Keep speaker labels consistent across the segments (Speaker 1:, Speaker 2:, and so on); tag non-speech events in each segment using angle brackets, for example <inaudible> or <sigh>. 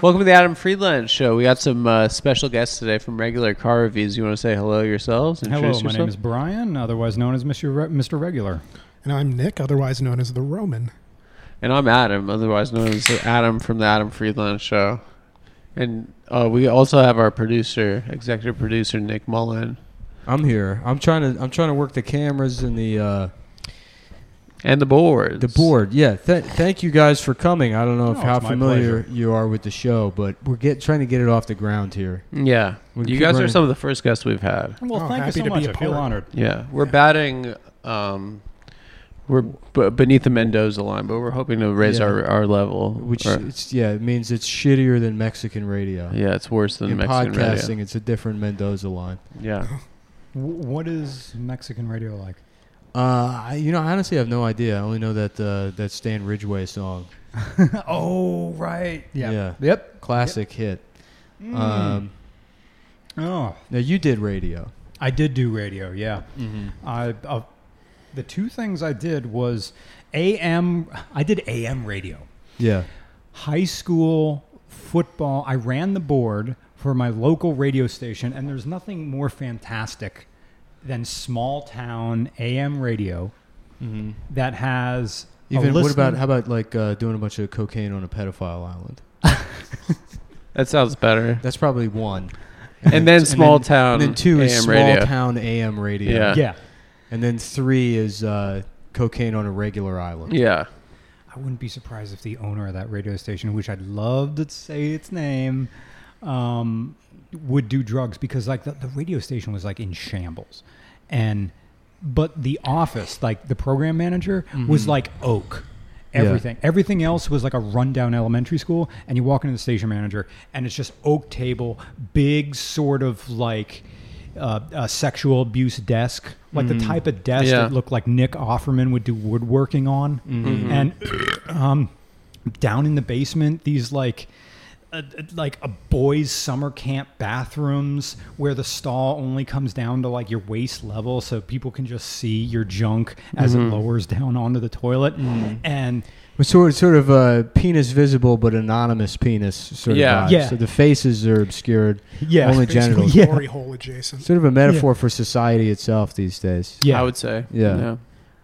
Speaker 1: Welcome to the Adam Friedland Show. We got some uh, special guests today from regular car reviews. You want to say hello yourselves?
Speaker 2: Hello,
Speaker 1: Introduce
Speaker 2: my name is
Speaker 1: yourself?
Speaker 2: Brian, otherwise known as Mr. Re- Mr. Regular.
Speaker 3: And I'm Nick, otherwise known as the Roman.
Speaker 1: and I'm Adam, otherwise known as Adam from the Adam Friedland Show. And uh, we also have our producer, executive producer Nick Mullen,
Speaker 4: I'm here. I'm trying to. I'm trying to work the cameras and the uh,
Speaker 1: and the board.
Speaker 4: the board. Yeah. Th- thank you guys for coming. I don't know if
Speaker 2: No,
Speaker 4: how
Speaker 2: it's my
Speaker 4: familiar
Speaker 2: pleasure.
Speaker 4: you are with the show, but we're get trying to get it off the ground here.
Speaker 1: Yeah, you
Speaker 4: We keep
Speaker 1: guys are
Speaker 4: running.
Speaker 1: some of the first guests we've had.
Speaker 2: Well,
Speaker 3: Oh,
Speaker 2: thank you
Speaker 3: happy
Speaker 2: so
Speaker 3: to be
Speaker 2: much.
Speaker 3: a
Speaker 2: I feel
Speaker 3: part.
Speaker 2: honored.
Speaker 1: Yeah, we're batting. Um, we're b- beneath the Mendoza line, but we're hoping to raise
Speaker 4: Yeah.
Speaker 1: our, our level.
Speaker 4: Which
Speaker 1: Or-
Speaker 4: it's yeah, it means it's shittier than Mexican radio.
Speaker 1: yeah, it's worse than
Speaker 4: In
Speaker 1: Mexican radio.
Speaker 4: podcasting, it's a different Mendoza line.
Speaker 1: Yeah.
Speaker 2: W- what is Mexican radio like?
Speaker 4: Uh, I, you know, I honestly have no idea. I only know that uh, that Stan Ridgway song,
Speaker 2: <laughs> oh, right.
Speaker 4: Yeah.
Speaker 2: Yep. Mm.
Speaker 4: classic hit.
Speaker 2: uh,
Speaker 4: Um,
Speaker 2: Oh,
Speaker 4: now you did radio.
Speaker 2: I did do radio. Yeah.
Speaker 4: Mm-hmm.
Speaker 2: I uh, the two things I did was AM. I did AM radio.
Speaker 4: Yeah.
Speaker 2: High school football. I ran the board for my local radio station, and there's nothing more fantastic than small town AM radio
Speaker 4: Mm-hmm.
Speaker 2: that has. a
Speaker 4: Even what
Speaker 2: listen-
Speaker 4: about how about like uh, doing a bunch of cocaine on a pedophile island?
Speaker 1: That sounds better.
Speaker 4: That's probably one.
Speaker 1: And then small town
Speaker 4: And then two
Speaker 1: AM
Speaker 4: is small
Speaker 1: Um, radio.
Speaker 4: town AM radio.
Speaker 1: Yeah.
Speaker 2: yeah.
Speaker 4: And then three is uh, cocaine on a regular island.
Speaker 1: Yeah.
Speaker 2: I wouldn't be surprised if the owner of that radio station, which I'd love to say its name, um, would do drugs because like the, the radio station was like in shambles, and but the office, like the program manager, was like oak.
Speaker 4: Yeah.
Speaker 2: Everything, everything else was like a rundown elementary school, and you walk into the station manager, and it's just oak table, big sort of like uh, a sexual abuse desk, like the type of desk
Speaker 1: Yeah.
Speaker 2: that looked like Nick Offerman would do woodworking on,
Speaker 4: Mm-hmm.
Speaker 1: Mm-hmm.
Speaker 2: and um, down in the basement these like uh, like a boys summer camp bathrooms where the stall only comes down to like your waist level so people can just see your junk as
Speaker 1: Mm-hmm.
Speaker 2: it lowers down onto the toilet
Speaker 4: Mm-hmm.
Speaker 2: and
Speaker 4: With sort sort of uh, penis visible but anonymous penis sort
Speaker 1: Yeah.
Speaker 4: of vibe.
Speaker 2: Yeah.
Speaker 4: So the faces are obscured.
Speaker 2: Yeah.
Speaker 4: Only
Speaker 3: Basically
Speaker 4: genitals.
Speaker 2: Yeah.
Speaker 3: glory hole adjacent.
Speaker 4: Sort of a metaphor for society itself these days.
Speaker 1: <laughs>
Speaker 2: yeah
Speaker 1: I would say.
Speaker 4: Yeah.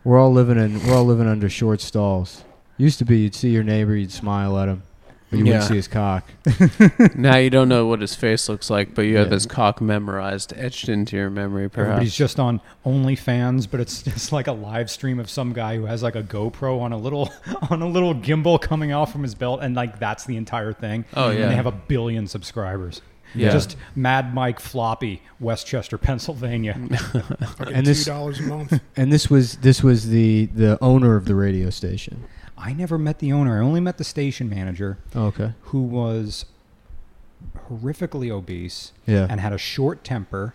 Speaker 4: We're all living in we're all living under short stalls. Used to be you'd see your neighbor, you'd smile at him, but you wouldn't
Speaker 1: Yeah.
Speaker 4: see his cock. <laughs>
Speaker 1: now you don't know what his face looks like, but you have
Speaker 4: Yeah.
Speaker 1: his cock memorized, etched into your memory,
Speaker 2: Everybody's
Speaker 1: perhaps.
Speaker 2: just on OnlyFans, but it's <laughs> just like a live stream of some guy who has like a GoPro on a little <laughs> on a little gimbal coming off from his belt, and like that's the entire thing.
Speaker 1: Oh, yeah.
Speaker 2: and they have a billion subscribers.
Speaker 1: Yeah.
Speaker 2: just Mad Mike Floppy, Westchester, <laughs> Pennsylvania.
Speaker 3: Fucking
Speaker 4: And
Speaker 3: two
Speaker 4: this-
Speaker 3: dollars a month.
Speaker 4: And this was this was the the owner of the radio station.
Speaker 2: I never met the owner. I only met the station manager,
Speaker 4: okay.
Speaker 2: who was horrifically obese
Speaker 4: Yeah.
Speaker 2: and had a short temper,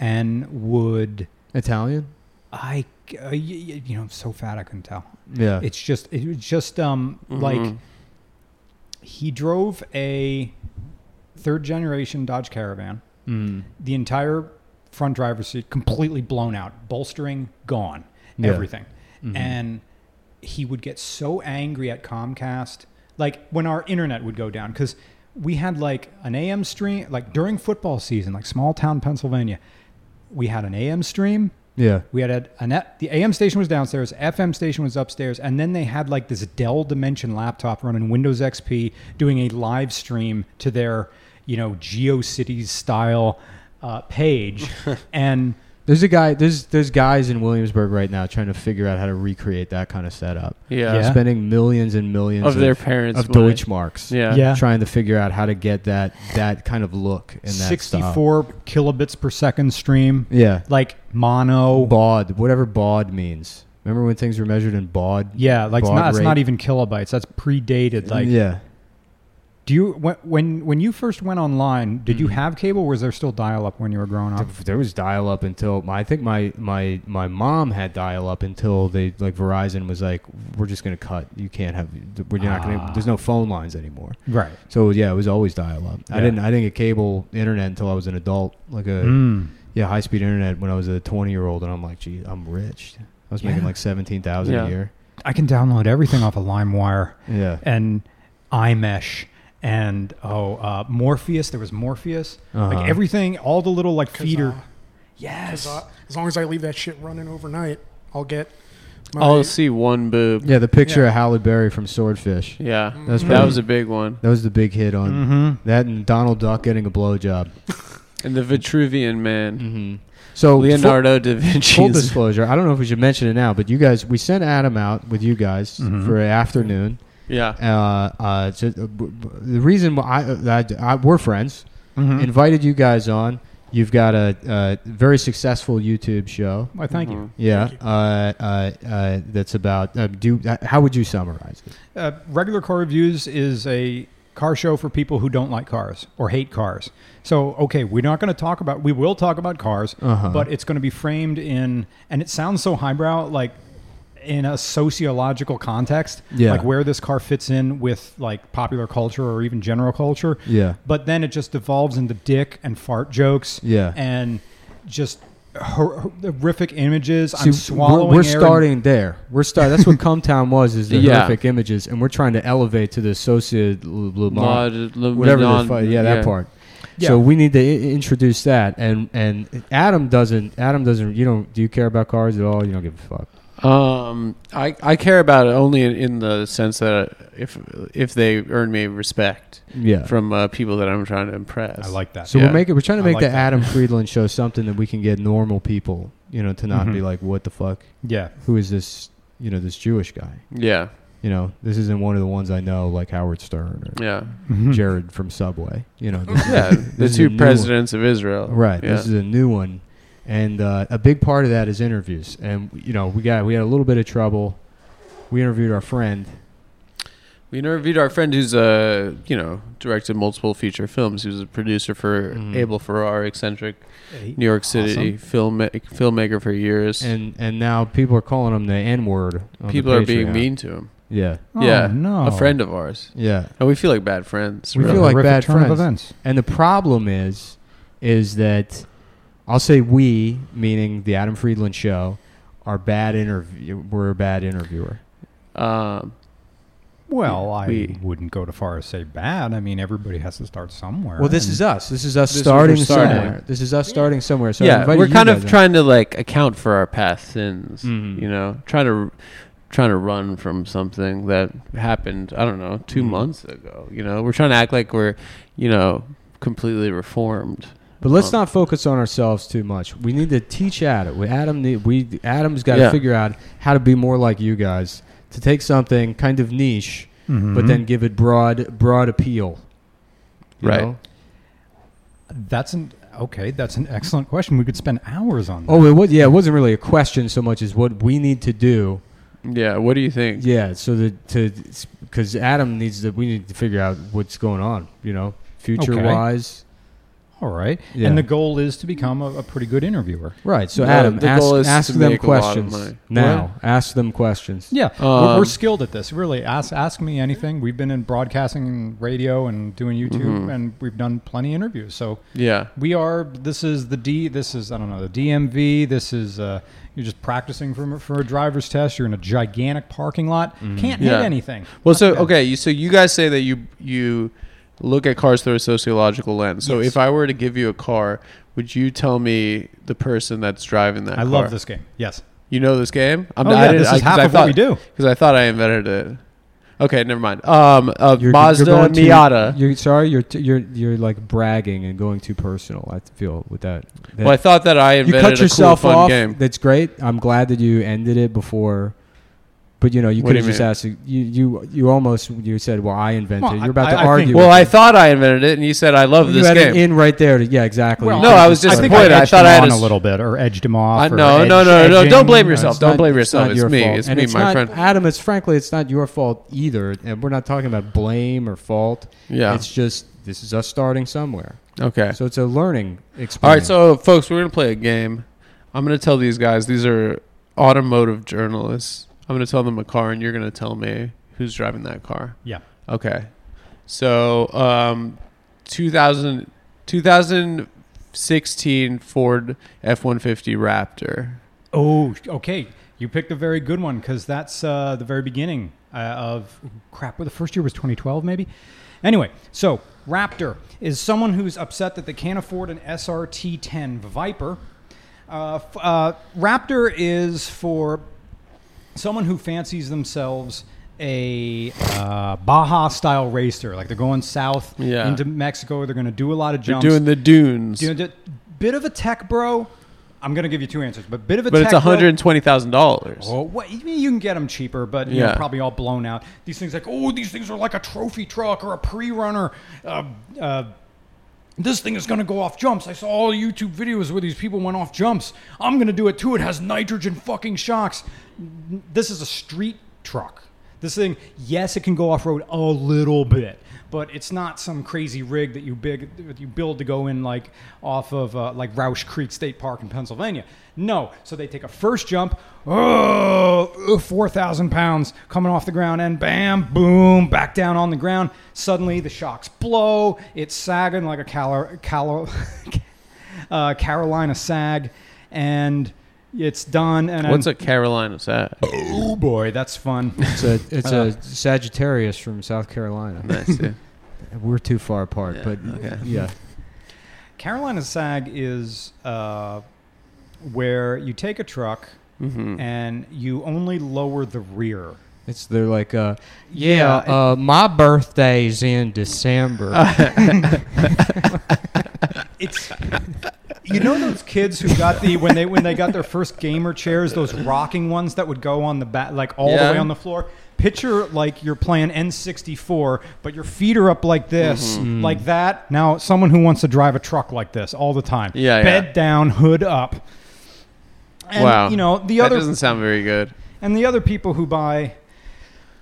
Speaker 2: and would
Speaker 4: Italian?
Speaker 2: I uh, y- y- you know so fat I couldn't tell.
Speaker 4: Yeah.
Speaker 2: It's just it was just um like
Speaker 1: Mhm.
Speaker 2: he drove a third generation Dodge Caravan.
Speaker 4: mm.
Speaker 2: The entire front driver's seat completely blown out, bolstering gone,
Speaker 4: Yeah.
Speaker 2: everything. And he would get so angry at Comcast like when our internet would go down cuz we had like an AM stream like during football season like small town Pennsylvania. We had an AM stream
Speaker 4: Yeah.
Speaker 2: we had a, an a- the AM station was downstairs, FM station was upstairs, and then they had like this Dell Dimension laptop running Windows XP, doing a live stream to their you know GeoCities style uh,
Speaker 4: <laughs>
Speaker 2: page, and
Speaker 4: There's a guy there's there's guys in Williamsburg right now trying to figure out how to recreate that kind of setup. Uh,
Speaker 1: yeah.
Speaker 2: Yeah.
Speaker 4: Spending millions and millions
Speaker 1: Of their parents'
Speaker 4: of
Speaker 1: money.
Speaker 4: Deutschmarks.
Speaker 1: Yeah.
Speaker 2: Yeah.
Speaker 4: Trying to figure out how to get that that kind of look and that style.
Speaker 2: 64 kilobits per second stream,
Speaker 4: Yeah.
Speaker 2: like mono.
Speaker 4: Baud, whatever baud means. Remember when things were measured in baud?
Speaker 2: yeah, like it's
Speaker 4: baud
Speaker 2: not, it's
Speaker 4: rate?
Speaker 2: not even kilobytes. That's predated. Like,
Speaker 4: yeah.
Speaker 2: do you when- when when you first went online, did you
Speaker 4: Mm.
Speaker 2: have cable? or Was there still dial up when you were growing up?
Speaker 4: uh, There was dial up until my, I think my my my mom had dial up until they like Verizon was like we're just gonna cut you can't have we're not
Speaker 2: Ah.
Speaker 4: gonna there's no phone lines anymore
Speaker 2: Right.
Speaker 4: so yeah it was always dial up I
Speaker 2: Yeah.
Speaker 4: didn't I didn't get cable internet until I was an adult like a
Speaker 2: Mm.
Speaker 4: yeah high speed internet when I was a twenty year old and I'm like gee I'm rich I was making
Speaker 2: Yeah.
Speaker 4: like seventeen thousand
Speaker 1: Yeah.
Speaker 4: a year
Speaker 2: I can download everything off of LimeWire
Speaker 4: yeah
Speaker 2: and iMesh and oh, uh, Morpheus. There was Morpheus.
Speaker 4: Uh-huh.
Speaker 2: Like everything, all the little like feeder.
Speaker 3: Kazaa.
Speaker 2: Yes.
Speaker 3: Kazaa. uh, As long as I leave that shit running overnight, I'll get. My, Mm-hmm.
Speaker 1: I'll see one boob.
Speaker 4: Yeah, the picture
Speaker 3: Yeah.
Speaker 4: of Halle Berry from Swordfish.
Speaker 1: Yeah,
Speaker 4: That's
Speaker 1: that
Speaker 4: pretty-
Speaker 1: was a big one.
Speaker 4: That was the big hit on
Speaker 2: Mm-hmm.
Speaker 4: that and Donald Duck getting a blowjob.
Speaker 1: And the Vitruvian Man,
Speaker 4: Mm-hmm. So full-
Speaker 1: Leonardo da
Speaker 4: Full
Speaker 1: Vinci's. <laughs>
Speaker 4: disclosure, I don't know if we should mention it now, but you guys, we sent Adam out with you guys
Speaker 2: Mhm.
Speaker 4: for an afternoon.
Speaker 1: Yeah,
Speaker 4: Uh, uh, to, uh, b- b- the reason why I, I, I, we're friends,
Speaker 2: Mm-hmm. Hmm?
Speaker 4: invited you guys on. You've got a, a very successful YouTube show.
Speaker 2: Why, thank you.
Speaker 1: Mhm.
Speaker 4: Yeah,
Speaker 3: Thank you.
Speaker 4: uh, uh, uh, that's about. Uh, do uh, how would you summarize it?
Speaker 2: Uh, regular car reviews is a car show for people who don't like cars or hate cars. So okay, we're not going to talk about. We will talk about cars,
Speaker 4: Uh-huh.
Speaker 2: but it's going to be framed in, and it sounds so highbrow, like in a sociological context,
Speaker 4: Yeah.
Speaker 2: like where this car fits in with like popular culture or even general culture.
Speaker 4: Yeah,
Speaker 2: But then it just devolves into dick and fart jokes.
Speaker 4: Yeah.
Speaker 2: and just. hor- horrific images.
Speaker 4: See,
Speaker 2: I'm swallowing.
Speaker 4: We're, we're
Speaker 2: air and-
Speaker 4: starting there. We're start. That's what Cumtown
Speaker 2: <laughs>
Speaker 4: was. Is the
Speaker 1: Yeah.
Speaker 4: horrific images, and we're trying to elevate to the associate Lamar,
Speaker 1: Lod- Lu-
Speaker 4: whatever the
Speaker 1: Minon-
Speaker 4: fu- yeah that part
Speaker 2: Yeah.
Speaker 4: so we need to I- introduce that and and adam doesn't adam doesn't you don't do you care about cars at all you don't give a fuck
Speaker 1: Um, I I care about it only in, in the sense that if if they earn me respect
Speaker 4: yeah
Speaker 1: from uh, people that I'm trying to impress.
Speaker 2: I like that.
Speaker 4: so
Speaker 1: yeah.
Speaker 4: we're making we're trying to
Speaker 2: I
Speaker 4: make
Speaker 2: like
Speaker 4: the
Speaker 2: that.
Speaker 4: adam friedland show something that we can get normal people you know to not be
Speaker 1: Mm-hmm.
Speaker 2: Mhm.
Speaker 4: like what the fuck
Speaker 2: yeah.
Speaker 4: who is this you know this jewish guy
Speaker 1: Yeah,
Speaker 4: you know this isn't one of the ones i know like howard stern
Speaker 1: <laughs>
Speaker 4: or
Speaker 1: yeah,
Speaker 2: Hmm.
Speaker 4: jared from subway you
Speaker 1: <laughs>
Speaker 4: know this is-
Speaker 1: yeah. the
Speaker 4: is a new
Speaker 1: two
Speaker 4: one.
Speaker 1: presidents of Israel.
Speaker 4: Right.
Speaker 1: Oh, Yeah.
Speaker 4: This is a new one, and uh, a big part of that is interviews. And you know, we got we had a little bit of trouble. We interviewed our friend.
Speaker 1: we interviewed our friend who's uh you know directed multiple feature films. He was a producer for
Speaker 4: Mhm.
Speaker 1: Abel Ferrara, eccentric New York City film filmmaker for years.
Speaker 4: and and now people are calling him the N word.
Speaker 1: people are being mean to him.
Speaker 4: Yeah,
Speaker 1: yeah,
Speaker 2: Oh, no.
Speaker 1: a friend of ours,
Speaker 4: yeah.
Speaker 1: and we feel like bad friends.
Speaker 4: Oh. We
Speaker 1: really.
Speaker 4: feel like
Speaker 2: Horrific
Speaker 4: bad
Speaker 2: turn
Speaker 4: friends.
Speaker 2: Of events.
Speaker 4: And the problem is, is that I'll say we, meaning the Adam Friedland show, are bad interview. We're a bad interviewer.
Speaker 1: um,
Speaker 2: Well, I
Speaker 1: We-
Speaker 2: wouldn't go to far as say bad. I mean, everybody has to start somewhere.
Speaker 4: Well, this
Speaker 2: and-
Speaker 4: is us. This is us
Speaker 1: This is where
Speaker 4: starting
Speaker 1: we're starting.
Speaker 4: somewhere. This is us starting somewhere. So I
Speaker 1: yeah,
Speaker 4: invited
Speaker 1: we're
Speaker 4: you
Speaker 1: kind
Speaker 4: guys
Speaker 1: of
Speaker 4: on.
Speaker 1: trying to like account for our past sins.
Speaker 4: Mhm.
Speaker 1: You know, trying to trying to run from something that happened. I don't know, 2
Speaker 4: Mhm.
Speaker 1: months ago. You know, we're trying to act like we're you know completely reformed.
Speaker 4: But let's
Speaker 1: Um,
Speaker 4: not focus on ourselves too much. We need to teach Adam. We, Adam, need, we Adam's got to
Speaker 1: Yeah.
Speaker 4: figure out how to be more like you guys. To take something kind of niche,
Speaker 2: Mm-hmm.
Speaker 4: but then give it broad, broad appeal. You
Speaker 1: Right.
Speaker 4: know?
Speaker 2: that's an okay. That's an excellent question. We could spend hours on. That.
Speaker 4: Oh, it was. Yeah, it wasn't really a question so much as what we need to do.
Speaker 1: Yeah. What do you think?
Speaker 4: Yeah. So that to because Adam needs to. We need to figure out what's going on. You know, future wise.
Speaker 2: all right.
Speaker 4: Yeah.
Speaker 2: And the goal is to become a, a pretty good interviewer.
Speaker 4: Right. So
Speaker 1: No,
Speaker 4: Adam,
Speaker 1: the
Speaker 4: ask,
Speaker 1: goal is
Speaker 4: ask
Speaker 1: to
Speaker 4: them
Speaker 1: make a lot of
Speaker 4: questions
Speaker 1: money.
Speaker 4: now. Ask them questions.
Speaker 2: Yeah, we're,
Speaker 1: Um,
Speaker 2: we're skilled at this. Really, ask ask me anything. We've been in broadcasting and radio and doing YouTube,
Speaker 4: Mm-hmm.
Speaker 1: Mhm.
Speaker 2: and we've done plenty of interviews. So
Speaker 1: Yeah.
Speaker 2: we are. This is the D. This is I don't know the DMV. This is uh, you're just practicing for for a driver's test. You're in a gigantic parking lot. Can't
Speaker 1: Mm-hmm. Yeah.
Speaker 2: hit anything.
Speaker 1: Well,
Speaker 2: Not
Speaker 1: so
Speaker 2: bad.
Speaker 1: okay, you, so you guys say that you you look at cars through a sociological lens. So
Speaker 2: Yes.
Speaker 1: if I were to give you a car, would you tell me the person that's driving that?
Speaker 2: I
Speaker 1: car?
Speaker 2: love this game. Yes.
Speaker 1: You know this game? I'm,
Speaker 2: Oh, yeah, this is half of what we do.
Speaker 1: Because I thought I invented it. Okay, never mind. Um, uh,
Speaker 4: You're-
Speaker 1: Mazda
Speaker 4: you're going too-
Speaker 1: Miata.
Speaker 4: you're sorry. You're t- you're you're like bragging and going too personal. I feel with that. that
Speaker 1: well, I thought that I
Speaker 4: you
Speaker 1: invented
Speaker 4: cut yourself
Speaker 1: a cool, fun
Speaker 4: off.
Speaker 1: game.
Speaker 4: That's great. I'm glad that you ended it before. But you know, you
Speaker 1: What
Speaker 4: could
Speaker 1: do
Speaker 4: have
Speaker 1: you
Speaker 4: just
Speaker 1: mean?
Speaker 4: asked. You you you almost you said, "Well, I invented."
Speaker 2: Well,
Speaker 4: it.
Speaker 2: I-
Speaker 4: You're about to
Speaker 2: I- I
Speaker 4: argue.
Speaker 2: think-
Speaker 4: with
Speaker 1: well, I
Speaker 4: it.
Speaker 1: thought I invented it, and you said I love
Speaker 4: you
Speaker 1: this
Speaker 4: had
Speaker 1: game.
Speaker 4: it in right there. To, yeah, exactly.
Speaker 2: Well,
Speaker 4: You
Speaker 1: No,
Speaker 4: could
Speaker 1: I
Speaker 4: have
Speaker 1: was
Speaker 4: just
Speaker 1: I
Speaker 2: I
Speaker 4: started.
Speaker 2: think
Speaker 1: disappointed.
Speaker 2: I,
Speaker 1: I
Speaker 2: edged
Speaker 1: thought
Speaker 2: him
Speaker 1: I had
Speaker 2: on
Speaker 1: a
Speaker 2: a
Speaker 1: s-
Speaker 2: little bit, or edged him off.
Speaker 1: I-
Speaker 2: or
Speaker 1: no,
Speaker 2: edged-
Speaker 1: no, no, no,
Speaker 2: edging
Speaker 1: don't blame
Speaker 2: him, or
Speaker 1: yourself.
Speaker 4: It's
Speaker 1: Don't
Speaker 4: not-
Speaker 1: blame yourself.
Speaker 4: not
Speaker 1: It's
Speaker 4: your
Speaker 1: me.
Speaker 4: fault.
Speaker 1: It's
Speaker 4: And
Speaker 1: me, my
Speaker 4: not-
Speaker 1: friend.
Speaker 4: Adam, it's frankly, it's not your fault either. And we're not talking about blame or fault.
Speaker 1: Yeah.
Speaker 4: It's just this is us starting somewhere.
Speaker 1: Okay.
Speaker 4: So it's a learning experience.
Speaker 1: All right, so folks, we're gonna play a game. I'm gonna tell these guys these are automotive journalists. I'm gonna tell them a car, and you're gonna tell me who's driving that car.
Speaker 2: Yeah.
Speaker 1: Okay. So, um, 2000, 2016 Ford F-150 Raptor.
Speaker 2: Oh, okay. You picked a very good one because that's uh, the very beginning uh, of crap. Well, the first year was 2012, maybe. Anyway, so Raptor is someone who's upset that they can't afford an SRT 10 Viper. Uh, f- uh, Raptor is for someone who fancies themselves a uh, Baja style racer. Like they're going south
Speaker 1: Yeah.
Speaker 2: into Mexico, they're going to do a lot of
Speaker 1: You're
Speaker 2: jumps.
Speaker 1: doing the dunes,
Speaker 2: Do you know, d- bit of a tech bro. I'm going to give you two answers, but bit of a
Speaker 1: but
Speaker 2: tech
Speaker 1: it's
Speaker 2: bro-
Speaker 1: one hundred and twenty thousand dollars.
Speaker 2: Oh, what? You, mean you can get them cheaper, but you know,
Speaker 1: Yeah.
Speaker 2: probably all blown out. These things like, oh, these things are like a trophy truck or a pre-runner. Uh, uh, this thing is going to go off jumps. I saw all YouTube videos where these people went off jumps. I'm going to do it too. It has nitrogen fucking shocks. N- This is a street truck. This thing, yes, it can go off road a little bit, but it's not some crazy rig that you big that you build to go in like off of uh, like Roush Creek State Park in Pennsylvania. No, so they take a first jump, oh, four thousand pounds coming off the ground, and bam, boom, back down on the ground. Suddenly the shocks blow. It's sagging like a calo- <laughs> calo- uh, Carolina sag, and it's done. And
Speaker 1: What's
Speaker 2: I'm,
Speaker 1: a Carolina
Speaker 2: <laughs>
Speaker 1: sag?
Speaker 2: oh boy, that's fun.
Speaker 4: It's a it's a
Speaker 1: Uh,
Speaker 4: Sagittarius from South Carolina.
Speaker 1: nice, dude.
Speaker 4: We're too far apart,
Speaker 1: Yeah,
Speaker 4: but
Speaker 1: okay.
Speaker 4: yeah,
Speaker 2: Carolina sag is uh, where you take a truck
Speaker 1: Mm-hmm.
Speaker 2: and you only lower the rear.
Speaker 4: it's they're like uh,
Speaker 2: Yeah,
Speaker 4: yeah. uh, my birthday's
Speaker 1: <laughs>
Speaker 4: in December.
Speaker 2: It's you know those kids who got the when they when they got their first gamer chairs, those rocking ones that would go on the back like all
Speaker 1: Yeah.
Speaker 2: the way on the floor. Picture like you're playing N64, but your feet are up like this,
Speaker 1: Mm-hmm.
Speaker 2: like that. Now someone who wants to drive a truck like this all the time,
Speaker 1: Yeah, yeah.
Speaker 2: bed down, hood up. And,
Speaker 1: wow.
Speaker 2: You know the
Speaker 1: that
Speaker 2: other
Speaker 1: doesn't sound very good.
Speaker 2: and the other people who buy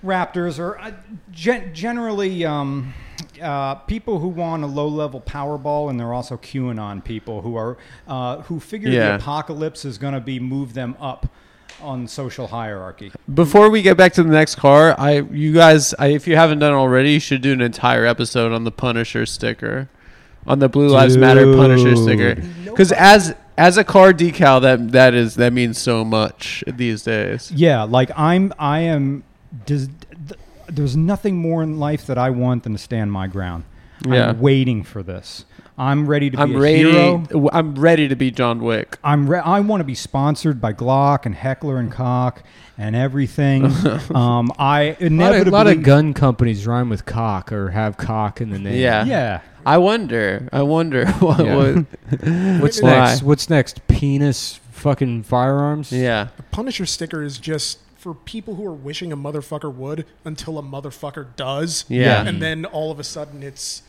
Speaker 2: Raptors are uh, gen- generally um, uh, people who want a low-level Powerball, and they're also QAnon people who are uh, who figure
Speaker 1: Yeah.
Speaker 2: the apocalypse is going to be move them up on social hierarchy.
Speaker 1: Before we get back to the next car, I you guys, I, if you haven't done it already, you should do an entire episode on the Punisher sticker, on the Blue Lives Matter Punisher sticker, because as as a car decal, that that is that means so much these days.
Speaker 2: Yeah, like I'm, I am. Does, th- there's nothing more in life that I want than to stand my ground.
Speaker 1: Yeah.
Speaker 2: I'm waiting for this. I'm ready to be
Speaker 1: I'm
Speaker 2: a
Speaker 1: ready.
Speaker 2: hero.
Speaker 1: I'm ready to be John Wick.
Speaker 2: I'm re- I want to be sponsored by Glock and Heckler and Koch and everything. um, I
Speaker 4: a, lot
Speaker 2: inevitably
Speaker 4: of, lot of gun companies rhyme with cock or have cock in the name.
Speaker 1: Yeah.
Speaker 2: yeah.
Speaker 1: I wonder. I wonder <laughs> what.
Speaker 4: Yeah.
Speaker 2: <laughs>
Speaker 1: what
Speaker 4: What's
Speaker 1: Why?
Speaker 4: next? What's next? Penis fucking firearms.
Speaker 1: yeah.
Speaker 3: The Punisher sticker is just for people who are wishing a motherfucker would until a motherfucker does.
Speaker 1: Yeah.
Speaker 3: And then all of a sudden it's,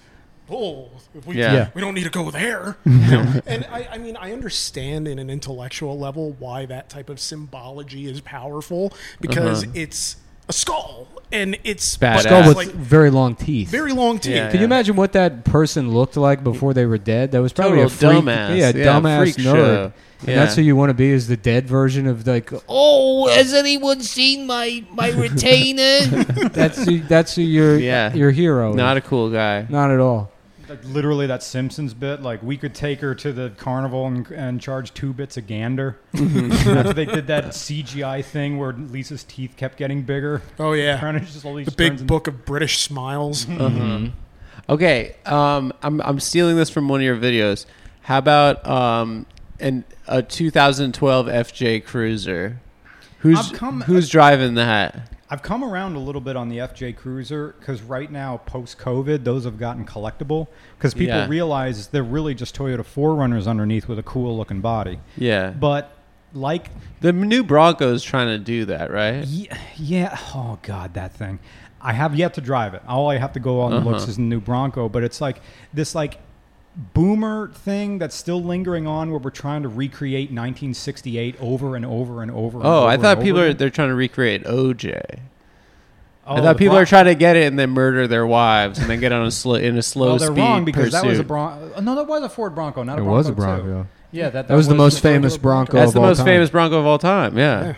Speaker 3: oh, if we,
Speaker 1: Yeah. Yeah.
Speaker 3: we don't need to go
Speaker 4: <laughs>
Speaker 3: there. You know? and I, I mean, I understand in an intellectual level why that type of symbology is powerful because it's a skull and it's
Speaker 1: Uh-huh. Badass.
Speaker 3: but
Speaker 4: Skull
Speaker 3: it's
Speaker 4: with
Speaker 3: like
Speaker 4: very long teeth.
Speaker 3: very long teeth.
Speaker 1: Yeah.
Speaker 4: Can you imagine what that person looked like before they were dead? That was probably
Speaker 1: Total
Speaker 4: a freak,
Speaker 1: dumbass.
Speaker 4: Yeah,
Speaker 1: Yeah,
Speaker 4: dumbass
Speaker 1: freak
Speaker 4: nerd.
Speaker 1: show.
Speaker 4: And
Speaker 1: Yeah.
Speaker 4: that's who you want to be is the dead version of like
Speaker 5: Oh, has anyone seen my my
Speaker 4: <laughs>
Speaker 5: retainer?
Speaker 4: that's who, that's who your
Speaker 1: Yeah.
Speaker 4: your
Speaker 1: <laughs>
Speaker 4: hero.
Speaker 1: Not
Speaker 4: is.
Speaker 1: a cool guy.
Speaker 4: not at all.
Speaker 2: Like literally that Simpsons bit, like we could take her to the carnival and, and charge two bits a gander. After they did that CGI thing where Lisa's teeth kept getting bigger. <laughs>
Speaker 3: Oh, yeah.
Speaker 2: Carnage just slowly
Speaker 3: The
Speaker 2: turns
Speaker 3: big
Speaker 2: in-
Speaker 3: book of British
Speaker 4: <laughs>
Speaker 3: smiles.
Speaker 5: Uh-huh.
Speaker 1: Mm-hmm. Okay, um, I'm I'm stealing this from one of your videos. How about um, an a 2012 FJ Cruiser? Who's
Speaker 2: I've come-
Speaker 1: who's driving that?
Speaker 2: I've come around a little bit on the FJ Cruiser because right now, post COVID, those have gotten collectible because people
Speaker 1: Yeah.
Speaker 2: realize they're really just Toyota 4Runners underneath with a cool looking body.
Speaker 1: Yeah,
Speaker 2: But like,
Speaker 1: the new Bronco's trying to do that, right?
Speaker 2: ye- yeah, oh God, that thing. I have yet to drive it. All I have to go on the
Speaker 1: Uh-huh.
Speaker 2: looks is the new Bronco, but it's like this like boomer thing that's still lingering on where we're trying to recreate 1968 over and over and over. and
Speaker 1: Oh,
Speaker 2: over
Speaker 1: I
Speaker 2: and
Speaker 1: thought
Speaker 2: over
Speaker 1: people are
Speaker 2: again.
Speaker 1: they're trying to recreate OJ.
Speaker 2: Oh,
Speaker 1: I
Speaker 2: the
Speaker 1: thought people
Speaker 2: Bron-
Speaker 1: are trying to get it and then murder their wives and then get on a slow in a slow
Speaker 2: Well, oh, they're
Speaker 1: speed
Speaker 2: wrong because
Speaker 1: pursuit.
Speaker 2: that was a Bronco. No, that was a Ford Bronco, not a
Speaker 4: It
Speaker 2: Bronco.
Speaker 4: was a
Speaker 2: too.
Speaker 4: Bronco.
Speaker 2: Yeah, that,
Speaker 4: That was the most
Speaker 3: the
Speaker 4: famous
Speaker 3: regular Bronco.
Speaker 4: Bronco.
Speaker 1: That's
Speaker 4: of
Speaker 1: the
Speaker 4: all
Speaker 1: most
Speaker 4: time.
Speaker 1: famous Bronco of all time. Yeah.
Speaker 3: Yeah.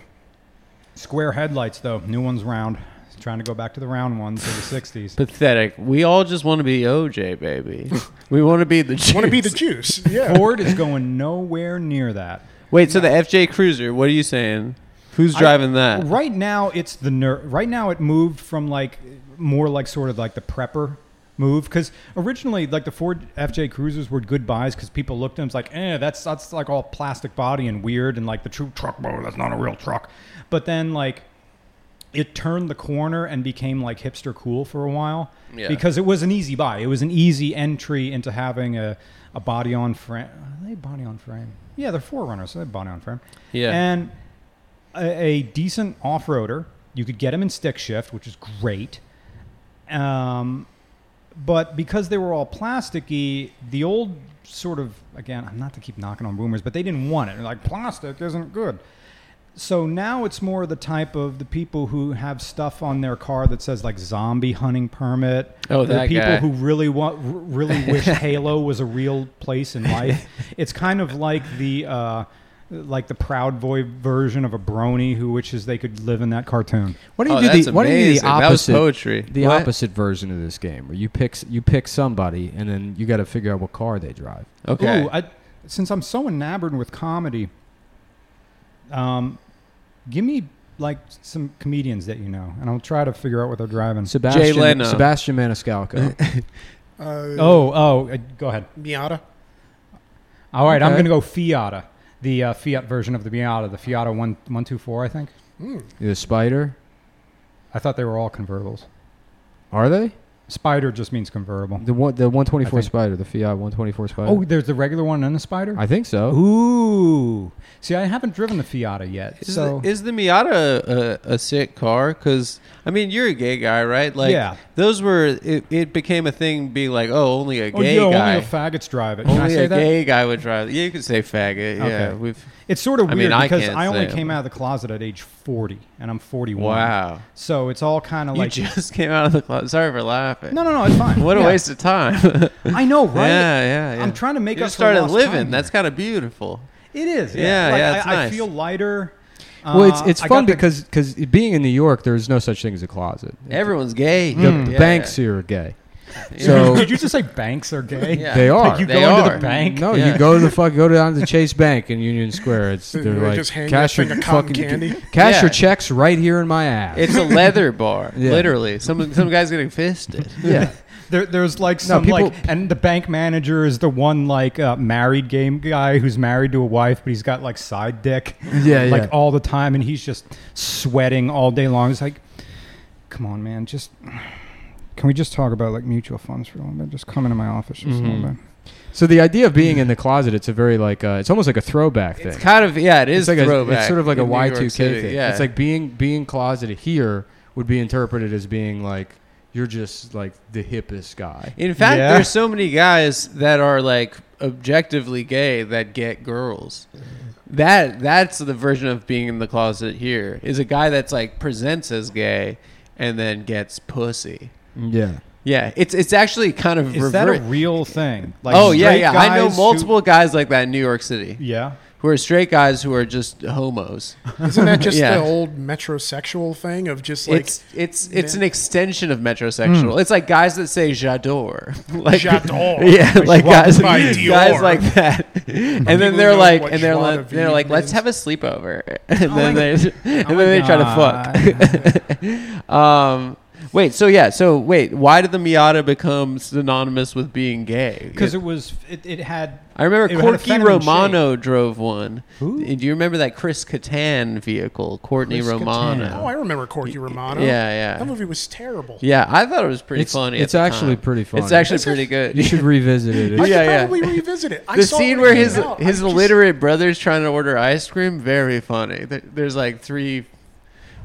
Speaker 2: square headlights though. New ones round. Trying to go back to the round ones of the '60s.
Speaker 1: Pathetic. We all just want to be OJ,
Speaker 2: <laughs>
Speaker 1: baby. we want to be the.
Speaker 3: Want to be the
Speaker 1: Jews.
Speaker 3: juice. Yeah.
Speaker 2: Ford is going nowhere near that.
Speaker 1: <laughs> Wait, so the FJ Cruiser, what are you saying? Who's driving
Speaker 2: I-
Speaker 1: that?
Speaker 2: Right now, it's the ner- Right now, it moved from like more like sort of like the prepper move because originally like the Ford FJ Cruisers were good buys because people looked at them it's like eh that's that's like all plastic body and weird and like the true truck bro that's not a real truck but then like it turned the corner and became like hipster cool for a while
Speaker 1: Yeah.
Speaker 2: because it was an easy buy it was an easy entry into having a, a body on frame are they body on frame yeah they're forerunners so they're body on frame
Speaker 1: Yeah.
Speaker 2: and a, a decent off-roader you could get them in stick shift which is great um, but because they were all plasticky, the old sort of again, I'm not to keep knocking on boomers, but they didn't want it. They're like plastic isn't good. So now it's more the type of the people who have stuff on their car that says like zombie hunting permit.
Speaker 1: Oh,
Speaker 2: the
Speaker 1: that
Speaker 2: people
Speaker 1: guy.
Speaker 2: who really want, r- really
Speaker 1: <laughs>
Speaker 2: wish Halo was a real place in life. It's kind of like the uh, like the Proud Boy version of a brony, who wishes they could live in that cartoon.
Speaker 4: Why don't
Speaker 1: Oh,
Speaker 4: you do
Speaker 1: that's
Speaker 4: the Why don't you do the
Speaker 1: amazing. That was
Speaker 4: opposite?
Speaker 1: poetry.
Speaker 4: The
Speaker 1: What?
Speaker 4: opposite version of this game, where you pick you pick somebody, and then you got to figure out what car they drive.
Speaker 1: Okay.
Speaker 2: Ooh, I, since I'm so enamored with comedy, um, give me like some comedians that you know, and I'll try to figure out what they're driving.
Speaker 4: Sebastian
Speaker 1: Leno. <laughs>
Speaker 4: Sebastian Maniscalco.
Speaker 3: Uh,
Speaker 2: oh, oh, uh, go ahead.
Speaker 3: Miata.
Speaker 2: All right, I'm
Speaker 4: Okay.
Speaker 2: going to go Fiata, the uh, Fiat version of the Miata, the Fiata one one two four, I think.
Speaker 4: the Spider.
Speaker 2: I thought they were all convertibles.
Speaker 4: Are they
Speaker 2: Spider just means convertible.
Speaker 4: the one the one twenty
Speaker 2: I
Speaker 4: four
Speaker 2: think-
Speaker 4: Spider, the Fiat one twenty four Spider?
Speaker 2: Oh, there's the regular one and the Spider.
Speaker 4: I think so.
Speaker 2: Ooh, see, I haven't driven the Fiata yet,
Speaker 1: Is,
Speaker 2: so
Speaker 1: the, is the Miata a, a sick car? Because I mean, you're a gay guy, right? Like,
Speaker 2: Yeah.
Speaker 1: those were. It, it became a thing, being like, oh, only a
Speaker 2: oh,
Speaker 1: gay
Speaker 2: yeah,
Speaker 1: guy,
Speaker 2: only the faggots drive it. Can I
Speaker 1: Only
Speaker 2: say
Speaker 1: a
Speaker 2: that?
Speaker 1: gay guy would drive. Yeah, you could say faggot. Yeah,
Speaker 2: Okay.
Speaker 1: we've.
Speaker 2: It's sort of
Speaker 1: I
Speaker 2: weird
Speaker 1: mean, I
Speaker 2: because
Speaker 1: can't
Speaker 2: I only
Speaker 1: say.
Speaker 2: came out of the closet at age 40, and I'm 41.
Speaker 1: Wow,
Speaker 2: So it's all kind of
Speaker 1: you
Speaker 2: like.
Speaker 1: just <laughs> came out of the closet. Sorry for laughing.
Speaker 2: no, no, no, it's fine.
Speaker 1: <laughs> What a
Speaker 2: Yeah.
Speaker 1: waste of time. yeah,
Speaker 2: I know, right?
Speaker 1: yeah, yeah.
Speaker 2: I'm trying to make
Speaker 1: you
Speaker 2: up
Speaker 1: just
Speaker 2: for
Speaker 1: started
Speaker 2: lost
Speaker 1: living.
Speaker 2: time
Speaker 1: That's kind of beautiful.
Speaker 2: It is.
Speaker 1: Yeah,
Speaker 2: Like,
Speaker 1: yeah, it's
Speaker 2: I, I
Speaker 1: nice.
Speaker 2: feel lighter.
Speaker 4: Well, it's
Speaker 2: Uh,
Speaker 4: it's
Speaker 2: I
Speaker 4: fun
Speaker 2: got the-
Speaker 4: because because being in New York, there's no such thing as a closet.
Speaker 1: Everyone's
Speaker 2: Mm.
Speaker 1: gay.
Speaker 4: the
Speaker 1: Yeah,
Speaker 4: banks here are gay.
Speaker 1: Yeah.
Speaker 2: <laughs>
Speaker 4: So
Speaker 2: Did you just say banks are gay?
Speaker 1: Yeah.
Speaker 4: they are.
Speaker 2: Like you
Speaker 1: They
Speaker 2: go into the
Speaker 1: are.
Speaker 2: bank.
Speaker 4: No,
Speaker 1: Yeah.
Speaker 4: you go to the fuck, go down to Chase Bank in Union Square. It's they're
Speaker 3: They
Speaker 4: like
Speaker 3: just hand you
Speaker 4: cash
Speaker 3: a
Speaker 4: your
Speaker 3: thing of cotton
Speaker 4: fucking
Speaker 3: candy."
Speaker 4: cash your
Speaker 1: Yeah.
Speaker 4: checks right here in my ass.
Speaker 1: It's a leather bar,
Speaker 4: <laughs> Yeah.
Speaker 1: literally. Some some guy's getting
Speaker 4: <laughs>
Speaker 1: fisted.
Speaker 2: <laughs>
Speaker 4: yeah,
Speaker 2: <laughs> There, there's like some
Speaker 4: people-
Speaker 2: like, and the bank manager is the one like uh, married game guy who's married to a wife, but he's got like side dick,
Speaker 4: Yeah,
Speaker 2: like
Speaker 4: yeah.
Speaker 2: all the time, and he's just sweating all day long. It's like, come on, man, just can we just talk about like mutual funds for a little bit? Just come into my office just a little bit.
Speaker 4: So the idea of being in the closet, it's a very like uh, it's almost like a throwback thing.
Speaker 1: It's kind of yeah, it is
Speaker 4: It's like a,
Speaker 1: throwback.
Speaker 4: it's sort of like a
Speaker 1: in New
Speaker 4: Y
Speaker 1: York
Speaker 4: two K
Speaker 1: City,
Speaker 4: thing.
Speaker 1: Yeah,
Speaker 4: It's like being being closeted here would be interpreted as being like you're just like the hippest guy.
Speaker 1: in fact,
Speaker 2: Yeah.
Speaker 1: there's so many guys that are like objectively gay that get girls. That that's the version of being in the closet here is a guy that's like presents as gay and then gets pussy.
Speaker 4: Yeah.
Speaker 1: Yeah, it's it's actually kind of
Speaker 2: Is that a
Speaker 1: rever-
Speaker 2: real thing? Like,
Speaker 1: oh yeah,
Speaker 2: straight
Speaker 1: yeah. I know
Speaker 2: guys who-
Speaker 1: multiple guys like that in New York City <laughs>
Speaker 2: yeah,
Speaker 1: who are straight guys who are just
Speaker 2: <laughs>
Speaker 1: homos. <laughs>
Speaker 3: Isn't that just
Speaker 1: Yeah.
Speaker 3: the old metrosexual thing of just like
Speaker 1: it's it's it's an extension of
Speaker 2: Hmm.
Speaker 1: metrosexual. It's like guys that say j'adore, <laughs> like
Speaker 3: J'adore.
Speaker 1: yeah, like guys, <laughs>
Speaker 3: by Dior.
Speaker 1: guys like
Speaker 3: <laughs>
Speaker 1: that, and then
Speaker 3: People
Speaker 1: they're
Speaker 3: know
Speaker 1: like,
Speaker 3: what
Speaker 1: and they're
Speaker 3: joie de
Speaker 1: like, they're
Speaker 3: vivre
Speaker 1: like, let's
Speaker 3: is.
Speaker 1: have a sleepover, <laughs> and
Speaker 2: Oh
Speaker 1: then
Speaker 2: my-
Speaker 1: they and
Speaker 2: Oh my
Speaker 1: then they try <laughs>
Speaker 2: God.
Speaker 1: to fuck. um, wait, so yeah, so wait, why did the Miata become synonymous with being gay?
Speaker 2: because it was it, it had
Speaker 1: I remember
Speaker 2: it had a
Speaker 1: Corky
Speaker 2: feminine
Speaker 1: Romano drove one.
Speaker 2: Who?
Speaker 1: Do you remember that Chris Kattan vehicle, Courtney
Speaker 2: Chris
Speaker 1: Romano?
Speaker 2: Kattan.
Speaker 3: Oh, I remember Corky Romano.
Speaker 1: Yeah, yeah.
Speaker 3: That movie was terrible.
Speaker 1: Yeah, I thought it was pretty
Speaker 4: It's-
Speaker 1: funny.
Speaker 4: it's
Speaker 1: at the
Speaker 4: actually
Speaker 1: time.
Speaker 4: pretty
Speaker 1: It's
Speaker 4: funny.
Speaker 1: actually
Speaker 3: It's a-
Speaker 1: pretty good.
Speaker 4: <laughs> You should revisit
Speaker 3: <laughs>
Speaker 4: it.
Speaker 3: I
Speaker 4: It's-
Speaker 1: Yeah,
Speaker 3: should
Speaker 1: yeah.
Speaker 3: probably revisit it.
Speaker 1: <laughs>
Speaker 3: I
Speaker 1: the
Speaker 3: saw it
Speaker 1: scene
Speaker 3: when
Speaker 1: where
Speaker 3: it
Speaker 1: his
Speaker 3: came out.
Speaker 1: his
Speaker 3: I just-
Speaker 1: illiterate brother's trying to order ice cream, very funny. There- There's like three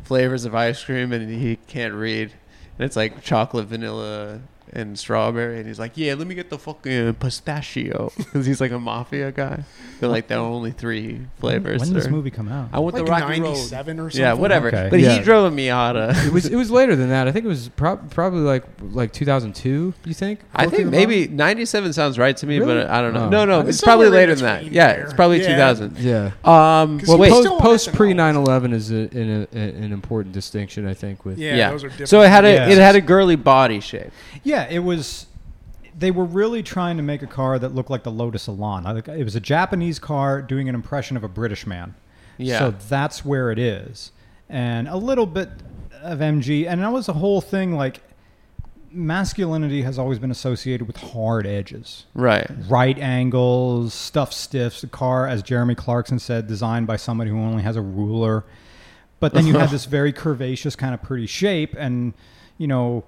Speaker 1: flavors of ice cream, and he can't read, and it's like chocolate, vanilla, and strawberry. And he's like, "Yeah, let me get the fucking pistachio," <laughs> because he's like a mafia guy. They're like the only three flavors.
Speaker 2: When did this
Speaker 1: sir.
Speaker 2: movie come out?
Speaker 1: I want
Speaker 3: like
Speaker 1: the rocky road.
Speaker 3: 97 or something.
Speaker 1: Yeah, whatever.
Speaker 2: Okay.
Speaker 1: But
Speaker 4: Yeah.
Speaker 1: he drove a Miata.
Speaker 4: It was it was later than that. I think it was prob- probably like like 2002. You think?
Speaker 1: I
Speaker 4: Corky
Speaker 1: think
Speaker 4: Romano?
Speaker 1: maybe 97 sounds right to me,
Speaker 4: Really?
Speaker 1: but I don't know.
Speaker 4: Oh.
Speaker 1: No, no,
Speaker 3: It's
Speaker 1: it's probably
Speaker 3: somewhere
Speaker 1: later
Speaker 3: in
Speaker 1: than that.
Speaker 3: between
Speaker 1: Yeah,
Speaker 3: there.
Speaker 1: it's probably
Speaker 3: Yeah.
Speaker 1: 2000.
Speaker 4: Yeah.
Speaker 1: Um,
Speaker 3: 'Cause
Speaker 1: well,
Speaker 3: he
Speaker 1: wait.
Speaker 3: was still
Speaker 4: Post
Speaker 3: on
Speaker 4: post
Speaker 3: SNL.
Speaker 4: pre 9/11 is a, an, a, an important distinction. I think with
Speaker 3: Yeah,
Speaker 1: yeah.
Speaker 3: those are different.
Speaker 1: so it had a
Speaker 2: Yeah.
Speaker 1: it had a girly body shape.
Speaker 2: Yeah, it was. They were really trying to make a car that looked like the Lotus Elan. I think It was a Japanese car doing an impression of a British man.
Speaker 1: Yeah.
Speaker 2: So that's where it is, and a little bit of MG, and that was a whole thing like masculinity has always been associated with hard edges,
Speaker 1: Right.
Speaker 2: right angles, stuff stiffs. The car, as Jeremy Clarkson said, designed by somebody who only has a ruler. But then you
Speaker 1: <laughs>
Speaker 2: have this very curvaceous kind of pretty shape, and you know,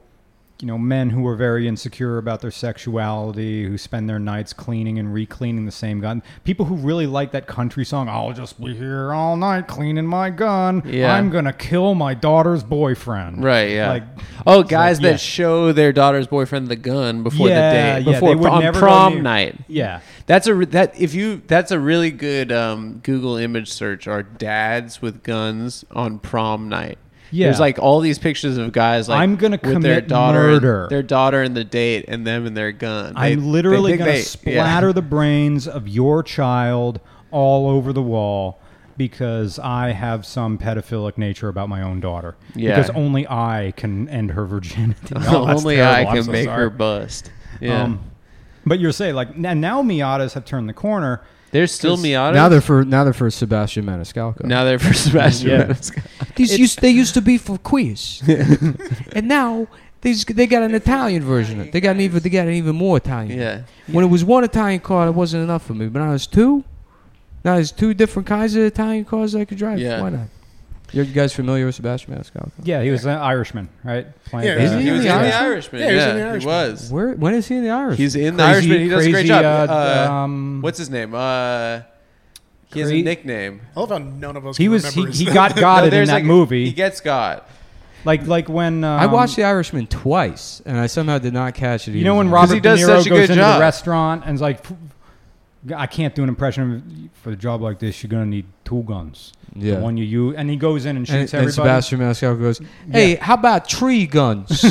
Speaker 2: you know, men who are very insecure about their sexuality, who spend their nights cleaning and re-cleaning the same gun. People who really like that country song, "I'll just be here all night cleaning my gun.
Speaker 1: Yeah.
Speaker 2: I'm gonna kill my daughter's boyfriend."
Speaker 1: Right. Yeah.
Speaker 2: Like,
Speaker 1: oh, guys
Speaker 2: yeah.
Speaker 1: that show their daughter's boyfriend the gun before
Speaker 2: Yeah,
Speaker 1: the
Speaker 2: yeah,
Speaker 1: date, before
Speaker 2: they would
Speaker 1: on
Speaker 2: never go
Speaker 1: prom
Speaker 2: near-
Speaker 1: night.
Speaker 2: yeah.
Speaker 1: That's a re- that if you that's a really good um, Google image search are dads with guns on prom night.
Speaker 2: Yeah.
Speaker 1: There's like all these pictures of guys like
Speaker 2: I'm gonna
Speaker 1: with their
Speaker 2: commit
Speaker 1: daughter,
Speaker 2: murder.
Speaker 1: their daughter and the date, and them and their gun. They-
Speaker 2: I'm
Speaker 1: they
Speaker 2: literally
Speaker 1: think
Speaker 2: going
Speaker 1: they- <laughs>
Speaker 2: to splatter the brains of your child all over the wall because I have some pedophilic nature about my own daughter.
Speaker 1: Yeah.
Speaker 2: Because only I can end
Speaker 1: <laughs>
Speaker 2: her virginity. <laughs>
Speaker 1: Yeah.
Speaker 2: Oh, that's
Speaker 1: Only
Speaker 2: terrible.
Speaker 1: I
Speaker 2: I'm
Speaker 1: can
Speaker 2: so
Speaker 1: make
Speaker 2: sorry.
Speaker 1: her bust. Yeah.
Speaker 2: Um, but you're saying like now, now Miatas have turned the corner.
Speaker 1: There's still Miata.
Speaker 4: Now they're for now they're for Sebastian Maniscalco.
Speaker 1: now they're <laughs> for Sebastian. Maniscalco.
Speaker 6: These used, they used to be for
Speaker 1: <laughs>
Speaker 6: queers, and now these they got an Italian version. of it. They got an even they got an even more Italian.
Speaker 1: Yeah.
Speaker 6: When it was one Italian car, it wasn't enough for me. But now there's two. Now there's two different kinds of Italian cars I could drive.
Speaker 1: Yeah.
Speaker 6: Why not?
Speaker 4: you guys familiar with Sebastian Maniscalco?
Speaker 2: Yeah, he was an Irishman, right? Playing
Speaker 3: Yeah,
Speaker 2: the-
Speaker 4: Isn't
Speaker 1: He was in the
Speaker 4: Irishman?
Speaker 1: Irishman.
Speaker 3: Yeah, he was in The
Speaker 1: Yeah, he
Speaker 3: Irishman.
Speaker 1: was.
Speaker 4: Where when is he in the Irish?
Speaker 1: He's in the
Speaker 2: Crazy-
Speaker 1: Irishman. He does a great
Speaker 2: crazy,
Speaker 1: job.
Speaker 2: uh,
Speaker 1: Uh,
Speaker 2: um,
Speaker 1: what's his name? Uh, he has a
Speaker 2: Cra-
Speaker 1: nickname.
Speaker 3: I love how none of us.
Speaker 2: He
Speaker 3: can
Speaker 2: was he,
Speaker 3: remember his
Speaker 2: he
Speaker 1: <laughs>
Speaker 2: got
Speaker 1: No,
Speaker 2: godded in
Speaker 1: there's
Speaker 2: that
Speaker 1: like-
Speaker 2: movie.
Speaker 1: He gets God.
Speaker 2: like like when um,
Speaker 4: I watched The Irishman twice, and I somehow did not catch it.
Speaker 2: You know when
Speaker 4: either.
Speaker 1: 'Cause
Speaker 2: Robert
Speaker 1: he does
Speaker 2: De Niro
Speaker 1: such a
Speaker 2: goes
Speaker 1: good
Speaker 2: into
Speaker 1: job.
Speaker 2: the restaurant and's like, "Pff, I can't do an impression of, for a job like this. You're gonna need two guns.
Speaker 4: Yeah.
Speaker 2: the one you use, and he goes in and
Speaker 4: and,
Speaker 2: shoots
Speaker 4: and
Speaker 2: everybody.
Speaker 4: Sebastian Maniscalco goes, "Hey, how about tree guns?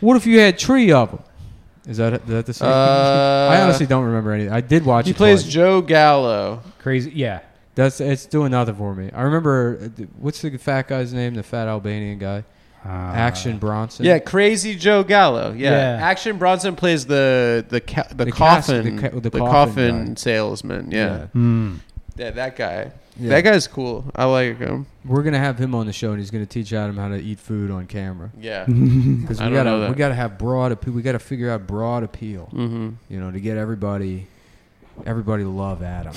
Speaker 4: what if you had tree of them?" Is that is that the same?
Speaker 1: Uh,
Speaker 4: I honestly don't remember any. I did watch.
Speaker 1: He
Speaker 4: it
Speaker 1: plays
Speaker 4: twice.
Speaker 1: Joe Gallo.
Speaker 2: Crazy, yeah.
Speaker 4: That's it's doing nothing for me. I remember uh, th- what's the fat guy's name? The fat Albanian guy,
Speaker 2: Uh,
Speaker 4: Action Bronson.
Speaker 1: Yeah, crazy Joe Gallo. Yeah.
Speaker 2: Yeah.
Speaker 1: Action Bronson plays the the ca- the,
Speaker 4: The cast-
Speaker 1: coffin
Speaker 4: the ca-
Speaker 1: the,
Speaker 4: the
Speaker 1: coffin,
Speaker 4: coffin guy.
Speaker 1: salesman. Yeah.
Speaker 2: hmm.
Speaker 1: yeah, that guy.
Speaker 4: Yeah.
Speaker 1: That guy's cool. I like him.
Speaker 4: We're gonna have him on the show, and he's gonna teach Adam how to eat food on camera.
Speaker 1: Yeah,
Speaker 4: Because
Speaker 1: I
Speaker 4: we
Speaker 1: don't know
Speaker 4: gotta
Speaker 1: that. Mm-hmm.
Speaker 4: we gotta have broad appeal. We gotta figure out broad appeal. You know, to get everybody everybody to love Adam.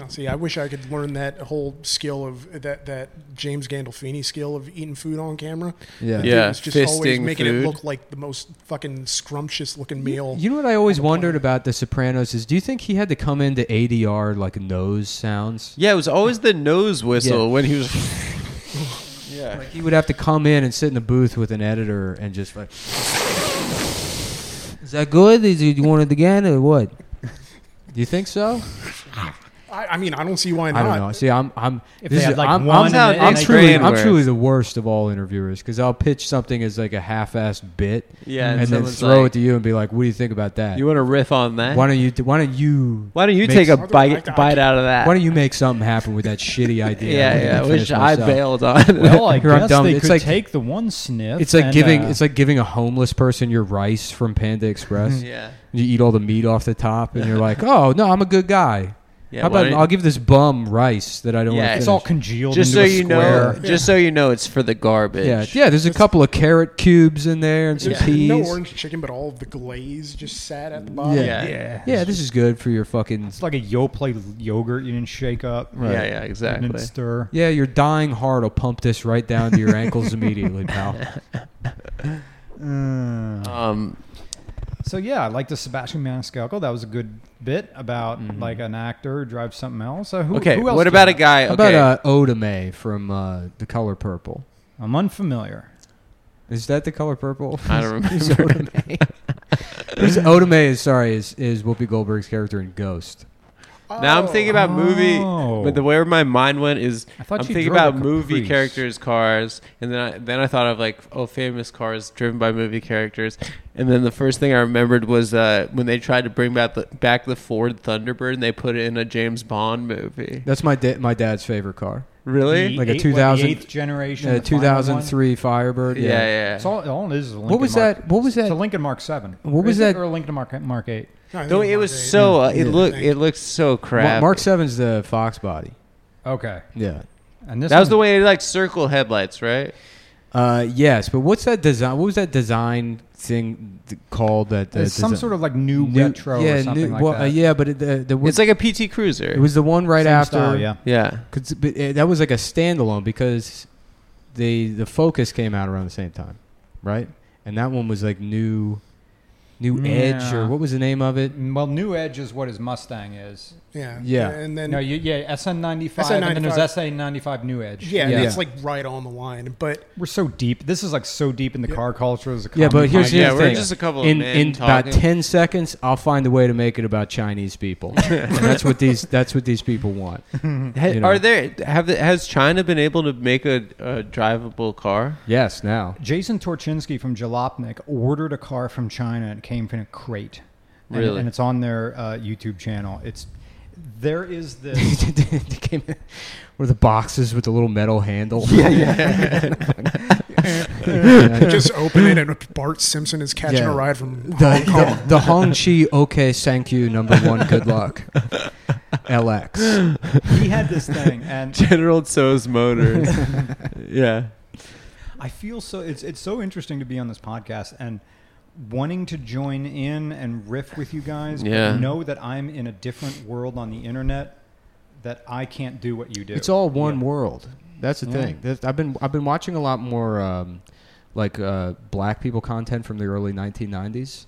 Speaker 3: Oh, <laughs> see, I wish I could learn that whole skill of that that James Gandolfini skill of eating food on camera.
Speaker 4: Yeah.
Speaker 3: The dude
Speaker 1: Yeah,
Speaker 3: was just always
Speaker 1: fisting
Speaker 3: making
Speaker 1: food.
Speaker 3: it look like the most fucking scrumptious looking meal.
Speaker 4: You know what I always wondered about The Sopranos is, do you think he had to come into ADR like nose sounds?
Speaker 1: yeah. It was always the nose whistle
Speaker 4: Yeah.
Speaker 1: when he was. <laughs> yeah,
Speaker 4: Like he would have to come in and sit in the booth with an editor and just like
Speaker 6: Is that good? Is it, you want it again or what?
Speaker 4: Do you think so?
Speaker 3: I, I mean, I don't see why
Speaker 4: I
Speaker 3: not.
Speaker 4: don't know. See, I'm I'm
Speaker 2: If
Speaker 4: this
Speaker 2: they had
Speaker 4: is-
Speaker 2: like
Speaker 4: I'm,
Speaker 2: one,
Speaker 1: I'm
Speaker 2: and
Speaker 1: not-
Speaker 2: then
Speaker 4: I'm
Speaker 1: I'm
Speaker 2: they-
Speaker 4: truly,
Speaker 1: trained
Speaker 4: I'm
Speaker 1: where-
Speaker 4: truly the worst of all interviewers because I'll pitch something as like a half-assed bit,
Speaker 1: Yeah, and
Speaker 4: and, then
Speaker 1: someone's
Speaker 4: throw
Speaker 1: like-
Speaker 4: it to you and be like, "What do you think about that?
Speaker 1: you want to riff on that?
Speaker 4: why don't you? Why don't you?
Speaker 1: Why don't you
Speaker 4: make
Speaker 1: take a
Speaker 4: s-
Speaker 1: bite bite out of that?
Speaker 4: Why don't you make something happen with that shitty idea?
Speaker 1: Uh, <laughs> yeah,
Speaker 4: I'm
Speaker 1: yeah.
Speaker 4: gonna
Speaker 1: Which
Speaker 4: finish
Speaker 1: I
Speaker 4: myself."
Speaker 1: bailed on. <laughs>
Speaker 4: <laughs>
Speaker 2: Well, I
Speaker 4: Here, I'm
Speaker 2: guess
Speaker 4: dumb.
Speaker 2: they
Speaker 4: It's
Speaker 2: could
Speaker 4: like-
Speaker 2: take the one sniff.
Speaker 4: It's like
Speaker 2: and,
Speaker 4: giving
Speaker 2: uh,
Speaker 4: it's like giving a homeless person your rice from
Speaker 1: <laughs>
Speaker 4: Panda Express.
Speaker 1: yeah,
Speaker 4: You eat all the meat off the top, and you're like, "Oh no, I'm a good guy.
Speaker 1: yeah.
Speaker 4: How
Speaker 1: why
Speaker 4: about
Speaker 1: don't
Speaker 4: I'll give this bum rice that I don't
Speaker 1: Yeah,
Speaker 4: want to
Speaker 2: it's all congealed.
Speaker 1: just so
Speaker 2: into a
Speaker 1: you know,
Speaker 2: square.
Speaker 1: just so you know, it's for the garbage.
Speaker 4: yeah, yeah. There's a couple of carrot cubes in there and some
Speaker 3: There's
Speaker 4: peas.
Speaker 3: no orange chicken, but all of the glaze just sat at the bottom.
Speaker 4: Yeah.
Speaker 1: yeah, yeah,
Speaker 2: yeah,
Speaker 4: Yeah, this is good for your fucking.
Speaker 2: it's like a Yoplait yogurt you didn't shake up,
Speaker 4: Right.
Speaker 1: yeah,
Speaker 2: And
Speaker 1: exactly.
Speaker 2: stir.
Speaker 4: Yeah, your dying heart will pump this right down to your
Speaker 1: <laughs>
Speaker 4: ankles immediately, pal. Hmm.
Speaker 2: Mm.
Speaker 1: Um,
Speaker 2: So yeah, I like the Sebastian Maniscalco. That was a good bit about like an actor who drives something else. Uh, who,
Speaker 1: Mm-hmm. okay,
Speaker 2: who else
Speaker 1: what
Speaker 2: do
Speaker 1: about
Speaker 2: you
Speaker 1: a guy?
Speaker 4: How
Speaker 1: Okay,
Speaker 4: about uh, Odame from uh, The Color Purple?
Speaker 2: have? I'm unfamiliar.
Speaker 4: Is that The Color Purple?
Speaker 1: I
Speaker 4: <laughs>
Speaker 1: don't
Speaker 4: Who's
Speaker 1: remember.
Speaker 4: Odame? Who's Odame is sorry is is Whoopi Goldberg's character in Ghost.
Speaker 3: Oh.
Speaker 1: Now I'm thinking about movie,
Speaker 2: Oh.
Speaker 1: but the way my mind went is
Speaker 2: I
Speaker 1: I'm
Speaker 2: thought you
Speaker 1: thinking
Speaker 2: drove a
Speaker 1: about movie
Speaker 2: Caprice.
Speaker 1: characters' cars, and then I, then I thought of like oh famous cars driven by movie characters, and then the first thing I remembered was uh, when they tried to bring back the back the Ford Thunderbird and they put it in a James Bond movie.
Speaker 4: That's my da- my dad's favorite car.
Speaker 1: Really?
Speaker 2: The
Speaker 4: Like a
Speaker 2: eight- what, the
Speaker 4: 2000
Speaker 2: eighth generation,
Speaker 4: Uh,
Speaker 2: the final one?
Speaker 4: 2003 Firebird.
Speaker 1: yeah, yeah.
Speaker 2: It's all, all it is is a Lincoln
Speaker 4: What was
Speaker 2: Mark-
Speaker 4: that? What was
Speaker 2: It's a
Speaker 4: that?
Speaker 2: Lincoln Mark Seven.
Speaker 4: What
Speaker 2: Or
Speaker 4: was
Speaker 2: is it-
Speaker 4: that-
Speaker 2: Or a Lincoln Mark Mark Eight.
Speaker 3: No, I think
Speaker 1: Though it
Speaker 3: Mark
Speaker 1: was
Speaker 3: Davis.
Speaker 1: so uh, it
Speaker 4: Yeah.
Speaker 1: looked it looked so crap.
Speaker 4: Mark Seven's the Fox body.
Speaker 2: Okay,
Speaker 4: Yeah.
Speaker 2: and this
Speaker 1: that was the
Speaker 2: one-
Speaker 1: way it like circle headlights, right?
Speaker 4: Uh, yes, but what's that design? What was that design thing th- called that? that
Speaker 2: There's some
Speaker 4: does-
Speaker 2: sort of like new,
Speaker 4: new-
Speaker 2: retro
Speaker 6: yeah,
Speaker 2: or something
Speaker 6: new-
Speaker 2: like
Speaker 6: well,
Speaker 2: that.
Speaker 6: uh, yeah, but it, the, the
Speaker 1: It's like a PT Cruiser.
Speaker 6: it was the one right
Speaker 2: Same
Speaker 6: after.
Speaker 2: style, yeah.
Speaker 1: yeah.
Speaker 4: 'cause- but, uh, that was like a standalone because the the Focus came out around the same time, right? And that one was like new, new Edge
Speaker 2: Yeah.
Speaker 4: or what was the name of it?
Speaker 2: Well, New Edge is what his Mustang is.
Speaker 3: Yeah.
Speaker 4: Yeah.
Speaker 3: And then
Speaker 2: No, you, yeah, SN95, and then there's SN95 New Edge.
Speaker 3: yeah,
Speaker 4: Yeah.
Speaker 3: it's like right on the line. But
Speaker 2: We're so deep. This is like so deep in the car culture. As a
Speaker 4: Yeah, but
Speaker 2: comedy
Speaker 4: here's the
Speaker 1: Yeah,
Speaker 4: other
Speaker 1: we're
Speaker 4: thing.
Speaker 1: just a couple of
Speaker 4: in
Speaker 1: men
Speaker 4: in
Speaker 1: talking.
Speaker 4: about ten seconds, I'll find a way to make it about Chinese <laughs> people. and that's what these that's what these people want.
Speaker 1: Ha-
Speaker 4: you know.
Speaker 1: Are there have the- has China been able to make a, a drivable car?
Speaker 4: Yes, now
Speaker 2: Jason Torchinsky from Jalopnik ordered a car from China and it came in a crate. And,
Speaker 1: Really?
Speaker 2: And it's on their uh, YouTube channel. It's there is this.
Speaker 4: they came in with the boxes with the little metal handle. <laughs> <laughs> Yeah,
Speaker 3: you just
Speaker 4: <laughs>
Speaker 3: open it, and Bart Simpson is catching
Speaker 4: Yeah.
Speaker 3: a ride from
Speaker 4: The,
Speaker 3: Hong Kong.
Speaker 4: the, <laughs> the Hong Chi, okay, thank you, number one, good <laughs> luck. LX.
Speaker 2: he had this thing,
Speaker 3: <laughs>
Speaker 1: <laughs>
Speaker 2: and
Speaker 1: General Tso's
Speaker 4: <laughs>
Speaker 1: Motors. yeah.
Speaker 2: I feel so it's it's so interesting to be on this podcast and wanting to join in and riff with you guys. but
Speaker 1: Yeah.
Speaker 2: know that I'm in a different world on the internet that I can't do what you do.
Speaker 4: It's all one world. That's the
Speaker 2: Yeah.
Speaker 4: thing. That's- I've been I've been watching a lot more um, like uh, black people content from the early 1990s,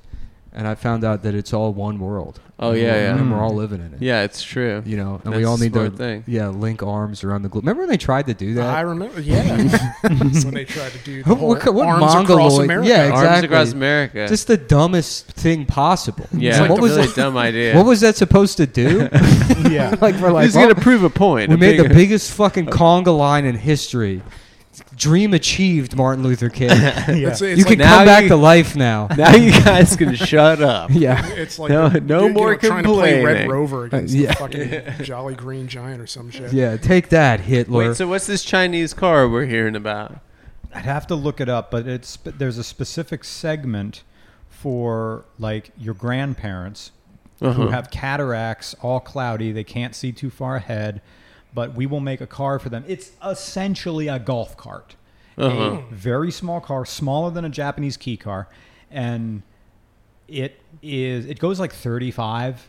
Speaker 4: and I found out that it's all one world.
Speaker 1: Oh, yeah, yeah.
Speaker 4: and we're all living in it.
Speaker 1: Yeah, it's true.
Speaker 4: you know, and we
Speaker 1: That's
Speaker 4: all
Speaker 1: the
Speaker 4: need to
Speaker 1: smart thing.
Speaker 4: yeah link arms around the globe. Remember when they tried to do
Speaker 3: I
Speaker 4: that?
Speaker 3: remember,
Speaker 4: <laughs>
Speaker 3: yeah. That's when they tried to do the
Speaker 4: What-
Speaker 3: whole
Speaker 4: what- what
Speaker 3: arms across
Speaker 4: mongoloid-
Speaker 3: America.
Speaker 4: <laughs> yeah,
Speaker 1: Arms
Speaker 4: exactly.
Speaker 1: across America.
Speaker 4: Just the dumbest thing possible.
Speaker 1: yeah,
Speaker 4: So what
Speaker 1: it's
Speaker 4: was
Speaker 1: a
Speaker 4: <laughs>
Speaker 1: really
Speaker 4: that,
Speaker 1: dumb idea.
Speaker 4: what was that supposed
Speaker 1: <laughs>
Speaker 4: to do? <laughs>
Speaker 2: yeah.
Speaker 4: like we're like
Speaker 1: He's
Speaker 4: well,
Speaker 1: gonna prove a point.
Speaker 4: we
Speaker 1: a
Speaker 4: made
Speaker 1: big- <laughs>
Speaker 4: the biggest fucking conga line in history. Dream achieved, Martin Luther
Speaker 1: <laughs>
Speaker 3: <laughs>
Speaker 4: King.
Speaker 3: It's, it's
Speaker 4: you
Speaker 3: like,
Speaker 4: can
Speaker 1: now
Speaker 4: come back
Speaker 1: you-
Speaker 4: to life now.
Speaker 1: <laughs> now you guys can shut <laughs> up.
Speaker 4: <laughs> yeah.
Speaker 3: it's like
Speaker 1: No-
Speaker 3: the-
Speaker 1: no
Speaker 3: you know,
Speaker 1: more
Speaker 3: trying to play Red
Speaker 1: complaining.
Speaker 3: Rover against
Speaker 4: Uh, yeah.
Speaker 3: the fucking
Speaker 4: <laughs>
Speaker 3: Jolly Green Giant or some shit.
Speaker 4: Yeah, take that, Hitler.
Speaker 1: Wait, so what's this Chinese car we're hearing about?
Speaker 2: I'd have to look it up, but it's but there's a specific segment for like your grandparents who
Speaker 1: Uh-huh.
Speaker 2: have cataracts, all cloudy, they can't see too far ahead, but we will make a car for them. It's essentially a golf cart.
Speaker 1: Uh-huh.
Speaker 2: A very small car, smaller than a Japanese key car, and it is it goes like 35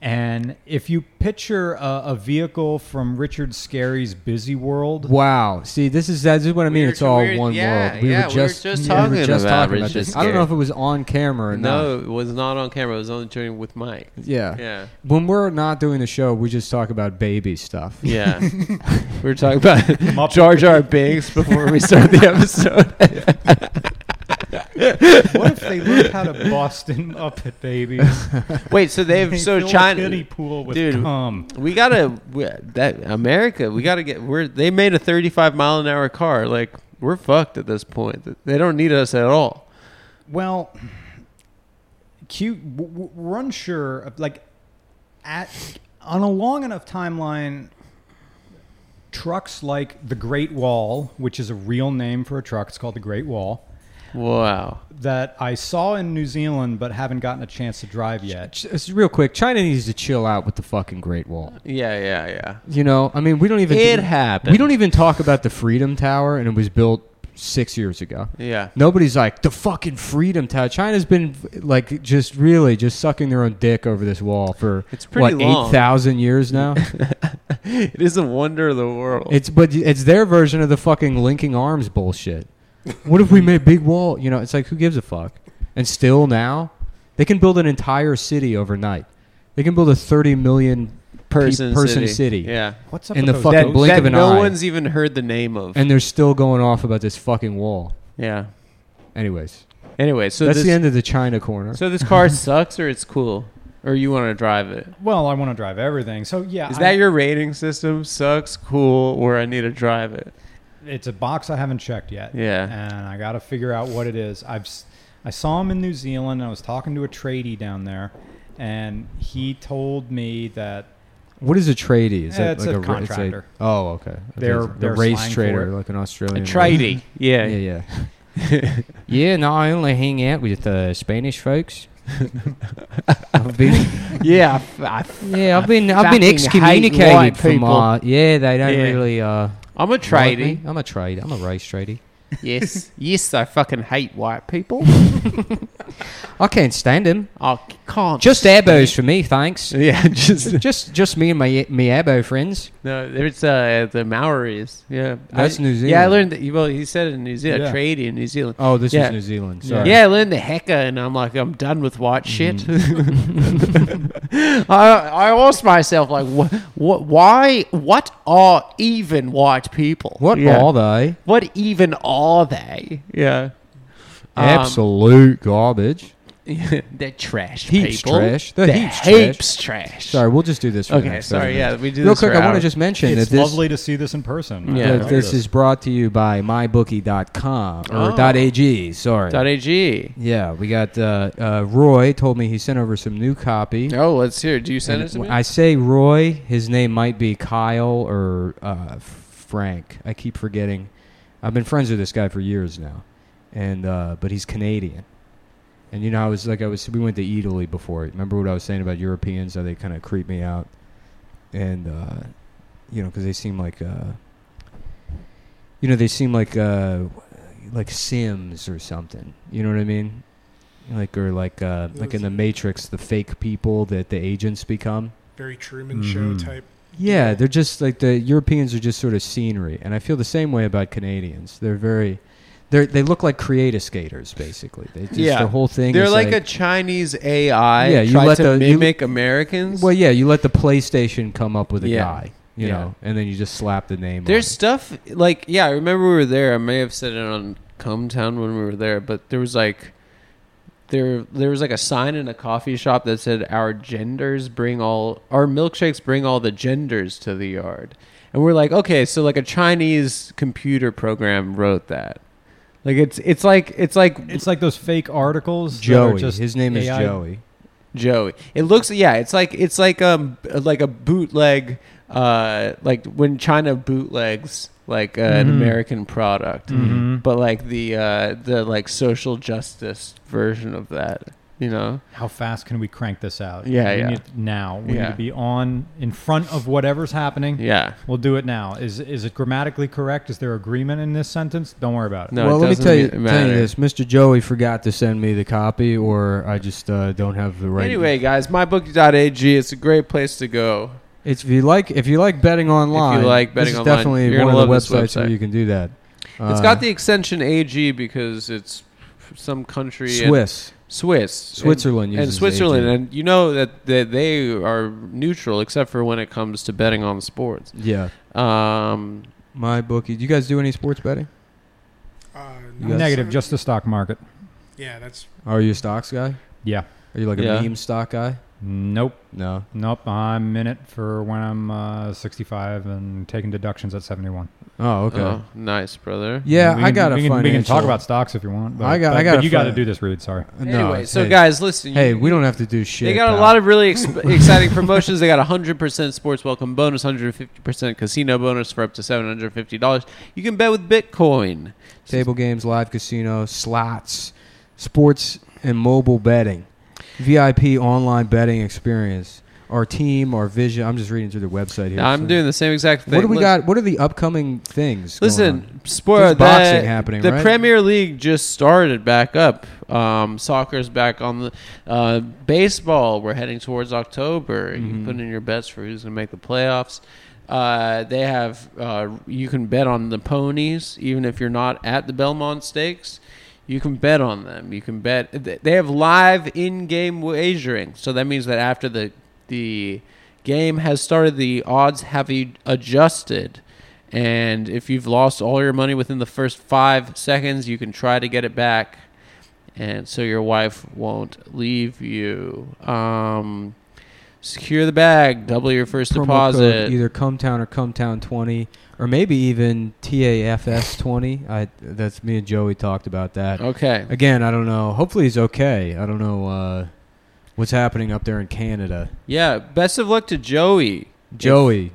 Speaker 2: and if you picture a, a vehicle from Richard Scarry's
Speaker 1: <laughs>
Speaker 2: Busy World,
Speaker 4: Wow. See, this is that's what I mean.
Speaker 1: were-
Speaker 4: it's all
Speaker 1: we're-
Speaker 4: one
Speaker 1: yeah,
Speaker 4: world. We
Speaker 1: yeah, we were
Speaker 4: were just,
Speaker 1: just
Speaker 4: we
Speaker 1: talking
Speaker 4: were just
Speaker 1: about
Speaker 4: talking about
Speaker 1: Richard
Speaker 4: this. I don't know
Speaker 1: Scarry.
Speaker 4: if it was on camera or
Speaker 1: No,
Speaker 4: not.
Speaker 1: it was not on camera. It was on the journey with Mike.
Speaker 4: Yeah.
Speaker 1: Yeah.
Speaker 4: When we're not doing the show, we just talk about baby stuff.
Speaker 1: <laughs> Yeah. we were talking about <laughs> Jar Jar Binks before we started the episode.
Speaker 2: what if they learned how to Boston Muppet
Speaker 1: <laughs>
Speaker 2: babies?
Speaker 1: <laughs> Wait, so they've
Speaker 2: They
Speaker 1: so
Speaker 2: fill a kiddie
Speaker 1: China
Speaker 2: pool with
Speaker 1: dude.
Speaker 2: cum.
Speaker 1: we gotta we, that America. We gotta get. We're they made a 35 mile an hour car. Like we're fucked at this point. They don't need us at all.
Speaker 2: Well, Q, w- w- we're unsure. Of, like, at on a long enough timeline, trucks like the Great Wall, which is a real name for a truck, it's called the Great Wall,
Speaker 1: Wow.
Speaker 2: that I saw in New Zealand but haven't gotten a chance to drive yet.
Speaker 4: <laughs> Ch- it's real quick, China needs to chill out with the fucking Great Wall.
Speaker 1: Yeah, yeah, yeah.
Speaker 4: You know, I mean, we don't even.
Speaker 1: It happened.
Speaker 4: We don't even talk about the Freedom Tower, and it was built six years ago.
Speaker 1: Yeah.
Speaker 4: Nobody's like the fucking Freedom Tower. China's been like just really just sucking their own dick over this wall for
Speaker 1: It's pretty
Speaker 4: what
Speaker 1: long.
Speaker 4: eight
Speaker 1: <laughs>
Speaker 4: thousand years now.
Speaker 1: <laughs> It is a wonder of the world.
Speaker 4: It's but it's their version of the fucking linking
Speaker 1: <laughs>
Speaker 4: arms bullshit. What if we made big wall? You know, it's like who gives a fuck? And still now, they can build an entire city overnight. They can build a thirty million peop- person city.
Speaker 1: Yeah.
Speaker 2: What's up
Speaker 4: In
Speaker 2: with
Speaker 4: the
Speaker 2: those
Speaker 4: fucking
Speaker 1: That,
Speaker 2: boats?
Speaker 4: blink
Speaker 1: that
Speaker 4: of an
Speaker 1: no
Speaker 4: eye.
Speaker 1: one's even heard the name of.
Speaker 4: And they're still going off about this fucking wall.
Speaker 1: yeah.
Speaker 4: Anyways,
Speaker 1: Anyway, so
Speaker 4: that's
Speaker 1: this,
Speaker 4: the end of the China corner.
Speaker 1: So this
Speaker 4: <laughs>
Speaker 1: car sucks or it's cool or you want to drive it.
Speaker 2: Well, I want to drive everything, so yeah.
Speaker 1: Is
Speaker 2: I-
Speaker 1: that your rating system? Sucks, cool, or I need to drive it.
Speaker 2: it's a box I haven't checked yet.
Speaker 1: Yeah.
Speaker 4: Ah,
Speaker 2: and I got to figure out what it is. I've s- I saw him in New Zealand. And I was talking to a tradie down there, and he told me that
Speaker 4: what is a tradie? Is
Speaker 2: Eh,
Speaker 4: that
Speaker 2: it's
Speaker 4: like
Speaker 2: a
Speaker 4: a, ra- it's
Speaker 2: contractor.
Speaker 4: oh, okay.
Speaker 2: They're-
Speaker 4: Okay,
Speaker 2: they're
Speaker 4: the race
Speaker 2: slang for
Speaker 4: trader,
Speaker 2: it.
Speaker 4: like an Australian. race-
Speaker 1: <laughs> Yeah.
Speaker 4: Yeah, yeah. <laughs> yeah, no, I only hang out with uh, Spanish <laughs> folks. I've been,
Speaker 1: Yeah. I,
Speaker 6: Yeah, I've been I've
Speaker 1: Fucking
Speaker 6: been
Speaker 1: hate white
Speaker 6: excommunicated from
Speaker 1: people.
Speaker 6: uh yeah, they don't
Speaker 1: Yeah.
Speaker 6: really uh
Speaker 1: am a
Speaker 6: like me.
Speaker 1: tradie.
Speaker 6: I'm a trade. I'm a race tradie.
Speaker 1: yes, yes, I fucking hate white people.
Speaker 4: I can't stand him.
Speaker 1: I can't.
Speaker 4: Just abos for
Speaker 1: <laughs>
Speaker 4: me, thanks.
Speaker 1: yeah, just
Speaker 4: just just me and my me abo friends.
Speaker 1: no. It's uh, the Maoris. Yeah,
Speaker 4: That's
Speaker 1: I-
Speaker 4: New
Speaker 1: Yeah, I
Speaker 4: Zealand.
Speaker 1: learned that. Well, he said it in New Zealand,
Speaker 2: Yeah.
Speaker 1: tradie in New Zealand.
Speaker 4: Oh, this
Speaker 1: Yeah.
Speaker 4: is New Zealand.
Speaker 2: Yeah.
Speaker 4: Sorry.
Speaker 1: Yeah, I learned the hacker, and I'm like, I'm done with white shit. Mm-hmm. <laughs> I, I asked myself, like, what, what, why, what are even white people?
Speaker 4: What
Speaker 1: Yeah.
Speaker 4: are they?
Speaker 1: What even are they? Yeah, Um,
Speaker 4: Absolute garbage.
Speaker 1: <laughs> they're trash.
Speaker 4: Heaps
Speaker 1: people.
Speaker 4: trash. They're heaps trash.
Speaker 1: heaps trash.
Speaker 4: Sorry, we'll just do this. For the
Speaker 1: Okay,
Speaker 4: next
Speaker 1: sorry.
Speaker 4: segment.
Speaker 1: Yeah, we do.
Speaker 4: Real
Speaker 1: this
Speaker 4: quick,
Speaker 1: for
Speaker 4: I want to
Speaker 1: hours.
Speaker 4: just mention
Speaker 2: It's
Speaker 4: that this
Speaker 2: lovely to see this in person.
Speaker 1: Yeah.
Speaker 2: I
Speaker 4: that
Speaker 2: like
Speaker 4: this is brought to you by mybookie.com or
Speaker 1: Oh.
Speaker 4: .ag. Sorry.
Speaker 1: Dot .ag.
Speaker 4: Yeah, we got uh, uh, Roy told me he sent over some new copy.
Speaker 1: Oh, let's hear. it. Do you send it to me?
Speaker 4: I say Roy, his name might be Kyle or uh, Frank. I keep forgetting. I've been friends with this guy for years now, and uh, but he's Canadian. And you know, I was like, I was. We went to Italy before. Remember what I was saying about Europeans? How they kind of creep me out, and uh, you know, because they seem like, uh, you know, they seem like uh, like Sims or something. You know what I mean? Like or like uh, like in the Matrix, the fake people that the agents become.
Speaker 3: Very Truman
Speaker 4: Mm-hmm.
Speaker 2: Mhm.
Speaker 3: Show type.
Speaker 4: Yeah, they're just like the Europeans are just sort of scenery, and I feel the same way about Canadians. They're very, they they look like creator skaters basically. They just,
Speaker 1: Yeah.
Speaker 4: the whole thing.
Speaker 1: They're
Speaker 4: is
Speaker 1: like, a Chinese AI.
Speaker 4: Yeah, you
Speaker 1: tried
Speaker 4: let
Speaker 1: to
Speaker 4: the- you-
Speaker 1: mimic Americans.
Speaker 4: well, yeah. You let the PlayStation come up with a
Speaker 1: Yeah.
Speaker 4: guy, you
Speaker 1: Yeah.
Speaker 4: know, and then you just slap the name.
Speaker 1: There's
Speaker 4: on
Speaker 1: stuff like yeah, I remember we were there. I may have said it on Cometown when we were there, but there was like there there was like a sign in a coffee shop that said our genders bring all our milkshakes bring all the genders to the yard. And we're like, okay, so like a Chinese computer program wrote that. Like it's it's like it's like
Speaker 2: It's like those fake articles.
Speaker 4: it.
Speaker 2: that are
Speaker 4: Joey.
Speaker 2: just
Speaker 4: His name is
Speaker 2: AI
Speaker 4: Joey.
Speaker 1: Joey. It looks yeah, it's like it's like um like a bootleg uh like when China bootlegs like uh, an
Speaker 4: Mm-hmm.
Speaker 2: Mhm.
Speaker 1: American product.
Speaker 2: Mhm.
Speaker 1: But like the uh the like social justice version of that, you know.
Speaker 2: How fast can we crank this out?
Speaker 1: Yeah,
Speaker 2: we
Speaker 1: yeah.
Speaker 2: Need it now we need
Speaker 1: Yeah.
Speaker 2: to be on in front of whatever's happening.
Speaker 1: Yeah.
Speaker 2: We'll do it now. Is is it grammatically correct? Is there agreement in this sentence? Don't worry about it.
Speaker 1: No,
Speaker 4: well,
Speaker 1: it
Speaker 4: let me
Speaker 1: doesn't
Speaker 4: tell you,
Speaker 1: ma-
Speaker 4: tell you
Speaker 1: matter.
Speaker 4: this. Mr. Joey forgot to send me the copy, or I just uh, don't have the right.
Speaker 1: Anyway, guys, mybookie.ag it's a great place to go.
Speaker 4: It's if you like if you like betting online.
Speaker 1: like
Speaker 4: this
Speaker 1: betting
Speaker 4: is
Speaker 1: online,
Speaker 4: definitely
Speaker 1: you're gonna
Speaker 4: one of the
Speaker 1: love this
Speaker 4: websites where
Speaker 1: website.
Speaker 4: you can do that. Uh,
Speaker 1: it's got the extension AG because it's f- some country in-
Speaker 4: Swiss.
Speaker 1: Swiss,
Speaker 4: Switzerland
Speaker 1: and, and
Speaker 4: uses
Speaker 1: Switzerland,
Speaker 4: AG.
Speaker 1: and you know that, that they are neutral except for when it comes to betting on sports.
Speaker 4: Yeah.
Speaker 1: Um,
Speaker 4: My bookie. Do you guys do any sports betting?
Speaker 3: Uh,
Speaker 4: You got-
Speaker 2: Negative, just the stock market.
Speaker 3: Yeah, that's
Speaker 4: Are you a stocks guy?
Speaker 2: Yeah.
Speaker 4: Are you like
Speaker 1: Yeah.
Speaker 4: a meme stock guy?
Speaker 2: Nope.
Speaker 4: No.
Speaker 2: Nope. I'm in it for when I'm uh, 65 and taking deductions at 71.
Speaker 4: Oh, okay.
Speaker 1: oh, nice, brother.
Speaker 4: yeah,
Speaker 2: We
Speaker 4: I
Speaker 2: can-
Speaker 4: got a
Speaker 2: we can,
Speaker 4: financial.
Speaker 2: we can talk about stocks if you want. But,
Speaker 4: I got-
Speaker 2: but-
Speaker 4: I got
Speaker 2: but
Speaker 4: a
Speaker 2: you got to
Speaker 4: fin-
Speaker 2: do this, read. Sorry.
Speaker 4: No,
Speaker 1: anyway, so
Speaker 4: hey,
Speaker 1: guys, listen. you-
Speaker 4: hey, we don't have to do shit.
Speaker 1: They got a
Speaker 4: pal.
Speaker 1: lot of really
Speaker 4: <laughs>
Speaker 1: ex- exciting promotions. They got a 100% sports welcome bonus, 150% casino bonus for up to $750. You can bet with Bitcoin.
Speaker 4: table games, live casino, slots, sports and mobile betting, VIP online betting experience. Our team, our vision. I'm just reading through the website here.
Speaker 1: I'm
Speaker 4: so-
Speaker 1: doing the same exact thing.
Speaker 4: What do we
Speaker 1: Lis-
Speaker 4: got? What are the upcoming things? going on?
Speaker 1: Listen, sport
Speaker 4: There's boxing
Speaker 1: the,
Speaker 4: happening,
Speaker 1: The
Speaker 4: right?
Speaker 1: Premier League just started back up. Um, soccer's back on the uh, baseball. We're heading towards October. You
Speaker 4: Mm-hmm.
Speaker 1: can put in your bets for who's going to make the playoffs. Uh, they have uh, you can bet on the ponies even if you're not at the Belmont Stakes. You can bet on them. You can bet. th- They have live in-game wagering, so that means that after the the game has started, the odds have e- adjusted. And if you've lost all your money within the first five seconds, you can try to get it back. And so your wife won't leave you. Um, secure the bag. Double your first
Speaker 4: promo
Speaker 1: deposit.
Speaker 4: code either Cumtown or Cumtown twenty, or maybe even TAFS twenty. I that's me and Joey talked about that.
Speaker 1: Okay.
Speaker 4: Again, I don't know. Hopefully he's okay. I don't know uh, what's happening up there in Canada.
Speaker 1: Yeah. Best of luck to Joey.
Speaker 4: Joey,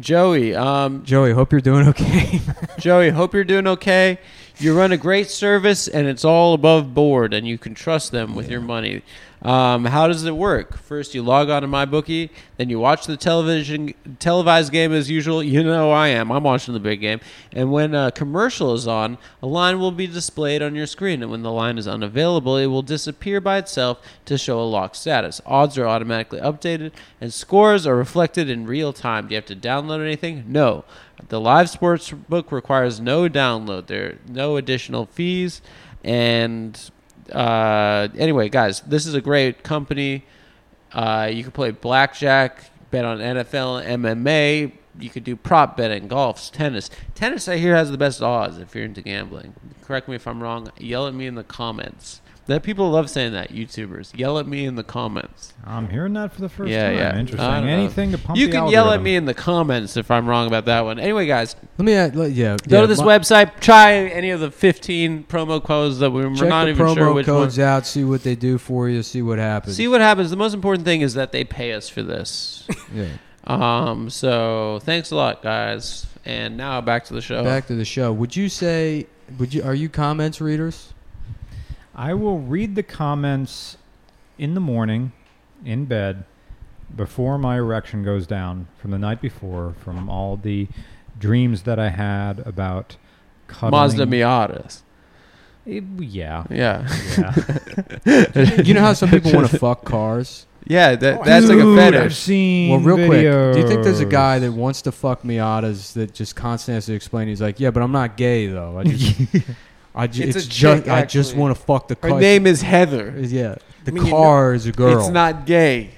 Speaker 1: Joey. Um,
Speaker 4: Joey, hope you're doing okay. <laughs>
Speaker 1: Joey, hope you're doing okay. You run a great service, and it's all above board, and you can trust them with your money. Um, how does it work? First, you log on to MyBookie, then you watch the television televised game as usual. You know I am. I'm watching the big game. And when a commercial is on, a line will be displayed on your screen. And when the line is unavailable, it will disappear by itself to show a locked status. Odds are automatically updated, and scores are reflected in real time. Do you have to download anything? No. The live sports book requires no download. There are no additional fees. And uh, anyway, guys, this is a great company. Uh, you can play blackjack, bet on NFL, MMA. You could do prop betting, golf, tennis. Tennis, I hear, has the best odds if you're into gambling. Correct me if I'm wrong. Yell at me in the comments. That people love saying that. YouTubers yell at me in the comments.
Speaker 2: I'm hearing that for the first
Speaker 1: yeah,
Speaker 2: time.
Speaker 1: yeah.
Speaker 2: Interesting.
Speaker 1: I don't know.
Speaker 2: Anything to pump
Speaker 1: You
Speaker 2: the
Speaker 1: can yell at
Speaker 2: algorithm.
Speaker 1: me in the comments if I'm wrong about that one. Anyway, guys,
Speaker 4: Let me add, let- yeah.
Speaker 1: go
Speaker 4: yeah,
Speaker 1: to this
Speaker 4: my-
Speaker 1: website. Try any of the 15 promo codes that we- we're
Speaker 4: Check
Speaker 1: not
Speaker 4: the
Speaker 1: even
Speaker 4: promo
Speaker 1: sure which ones.
Speaker 4: codes out. See what they do for you. See what happens.
Speaker 1: See what happens. The most important thing is that they pay us for this.
Speaker 4: yeah.
Speaker 1: um, so thanks a lot, guys. And now back to the show.
Speaker 4: Back to the show. Would you say? Would you? Are you comments readers?
Speaker 2: I will read the comments in the morning, in bed, before my erection goes down from the night before, from all the dreams that I had about cuddling.
Speaker 1: Mazda Miatas.
Speaker 2: Eh,
Speaker 1: <laughs>
Speaker 2: yeah.
Speaker 1: Yeah,
Speaker 2: Yeah.
Speaker 4: you know how some people
Speaker 1: <laughs>
Speaker 4: want to fuck cars.
Speaker 1: yeah. That,
Speaker 3: Oh,
Speaker 1: that's like a
Speaker 2: Dude, I've
Speaker 1: fetish.
Speaker 2: seen
Speaker 4: Well, real quick, do you think there's a
Speaker 2: videos.
Speaker 4: guy that wants to fuck Miatas that just constantly has to explain? He's like, yeah, but I'm not gay though. I just,
Speaker 1: <laughs>
Speaker 4: I ju-
Speaker 1: It's
Speaker 4: it's
Speaker 1: a
Speaker 4: just,
Speaker 1: chick,
Speaker 4: I just
Speaker 1: actually.
Speaker 4: want to fuck the
Speaker 1: Her
Speaker 4: car.
Speaker 1: name is Heather.
Speaker 4: yeah, the
Speaker 3: I mean, you
Speaker 4: car is a girl.
Speaker 1: It's not
Speaker 4: <laughs>
Speaker 1: gay.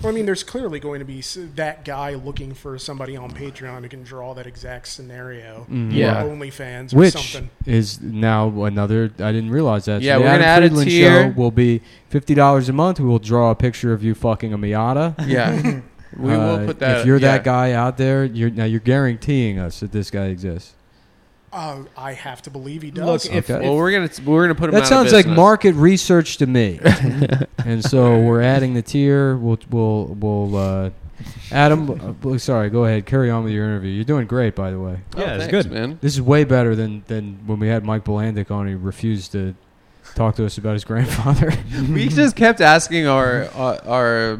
Speaker 3: Well, I mean, there's clearly going to be s- that guy looking for somebody on Patreon who can draw that exact scenario. Or
Speaker 1: Mm-hmm. Yeah.
Speaker 3: OnlyFans or
Speaker 4: Which
Speaker 3: something.
Speaker 4: is now another. I didn't realize that.
Speaker 1: Yeah,
Speaker 4: the
Speaker 1: we're gonna
Speaker 4: Adam
Speaker 1: add a
Speaker 4: Friedland
Speaker 1: tier.
Speaker 4: Show will be fifty dollars a month. We will draw a picture of you fucking a Miata.
Speaker 1: Yeah, we
Speaker 4: Uh,
Speaker 1: will put that.
Speaker 4: If you're
Speaker 1: yeah.
Speaker 4: that guy out there, you're now you're guaranteeing us that this guy exists.
Speaker 3: Uh, I have to believe he
Speaker 2: Look,
Speaker 3: does.
Speaker 2: if,
Speaker 4: Okay.
Speaker 1: Well, we're gonna we're gonna put him. out
Speaker 4: That
Speaker 1: of
Speaker 4: sounds like
Speaker 1: business.
Speaker 4: market research
Speaker 1: <laughs>
Speaker 4: to me. and so we're adding the tier. We'll we'll we'll. Uh, Adam, uh, sorry. Go ahead. Carry on with your interview. You're doing great, by the way.
Speaker 1: Oh,
Speaker 2: Yeah, it's
Speaker 1: thanks,
Speaker 2: good.
Speaker 4: <laughs>
Speaker 1: man.
Speaker 4: This is way better than than when we had Mike Bolandic on. He refused to talk to us about his <laughs> grandfather.
Speaker 1: we just kept asking our uh, our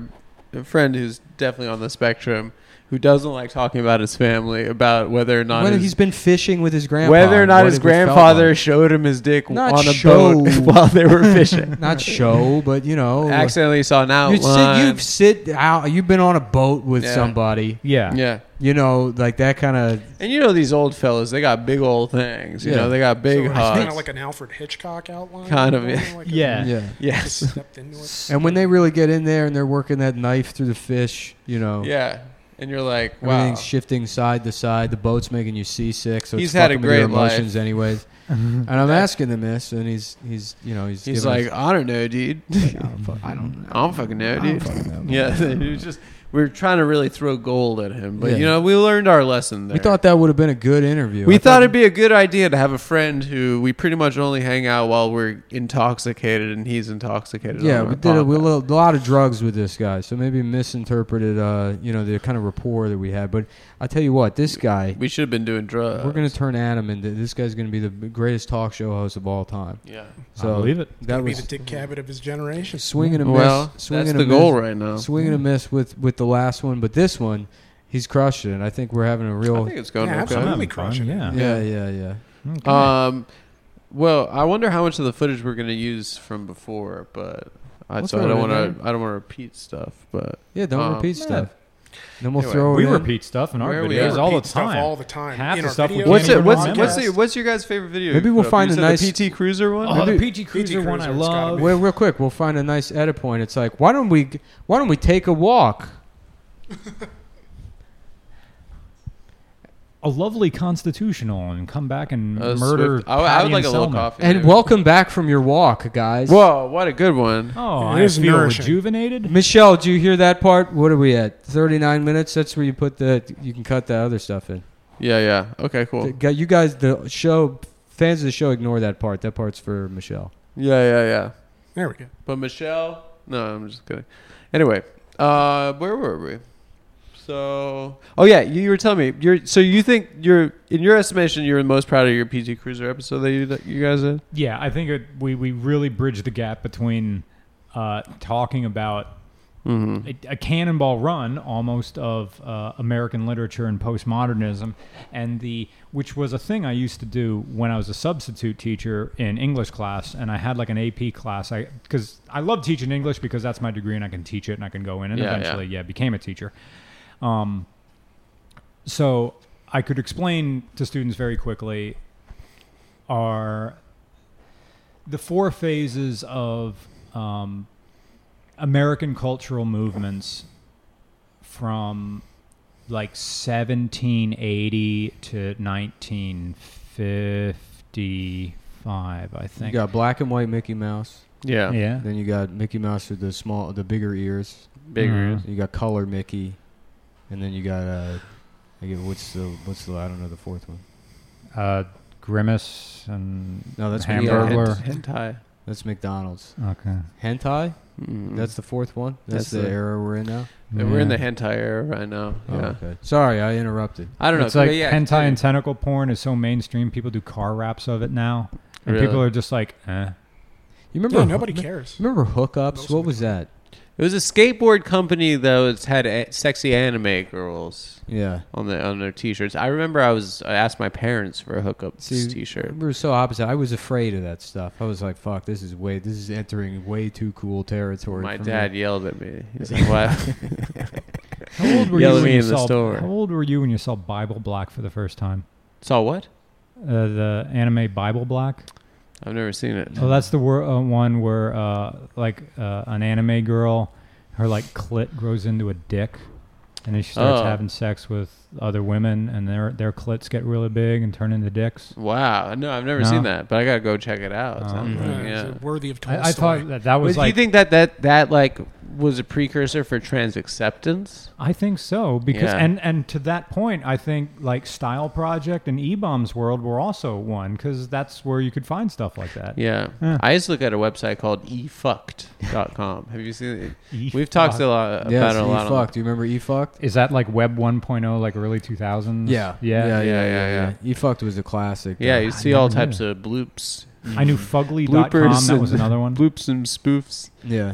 Speaker 1: our friend who's definitely on the spectrum, who doesn't like talking about his family, about whether or not
Speaker 4: whether
Speaker 1: his-
Speaker 4: he's been fishing with his grandpa.
Speaker 1: whether or
Speaker 4: and
Speaker 1: not
Speaker 4: what
Speaker 1: his
Speaker 4: it felt
Speaker 1: grandfather showed him his dick
Speaker 4: Not
Speaker 1: on a
Speaker 4: show.
Speaker 1: boat <laughs> while they
Speaker 4: <laughs>
Speaker 1: were fishing. <laughs>
Speaker 4: like. not show, but you know,
Speaker 1: Accidentally saw an
Speaker 4: you sit,
Speaker 1: outline.
Speaker 4: you've sit out. You've been on a boat with
Speaker 1: Yeah.
Speaker 4: somebody.
Speaker 2: yeah.
Speaker 1: yeah.
Speaker 4: You know, like that kind of.
Speaker 1: And you know these old fellas, they got big old things. You
Speaker 4: Yeah.
Speaker 1: know, they got
Speaker 3: so
Speaker 1: big
Speaker 3: it's kind of
Speaker 1: hogs.
Speaker 3: like an Alfred Hitchcock outline.
Speaker 1: Kind of,
Speaker 3: Like
Speaker 1: yeah.
Speaker 2: Yeah.
Speaker 3: a-
Speaker 4: Yeah.
Speaker 1: yes.
Speaker 3: Just stepped into it.
Speaker 4: And when they really get in there and they're working that knife through the fish, you know,
Speaker 1: <laughs> Yeah. And you're like, wow.
Speaker 4: everything's shifting side to side. The boat's making you seasick. So
Speaker 1: He's
Speaker 4: it's
Speaker 1: had a
Speaker 4: fucking with your
Speaker 1: great life.
Speaker 4: emotions, anyways. and I'm asking him this, and he's he's you know he's
Speaker 1: He's
Speaker 4: giving us-
Speaker 1: like, <laughs> I don't know, dude.
Speaker 4: <laughs> I don't know.
Speaker 1: I don't fucking know, dude.
Speaker 4: fucking know.
Speaker 1: Yeah, it was just <laughs> we were trying to really throw gold at him, but
Speaker 4: Yeah.
Speaker 1: you know we learned our lesson there.
Speaker 4: We thought that would have been a good interview.
Speaker 1: we
Speaker 4: I
Speaker 1: thought, it'd be a good idea to have a friend who we pretty much only hang out while we're intoxicated and he's intoxicated.
Speaker 4: Yeah,
Speaker 1: on
Speaker 4: we
Speaker 1: our
Speaker 4: did a, we
Speaker 1: podcast.
Speaker 4: lo- a lot of drugs with this guy, so maybe misinterpreted, uh, you know, the kind of rapport that we had. But I tell you what, this guy,
Speaker 1: We should have been doing drugs.
Speaker 4: we're gonna turn Adam into this guy's gonna be the greatest talk show host of all time.
Speaker 1: yeah.
Speaker 4: So
Speaker 2: I believe it.
Speaker 4: That
Speaker 3: Be the
Speaker 4: was
Speaker 3: Dick Cavett of his generation.
Speaker 4: swinging a miss.
Speaker 1: Well,
Speaker 4: swing
Speaker 1: that's
Speaker 4: and
Speaker 1: the
Speaker 4: a
Speaker 1: goal
Speaker 4: miss,
Speaker 1: right now.
Speaker 4: Swinging a miss with with the last one, but this one, he's crushing it. I think we're having a
Speaker 1: I
Speaker 4: real.
Speaker 1: think it's going
Speaker 3: Yeah,
Speaker 1: okay.
Speaker 3: absolutely.
Speaker 2: Fun,
Speaker 3: crushing it.
Speaker 2: Yeah.
Speaker 4: Yeah, yeah, yeah.
Speaker 2: Okay.
Speaker 1: Um, well, I wonder how much of the footage we're going to use from before, but I,
Speaker 4: What's
Speaker 1: so I
Speaker 4: wrong
Speaker 1: don't
Speaker 4: with
Speaker 1: want to. I don't want to repeat stuff, but
Speaker 4: Yeah, don't
Speaker 1: Um,
Speaker 4: repeat
Speaker 2: yeah.
Speaker 4: stuff. Then we'll
Speaker 1: Anyway,
Speaker 4: throw it
Speaker 2: we
Speaker 4: in.
Speaker 2: repeat stuff in our
Speaker 1: Where we
Speaker 2: videos
Speaker 1: at?
Speaker 2: all the
Speaker 3: Repeat stuff
Speaker 2: time.
Speaker 3: all the time.
Speaker 2: Half
Speaker 3: in
Speaker 2: the
Speaker 3: our
Speaker 2: stuff we
Speaker 3: videos,
Speaker 2: can't
Speaker 1: what's
Speaker 2: even
Speaker 1: it? What's
Speaker 2: remember.
Speaker 1: what's the, what's your guys' favorite video?
Speaker 4: Maybe
Speaker 1: you
Speaker 4: we'll
Speaker 1: put up?
Speaker 4: find
Speaker 1: You
Speaker 4: a
Speaker 1: said
Speaker 4: nice-
Speaker 1: the PT Cruiser one.
Speaker 2: Oh, the
Speaker 4: Maybe-
Speaker 2: PG Cruiser one I
Speaker 3: Cruiser's gotta
Speaker 2: love.
Speaker 3: be-
Speaker 4: Well, real quick, we'll find a nice edit point. It's like, why don't we why don't we take a walk?
Speaker 2: a lovely constitutional and come back and
Speaker 1: Uh,
Speaker 2: murder.
Speaker 1: Swift- I, I would
Speaker 2: Patty
Speaker 1: like a
Speaker 2: and
Speaker 1: little
Speaker 2: Selma.
Speaker 1: coffee.
Speaker 4: And
Speaker 1: dude.
Speaker 4: welcome back from your walk, guys.
Speaker 1: Whoa, what a good one.
Speaker 2: Oh,
Speaker 3: It
Speaker 2: I
Speaker 3: is
Speaker 2: feel
Speaker 3: nourishing.
Speaker 2: rejuvenated.
Speaker 4: Michelle, do you hear that part? What are we at? 39 minutes. That's where you put the you can cut the other stuff in.
Speaker 1: Yeah, yeah. Okay, cool.
Speaker 4: The guy- You guys the show fans of the show ignore that part. That part's for Michelle.
Speaker 1: Yeah, yeah, yeah.
Speaker 3: There we go.
Speaker 1: But Michelle, no, I'm just kidding. Anyway, uh, where were we? So, oh yeah, you, you were telling me. You're so you think you're in your estimation you're most proud of your PT Cruiser episode that you that you guys did.
Speaker 2: Yeah, I think it, we we really bridged the gap between uh, talking about a,
Speaker 1: Mm-hmm.
Speaker 2: a cannonball run almost of uh, American literature and postmodernism, and the which was a thing I used to do when I was a substitute teacher in English class, and I had like an AP class. I because I love teaching English because that's my degree, and I can teach it, and I can go in, and
Speaker 1: Yeah, yeah.
Speaker 2: eventually, yeah, became a teacher. Um, so I could explain to students very quickly are the four phases of um, American cultural movements from like 1780 to 1955, I
Speaker 4: You
Speaker 2: think.
Speaker 4: got black and white Mickey Mouse.
Speaker 1: Yeah.
Speaker 2: yeah.
Speaker 4: Then you got Mickey Mouse with the small, the bigger ears.
Speaker 1: Bigger.
Speaker 2: Uh,
Speaker 4: You got color Mickey, and then you got uh, I get, what's the what's the I don't know the fourth one.
Speaker 2: Uh, Grimace and
Speaker 4: No, that's
Speaker 1: Yeah,
Speaker 2: Hamburger. Oh. Burglar.
Speaker 4: McDonald's.
Speaker 1: hent- Hentai.
Speaker 4: That's McDonald's.
Speaker 2: okay.
Speaker 4: Hentai.
Speaker 1: Mm.
Speaker 4: That's the fourth one.
Speaker 1: That's
Speaker 4: That's, the,
Speaker 1: the-
Speaker 4: era we're in now.
Speaker 1: We're in the
Speaker 2: Yeah.
Speaker 1: hentai era right now.
Speaker 4: Oh,
Speaker 1: yeah.
Speaker 4: okay. Sorry, I interrupted.
Speaker 1: I don't know.
Speaker 2: It's like
Speaker 1: but yeah,
Speaker 2: hentai
Speaker 1: continue.
Speaker 2: and tentacle porn is so mainstream. People do car wraps of it now, and
Speaker 1: Really?
Speaker 2: people are just like, eh.
Speaker 4: You
Speaker 3: Yeah,
Speaker 4: remember?
Speaker 3: nobody cares.
Speaker 4: Remember hookups?
Speaker 3: Most
Speaker 4: What
Speaker 3: of it.
Speaker 4: was that?
Speaker 1: It was a skateboard company though. It's had a- sexy anime girls
Speaker 4: Yeah.
Speaker 1: on the on their t-shirts. I remember I was I asked my parents for a hookup
Speaker 4: See,
Speaker 1: t-shirt.
Speaker 4: We were so opposite. I was afraid of that stuff. I was like, "Fuck, this is way. This is entering way too cool territory."
Speaker 1: My
Speaker 4: for
Speaker 1: dad
Speaker 4: Me.
Speaker 1: yelled at me.
Speaker 2: <laughs>
Speaker 1: He's like, "What?"
Speaker 2: How old were
Speaker 1: Yell
Speaker 2: you
Speaker 1: at
Speaker 2: when
Speaker 1: me
Speaker 2: you
Speaker 1: in the
Speaker 2: saw,
Speaker 1: store.
Speaker 2: How old were you when you saw Bible Black for the first time?
Speaker 1: Saw what?
Speaker 2: Uh, the anime Bible Black.
Speaker 1: I've never seen it.
Speaker 2: Oh, that's the wor- uh, one where uh, like uh, an anime girl, her like clit grows into a dick, and then she starts
Speaker 1: Oh.
Speaker 2: having sex with other women, and their their clits get really big and turn into dicks.
Speaker 1: Wow. No, I've never
Speaker 2: No.
Speaker 1: seen that, but I gotta go check it out.
Speaker 2: Oh,
Speaker 1: Sounds
Speaker 2: okay.
Speaker 1: like-
Speaker 3: Uh,
Speaker 1: yeah.
Speaker 3: is it worthy of Tolstoy.
Speaker 2: I, I thought that that
Speaker 1: But
Speaker 2: was
Speaker 1: do
Speaker 2: like
Speaker 1: you think that, that that like was a precursor for trans acceptance?
Speaker 2: I think so because
Speaker 1: Yeah.
Speaker 2: and and to that point, I think like Style Project and E-Bombs World were also one because that's where you could find stuff like that.
Speaker 1: Yeah.
Speaker 2: Yeah.
Speaker 1: I used to look at a website called efucked.com. Have you seen
Speaker 2: E- <laughs>
Speaker 1: it? We've talked a
Speaker 2: uh,
Speaker 1: lot
Speaker 4: Yeah,
Speaker 1: about it a lot.
Speaker 4: e
Speaker 1: on-
Speaker 4: fucked. Do you remember e fucked?
Speaker 2: Is that like Web 1.0, like early 2000s?
Speaker 4: Yeah.
Speaker 2: yeah.
Speaker 4: Yeah. Yeah. Yeah.
Speaker 1: Yeah, yeah, yeah.
Speaker 4: E fucked was a classic.
Speaker 1: Yeah,
Speaker 4: though.
Speaker 1: you
Speaker 2: I
Speaker 1: see all
Speaker 2: never knew
Speaker 1: types of bloops,
Speaker 2: I knew Fugly.com.
Speaker 1: Bloopers
Speaker 2: That was
Speaker 1: and-
Speaker 2: another one.
Speaker 1: bloops and spoofs.
Speaker 4: yeah.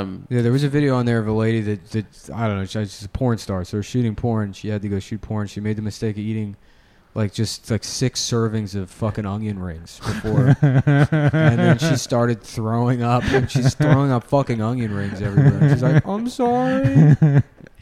Speaker 1: Um,
Speaker 4: Yeah, there was a video on there of a lady that, that I don't know, she- she's a porn star. So shooting porn, she had to go shoot porn. She made the mistake of eating like just like six servings of fucking onion rings before, and then she started throwing up, and she's throwing up fucking onion rings everywhere. She's <laughs> like, "I'm sorry."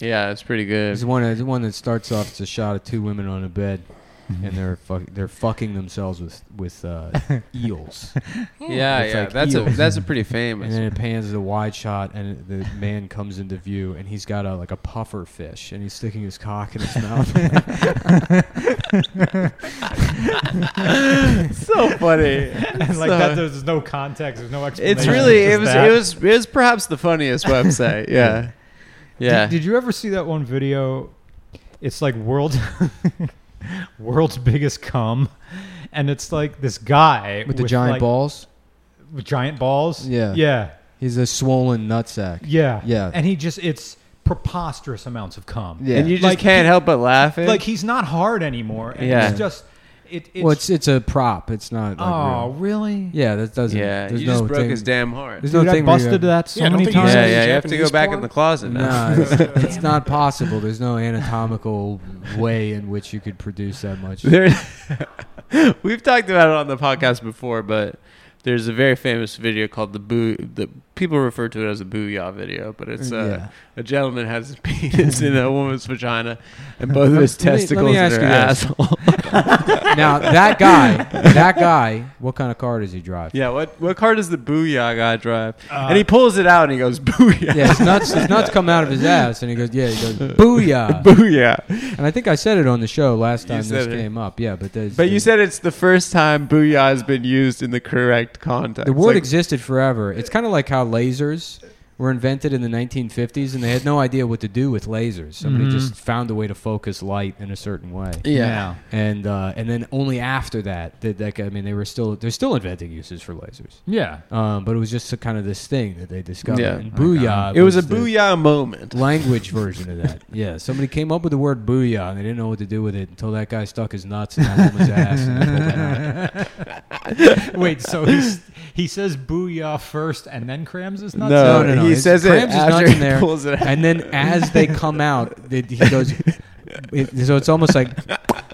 Speaker 1: yeah, it's pretty
Speaker 4: There's
Speaker 1: good.
Speaker 4: one, there's one that starts off. It's a shot of two women on a bed, and they're fuck, they're fucking themselves with with uh, eels.
Speaker 3: Hmm.
Speaker 1: Yeah,
Speaker 4: It's
Speaker 1: yeah,
Speaker 4: like
Speaker 1: that's a
Speaker 4: eels.
Speaker 1: that's a pretty
Speaker 4: And
Speaker 1: famous.
Speaker 4: then it pans to a wide shot, and the man comes into view, and he's got a like a puffer fish, and he's sticking his cock in
Speaker 1: <laughs>
Speaker 4: his
Speaker 1: <laughs>
Speaker 4: mouth.
Speaker 1: so funny.
Speaker 2: <laughs> like
Speaker 1: So-
Speaker 2: that, there's no context, there's no explanation.
Speaker 1: It's really
Speaker 2: just
Speaker 1: it was
Speaker 2: that.
Speaker 1: it was it was perhaps the funniest website. Yeah, yeah.
Speaker 2: Did, did you ever see that one video? It's like world, <laughs> world's biggest cum, and it's like this guy
Speaker 4: with the giant
Speaker 2: like,
Speaker 4: balls,
Speaker 2: with giant balls.
Speaker 4: Yeah.
Speaker 2: yeah,
Speaker 4: he's a swollen nutsack.
Speaker 2: yeah,
Speaker 4: Yeah.
Speaker 2: And he just—it's preposterous amounts of cum.
Speaker 4: Yeah.
Speaker 1: And you just
Speaker 2: Like,
Speaker 1: can't
Speaker 2: he-
Speaker 1: help but laugh. It.
Speaker 2: like he's not hard anymore. And
Speaker 1: Yeah.
Speaker 2: it's just it, it's,
Speaker 4: well, it's it's a prop. It's not. Like,
Speaker 2: oh
Speaker 4: real.
Speaker 2: really?
Speaker 4: yeah, that doesn't.
Speaker 1: yeah,
Speaker 4: there's
Speaker 1: you
Speaker 4: no
Speaker 1: just broke
Speaker 4: thing-
Speaker 1: his damn heart.
Speaker 4: There's
Speaker 2: Dude,
Speaker 4: no
Speaker 2: I
Speaker 4: thing where you
Speaker 2: busted
Speaker 4: have-
Speaker 2: that so
Speaker 3: Yeah, I don't
Speaker 2: many
Speaker 3: think you
Speaker 2: times.
Speaker 1: Yeah,
Speaker 3: said
Speaker 1: yeah. You have to
Speaker 3: Japanese
Speaker 1: go back in
Speaker 3: porn?
Speaker 1: the closet now. <laughs>
Speaker 4: No, it's, it's not possible. There's no anatomical way in which you could produce that much.
Speaker 1: There- <laughs> we've talked about it on the podcast before, but there's a very famous video called the boo. The people refer to it as a booyah video, but it's uh,
Speaker 4: Yeah.
Speaker 1: a gentleman has his <laughs> penis in a woman's vagina, and both of his
Speaker 4: Let me- let me
Speaker 1: testicles in
Speaker 4: ask
Speaker 1: her
Speaker 4: you this.
Speaker 1: asshole.
Speaker 4: now that guy, that guy, what kind of car does he
Speaker 1: <laughs>
Speaker 4: drive?
Speaker 1: yeah, what what car does the booyah guy drive?
Speaker 2: Uh,
Speaker 1: and he pulls it out and he goes booyah,
Speaker 4: Yeah, his nuts, his nuts come out of his ass, and he goes, yeah, he goes,
Speaker 1: <laughs>
Speaker 4: booyah.
Speaker 1: booyah.
Speaker 4: And I think I said it on the show last
Speaker 1: You
Speaker 4: time this
Speaker 1: said it.
Speaker 4: came up. Yeah, but there's-
Speaker 1: But you said it's the first time booyah has been used in the correct context.
Speaker 4: the word
Speaker 1: Like,
Speaker 4: existed forever. It's kind of like how lasers were invented in the 1950s, and they had no idea what to do with lasers. Somebody just found a way to focus light in a certain way.
Speaker 1: Yeah.
Speaker 4: And uh, and then only after that did that. I mean, they were still they're still inventing uses for lasers.
Speaker 7: Yeah.
Speaker 4: Um, but it was just a, kind of this thing that they discovered.
Speaker 1: Yeah.
Speaker 4: And booyah!
Speaker 1: It was a
Speaker 4: the
Speaker 1: booyah moment.
Speaker 4: language version of that. <laughs> Yeah, somebody came up with the word booyah and they didn't know what to do with it until that guy stuck his nuts in that woman's ass. And they pulled that out.
Speaker 2: <laughs> Wait, so he's, he says booyah first and then crams his nuts?
Speaker 1: No.
Speaker 4: no, no, no.
Speaker 1: he
Speaker 4: It's-
Speaker 1: says it
Speaker 4: crams his
Speaker 1: after
Speaker 4: nuts in
Speaker 1: he
Speaker 4: there,
Speaker 1: pulls <laughs> it out.
Speaker 4: and then as they come out, they, he goes. It, so it's almost like,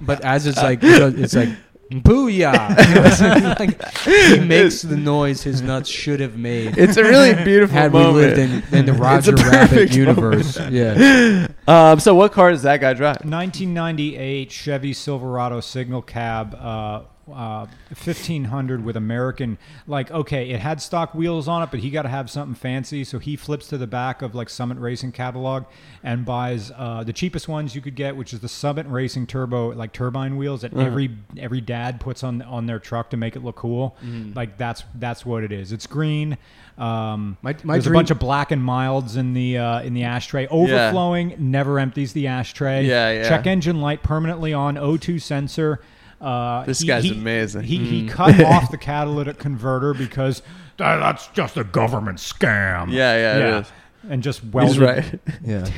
Speaker 4: but as it's like, it goes- it's like. Booyah! <laughs> It's like he makes the noise his nuts should have made
Speaker 1: It's a really beautiful
Speaker 4: had we
Speaker 1: moment.
Speaker 4: lived in, in the
Speaker 1: It's a
Speaker 4: Roger Rabbit
Speaker 1: perfect <laughs>
Speaker 4: universe. Yeah,
Speaker 1: um, so what car does that guy drive?
Speaker 2: 1998 Chevy Silverado signal cab, uh, uh, 1500 with American. Like, okay, it had stock wheels on it, but he got to have something fancy. So he flips to the back of like Summit Racing catalog and buys uh, the cheapest ones you could get, which is the Summit Racing turbo, like turbine wheels
Speaker 4: Uh-huh.
Speaker 2: that every every dad puts on on their truck to make it look cool.
Speaker 4: Mm-hmm.
Speaker 2: Like that's that's what it is. It's green. Um,
Speaker 4: My- my
Speaker 2: there's
Speaker 4: dream-
Speaker 2: a bunch of black and milds in the uh, in the ashtray, overflowing, never empties the ashtray.
Speaker 1: Yeah, yeah.
Speaker 2: Check engine light permanently on, O2 sensor. Uh,
Speaker 1: This guy's amazing. Mm.
Speaker 2: He, he
Speaker 1: <laughs>
Speaker 2: cut off the catalytic converter because
Speaker 7: That- that's just a government scam.
Speaker 1: Yeah, yeah,
Speaker 2: yeah,
Speaker 1: it is.
Speaker 2: and just welded.
Speaker 1: He's
Speaker 2: <laughs>
Speaker 1: right.
Speaker 4: yeah.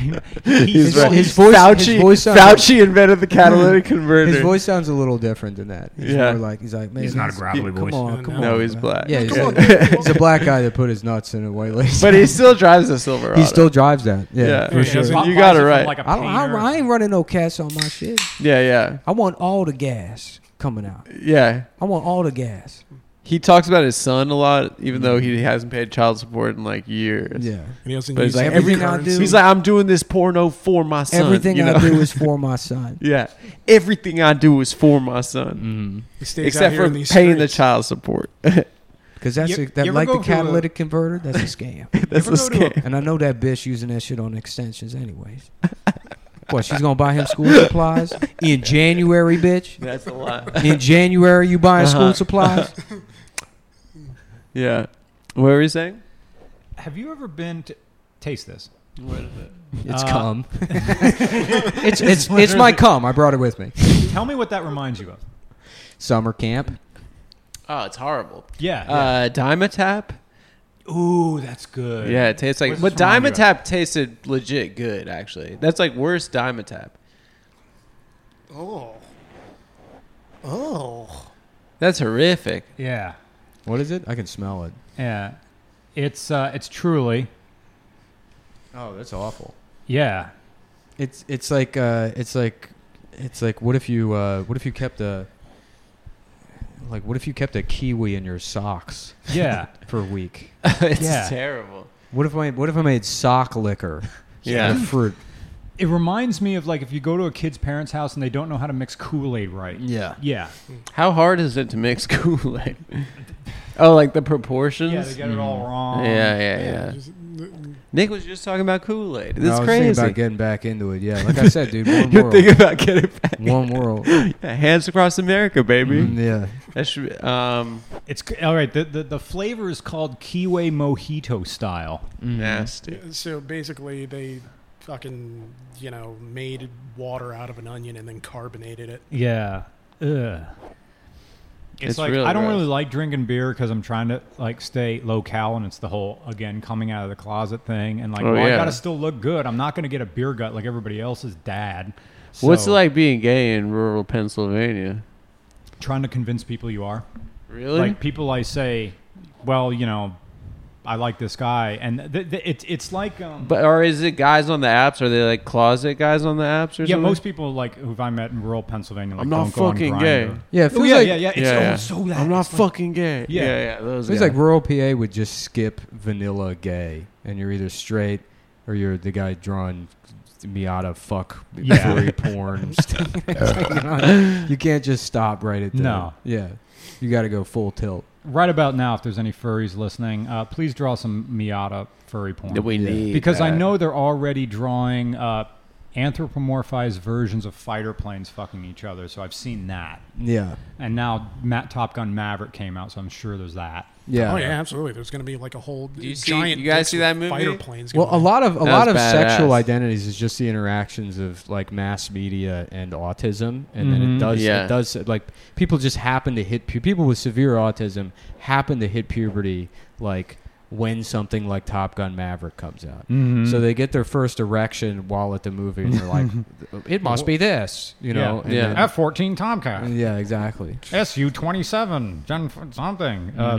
Speaker 1: <laughs> He's
Speaker 2: He's
Speaker 1: right. <laughs>
Speaker 4: his voice-
Speaker 1: Fauci,
Speaker 4: his voice sounds-
Speaker 1: Fauci invented the catalytic converter.
Speaker 4: <laughs> His voice sounds a little different than that. He's
Speaker 1: Yeah.
Speaker 4: more like he's like man,
Speaker 7: He's not a gravelly
Speaker 4: come
Speaker 7: voice.
Speaker 4: On, come
Speaker 1: no,
Speaker 4: on,
Speaker 1: he's
Speaker 4: bro.
Speaker 1: black.
Speaker 4: Yeah, he's,
Speaker 1: Come on.
Speaker 4: <laughs> a, he's a black guy that put his nuts in a white lace.
Speaker 1: but he still drives a Silverado.
Speaker 4: he still drives that. Yeah,
Speaker 1: Yeah.
Speaker 4: for sure.
Speaker 1: You got it right.
Speaker 2: Like a
Speaker 6: I, don't, I,
Speaker 2: painter.
Speaker 6: I ain't running no cats on my shit.
Speaker 1: Yeah, yeah,
Speaker 6: I want all the gas coming out.
Speaker 1: yeah.
Speaker 6: I want all the gas.
Speaker 1: He talks about his son a lot, even though he hasn't paid child support in like years.
Speaker 6: Yeah.
Speaker 3: And he doesn't
Speaker 1: But
Speaker 3: use
Speaker 1: he's like,
Speaker 3: any
Speaker 6: everything I
Speaker 3: currency.
Speaker 6: do-
Speaker 1: He's like, I'm doing this porno for my son.
Speaker 6: Everything
Speaker 1: you know?
Speaker 6: I do is for my
Speaker 4: <laughs>
Speaker 6: son.
Speaker 1: <laughs> Yeah, everything I do is for my son,
Speaker 4: Mm-hmm.
Speaker 3: He stays out
Speaker 1: except
Speaker 3: here
Speaker 1: for
Speaker 3: in
Speaker 1: paying
Speaker 3: these
Speaker 1: the
Speaker 3: streets.
Speaker 1: child support.
Speaker 6: Because that's
Speaker 2: You-
Speaker 6: a, that
Speaker 2: you ever
Speaker 6: like
Speaker 2: go
Speaker 6: the
Speaker 2: to a-
Speaker 6: catalytic converter, that's a
Speaker 4: <laughs>
Speaker 6: scam.
Speaker 1: <laughs> That's a
Speaker 3: ever go to a-
Speaker 1: scam.
Speaker 6: and I know that bitch using that shit on extensions anyways. what, she's gonna buy him school supplies? In January, bitch?
Speaker 1: That's a lot.
Speaker 6: In January you buying
Speaker 4: Uh-huh.
Speaker 6: school supplies?
Speaker 1: <laughs> Yeah. What were you saying?
Speaker 2: Have you ever been to taste this?
Speaker 4: <laughs> It's
Speaker 2: Uh,
Speaker 4: cum.
Speaker 6: <laughs> It's it's it's my cum. I brought it with me.
Speaker 2: Tell me what that reminds you of.
Speaker 4: Summer camp.
Speaker 1: Oh, it's horrible.
Speaker 2: Yeah.
Speaker 1: Uh, Dimetap.
Speaker 2: yeah. Ooh, that's good.
Speaker 1: Yeah, it tastes like.
Speaker 2: What's
Speaker 1: But
Speaker 2: this remind you of?
Speaker 1: Dimetap tasted legit good, actually. That's like worse Dimetap.
Speaker 3: Oh. Oh.
Speaker 1: That's horrific. <laughs>
Speaker 2: Yeah.
Speaker 4: What is it? I can smell it.
Speaker 2: Yeah. It's uh, it's truly.
Speaker 4: Oh, that's awful.
Speaker 2: Yeah.
Speaker 4: It's it's like uh, it's like it's like what if you uh, what if you kept a like what if you kept a kiwi in your socks
Speaker 1: <laughs>
Speaker 2: Yeah.
Speaker 4: for a week?
Speaker 1: it's
Speaker 2: Yeah.
Speaker 1: terrible.
Speaker 4: What if I what if I made sock liquor?
Speaker 1: <laughs> Yeah.
Speaker 4: out of fruit.
Speaker 2: it reminds me of like if you go to a kid's parents' house and they don't know how to mix Kool Aid right.
Speaker 4: Yeah.
Speaker 2: Yeah.
Speaker 1: How hard is it to mix <laughs> Kool Aid? oh, like the proportions?
Speaker 2: Yeah, they get it all wrong.
Speaker 1: Mm-hmm. yeah, yeah, yeah.
Speaker 3: just-
Speaker 1: Nick was just talking about Kool Aid. This is
Speaker 4: I was
Speaker 1: crazy.
Speaker 4: thinking about getting back into it. Yeah,
Speaker 1: <laughs>
Speaker 4: like I said, dude, one
Speaker 1: You're
Speaker 4: world,
Speaker 1: thinking about getting <laughs> back.
Speaker 4: one world.
Speaker 1: Yeah, hands across America, baby.
Speaker 4: Mm, yeah,
Speaker 1: That should be, um,
Speaker 2: It's all right. The, the the flavor is called Kiwi Mojito style.
Speaker 1: Mm. nasty.
Speaker 3: So basically, they fucking, you know, made water out of an onion and then carbonated it.
Speaker 2: Yeah. Ugh. It's,
Speaker 1: It's
Speaker 2: like
Speaker 1: really
Speaker 2: I don't
Speaker 1: gross.
Speaker 2: really like drinking beer because I'm trying to like stay low cal, and it's the whole again coming out of the closet thing, and like
Speaker 1: Oh,
Speaker 2: well,
Speaker 1: yeah.
Speaker 2: I gotta still look good. I'm not gonna get a beer gut like everybody else's dad.
Speaker 1: What's it
Speaker 2: So,
Speaker 1: like being gay in rural Pennsylvania?
Speaker 2: trying to convince people you are?
Speaker 1: Really?
Speaker 2: like people I say, well, you know, I like this guy, and th- th- it's it's like um,
Speaker 1: but or is it guys on the apps? Are they like closet guys on the apps or
Speaker 2: yeah,
Speaker 1: something?
Speaker 2: most people like who I met in rural Pennsylvania. Like,
Speaker 1: I'm not
Speaker 2: don't go on
Speaker 1: fucking
Speaker 2: Grindr.
Speaker 1: gay.
Speaker 4: yeah. It
Speaker 2: Oh
Speaker 4: feels
Speaker 2: yeah,
Speaker 4: like
Speaker 2: yeah, yeah. It's
Speaker 1: Yeah,
Speaker 2: oh,
Speaker 1: yeah.
Speaker 2: it's so that.
Speaker 1: I'm not
Speaker 2: it's like-
Speaker 1: fucking gay.
Speaker 2: Yeah.
Speaker 1: yeah, yeah, those
Speaker 4: feels
Speaker 1: guys.
Speaker 4: like rural PA would just skip vanilla gay, and you're either straight or you're the guy drawing Miata fuck
Speaker 2: Yeah. <laughs>
Speaker 4: furry porn. <laughs> you, can't just stop right at that.
Speaker 2: No.
Speaker 4: Yeah, you got to go full tilt.
Speaker 2: right about now, if there's any furries listening, uh, please draw some Miata furry porn.
Speaker 1: that we need
Speaker 2: because I
Speaker 1: that.
Speaker 2: know they're already drawing uh, anthropomorphized versions of fighter planes fucking each other. So I've seen that,
Speaker 4: Yeah,
Speaker 2: and now Matt Top Gun Maverick came out, so I'm sure there's that.
Speaker 4: Yeah.
Speaker 3: Oh yeah, absolutely. There's going to be like a whole
Speaker 1: you see-
Speaker 3: giant.
Speaker 1: you guys
Speaker 3: dicks
Speaker 1: see
Speaker 3: with
Speaker 1: that movie?
Speaker 3: Fighter planes.
Speaker 4: Well, a
Speaker 3: going.
Speaker 4: lot of
Speaker 1: That
Speaker 4: a lot of
Speaker 1: was
Speaker 4: sexual
Speaker 1: badass.
Speaker 4: identities is just the interactions of like mass media and autism, and then it does
Speaker 1: Mm-hmm. Yeah.
Speaker 4: it does like people just happen to hit pu- people with severe autism happen to hit puberty like when something like Top Gun Maverick comes out,
Speaker 1: Mm-hmm.
Speaker 4: so they get their first erection while at the movie, and they're like,
Speaker 1: <laughs>
Speaker 4: "It must be this," you know.
Speaker 2: Yeah.
Speaker 4: and
Speaker 1: Yeah. Ah,
Speaker 4: then-
Speaker 7: F fourteen Tomcat.
Speaker 4: yeah, exactly.
Speaker 7: SU twenty seven. Gen something.
Speaker 4: Mm-hmm.
Speaker 7: Uh,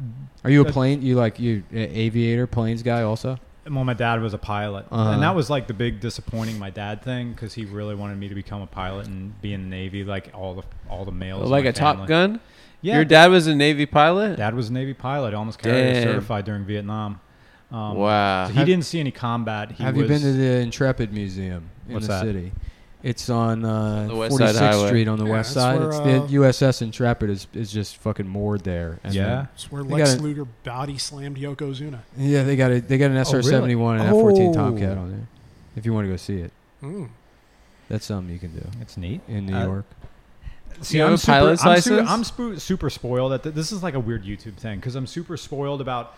Speaker 1: Um,
Speaker 4: Are you a plane? You like you uh, aviator planes guy also?
Speaker 2: Well, my dad was a pilot,
Speaker 4: Uh-huh.
Speaker 2: and that was like the big disappointing my dad thing because he really wanted me to become a pilot and be in the navy, like all the all the males. in
Speaker 1: like
Speaker 2: my
Speaker 1: a Top
Speaker 2: family.
Speaker 1: Gun.
Speaker 2: Yeah,
Speaker 1: Your dad was a Navy pilot.
Speaker 2: Dad was a Navy pilot, almost carrier
Speaker 1: Damn.
Speaker 2: certified during Vietnam. Um,
Speaker 1: Wow.
Speaker 2: so he didn't see any combat. He
Speaker 4: Have
Speaker 2: was,
Speaker 4: you been to the Intrepid Museum in
Speaker 2: What's
Speaker 4: the
Speaker 2: that?
Speaker 4: city? It's on uh,
Speaker 1: The West Side
Speaker 4: 46th
Speaker 1: Highway.
Speaker 4: Street on the
Speaker 3: Yeah,
Speaker 4: west
Speaker 3: that's
Speaker 4: side.
Speaker 3: where,
Speaker 4: it's
Speaker 3: uh,
Speaker 4: the USS Intrepid is, is just fucking moored there. And
Speaker 2: Yeah.
Speaker 3: It's where
Speaker 4: They
Speaker 3: Lex
Speaker 4: got a-
Speaker 3: Luger body slammed Yokozuna.
Speaker 4: then- yeah, they got a, they
Speaker 3: Oh,
Speaker 4: got an SR seventy one and F fourteen Tomcat on there. If you want to go see it,
Speaker 3: Mm.
Speaker 4: that's something you can do
Speaker 2: It's neat.
Speaker 4: in New
Speaker 2: Uh,
Speaker 4: York.
Speaker 2: See,
Speaker 1: you have
Speaker 2: I'm
Speaker 1: a
Speaker 2: super,
Speaker 1: pilot's
Speaker 2: I'm su-
Speaker 1: license?
Speaker 2: I'm spu- super spoiled. At th- this is like a weird YouTube thing because I'm super spoiled about.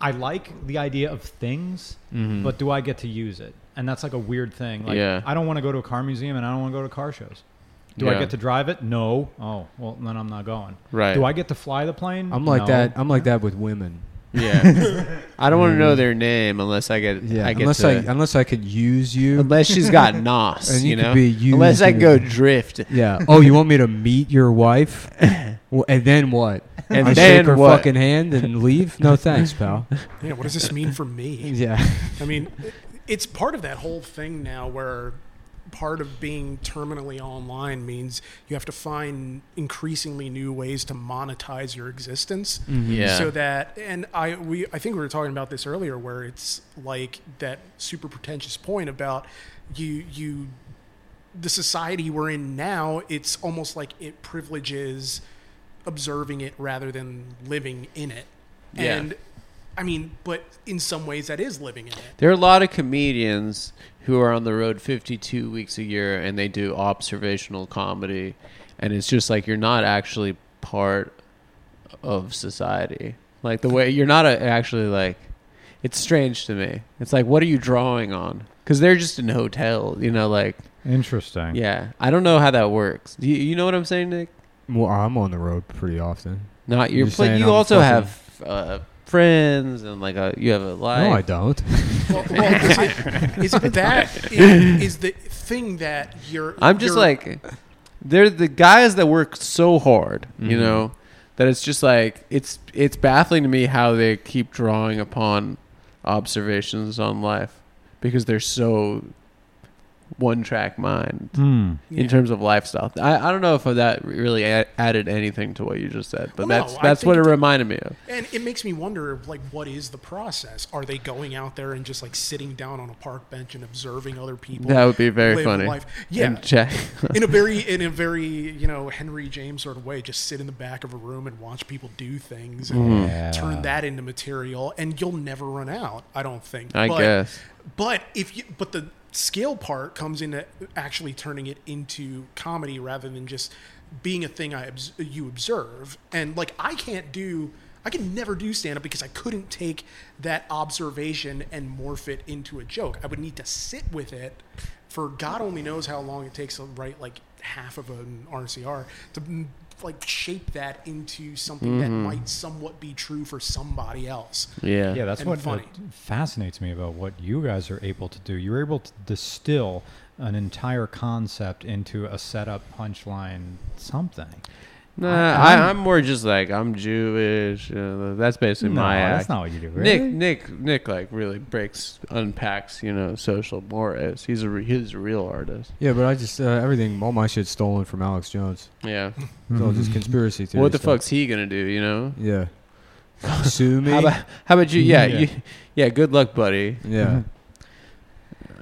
Speaker 2: I like the idea of things, but do I get to use it? And that's like a weird thing. Like,
Speaker 1: Mm-hmm. Yeah.
Speaker 2: I don't want to go to a car museum and I don't want to go to car shows. Do I
Speaker 1: Yeah.
Speaker 2: get to drive it? No. Oh, well, then I'm not going.
Speaker 1: Right.
Speaker 2: Do I get to fly the plane?
Speaker 4: I'm like
Speaker 2: No.
Speaker 4: that. I'm like that with women.
Speaker 1: Yeah. <laughs> I don't want to know their name unless I get.
Speaker 4: Yeah,
Speaker 1: I get
Speaker 4: unless
Speaker 1: to,
Speaker 4: I unless I could use you.
Speaker 1: unless she's got <laughs> nos,
Speaker 4: And you
Speaker 1: you
Speaker 4: could
Speaker 1: know.
Speaker 4: be used
Speaker 1: unless I
Speaker 4: in
Speaker 1: go
Speaker 4: a-
Speaker 1: drift,
Speaker 4: <laughs> yeah. Oh, you want me to meet
Speaker 1: <laughs>
Speaker 4: your wife? Well, and then what?
Speaker 1: and
Speaker 4: I
Speaker 1: then
Speaker 4: shake her
Speaker 1: what?
Speaker 4: fucking hand and leave? No thanks, pal.
Speaker 3: Yeah, what does this mean for
Speaker 4: <laughs>
Speaker 3: me?
Speaker 4: Yeah.
Speaker 3: I mean, it- it's part of that whole thing now where part of being terminally online means you have to find increasingly new ways to monetize your existence.
Speaker 4: Mm-hmm.
Speaker 1: Yeah.
Speaker 3: So that and I we I think we were talking about this earlier where it's like that super pretentious point about you you the society we're in now, it's almost like it privileges observing it rather than living in it.
Speaker 1: Yeah.
Speaker 3: And I mean, but in some ways that is living in it.
Speaker 1: There are a lot of comedians who are on the road 52 weeks a year and they do observational comedy. And it's just like you're not actually part of society. Like the way you're not a, actually like, it's strange to me. It's like, what are you drawing on? Because they're just in hotels, you know, like,
Speaker 7: Interesting.
Speaker 1: yeah. I don't know how that works. You, you know what I'm saying, Nick?
Speaker 4: Well, I'm on the road pretty often.
Speaker 1: Not your,
Speaker 4: You're
Speaker 1: but
Speaker 4: saying
Speaker 1: you
Speaker 4: I'm
Speaker 1: also
Speaker 4: fucking-
Speaker 1: have uh, friends and like a, you have a life.
Speaker 4: No, I don't.
Speaker 3: Well, well is, it, is
Speaker 1: <laughs>
Speaker 3: it that is, is the thing that you're?
Speaker 1: I'm just
Speaker 3: you're-
Speaker 1: like, they're the guys that work so hard, you know, that it's just like it's it's baffling to me how they keep drawing upon observations on life because they're so one track mind in terms of lifestyle. I, I don't know if that really a- added anything to what you just said, but
Speaker 3: Well, no,
Speaker 1: that's
Speaker 3: I
Speaker 1: that's what it
Speaker 3: think it-
Speaker 1: reminded me of.
Speaker 3: and it makes me wonder, like, what is the process? Are they going out there and just like sitting down on a park bench and observing other people?
Speaker 1: That would be very
Speaker 3: live
Speaker 1: funny.
Speaker 3: life? Yeah,
Speaker 1: <laughs> And check.
Speaker 3: in a very in a very you know Henry James sort of way, just sit in the back of a room and watch people do things and
Speaker 1: Mm-hmm.
Speaker 3: turn that into material, and you'll never run out. I don't think.
Speaker 1: I
Speaker 3: But-
Speaker 1: guess.
Speaker 3: But if you but the skill part comes into actually turning it into comedy rather than just being a thing I obs- you observe. And like I can't do. I could never do stand up because I couldn't take that observation and morph it into a joke. I would need to sit with it for God only knows how long it takes to write like half of an RCR to mm, like shape that into something that
Speaker 1: Mm-hmm.
Speaker 3: might somewhat be true for somebody else.
Speaker 1: Yeah.
Speaker 2: Yeah, that's
Speaker 3: and
Speaker 2: what
Speaker 3: funny.
Speaker 2: uh, fascinates me about what you guys are able to do. You're able to distill an entire concept into a setup, punchline, something.
Speaker 1: Nah, I, I'm more just like I'm Jewish. Uh, that's basically
Speaker 2: no,
Speaker 1: my act.
Speaker 2: that's not what you do.
Speaker 1: Nick,
Speaker 2: really.
Speaker 1: Nick, Nick, like really breaks, unpacks, you know, social mores. He's a re- he's a real artist.
Speaker 4: Yeah, but I just uh, everything, all my shit's stolen from Alex Jones.
Speaker 1: Yeah.
Speaker 4: It's all
Speaker 2: Mm-hmm.
Speaker 4: just conspiracy theory.
Speaker 1: Mm-hmm. what the
Speaker 4: stuff.
Speaker 1: fuck's he gonna do? You know.
Speaker 4: Yeah. Sue me.
Speaker 1: How about how about you? Yeah,
Speaker 2: Yeah.
Speaker 1: you, yeah. Good luck, buddy.
Speaker 4: yeah.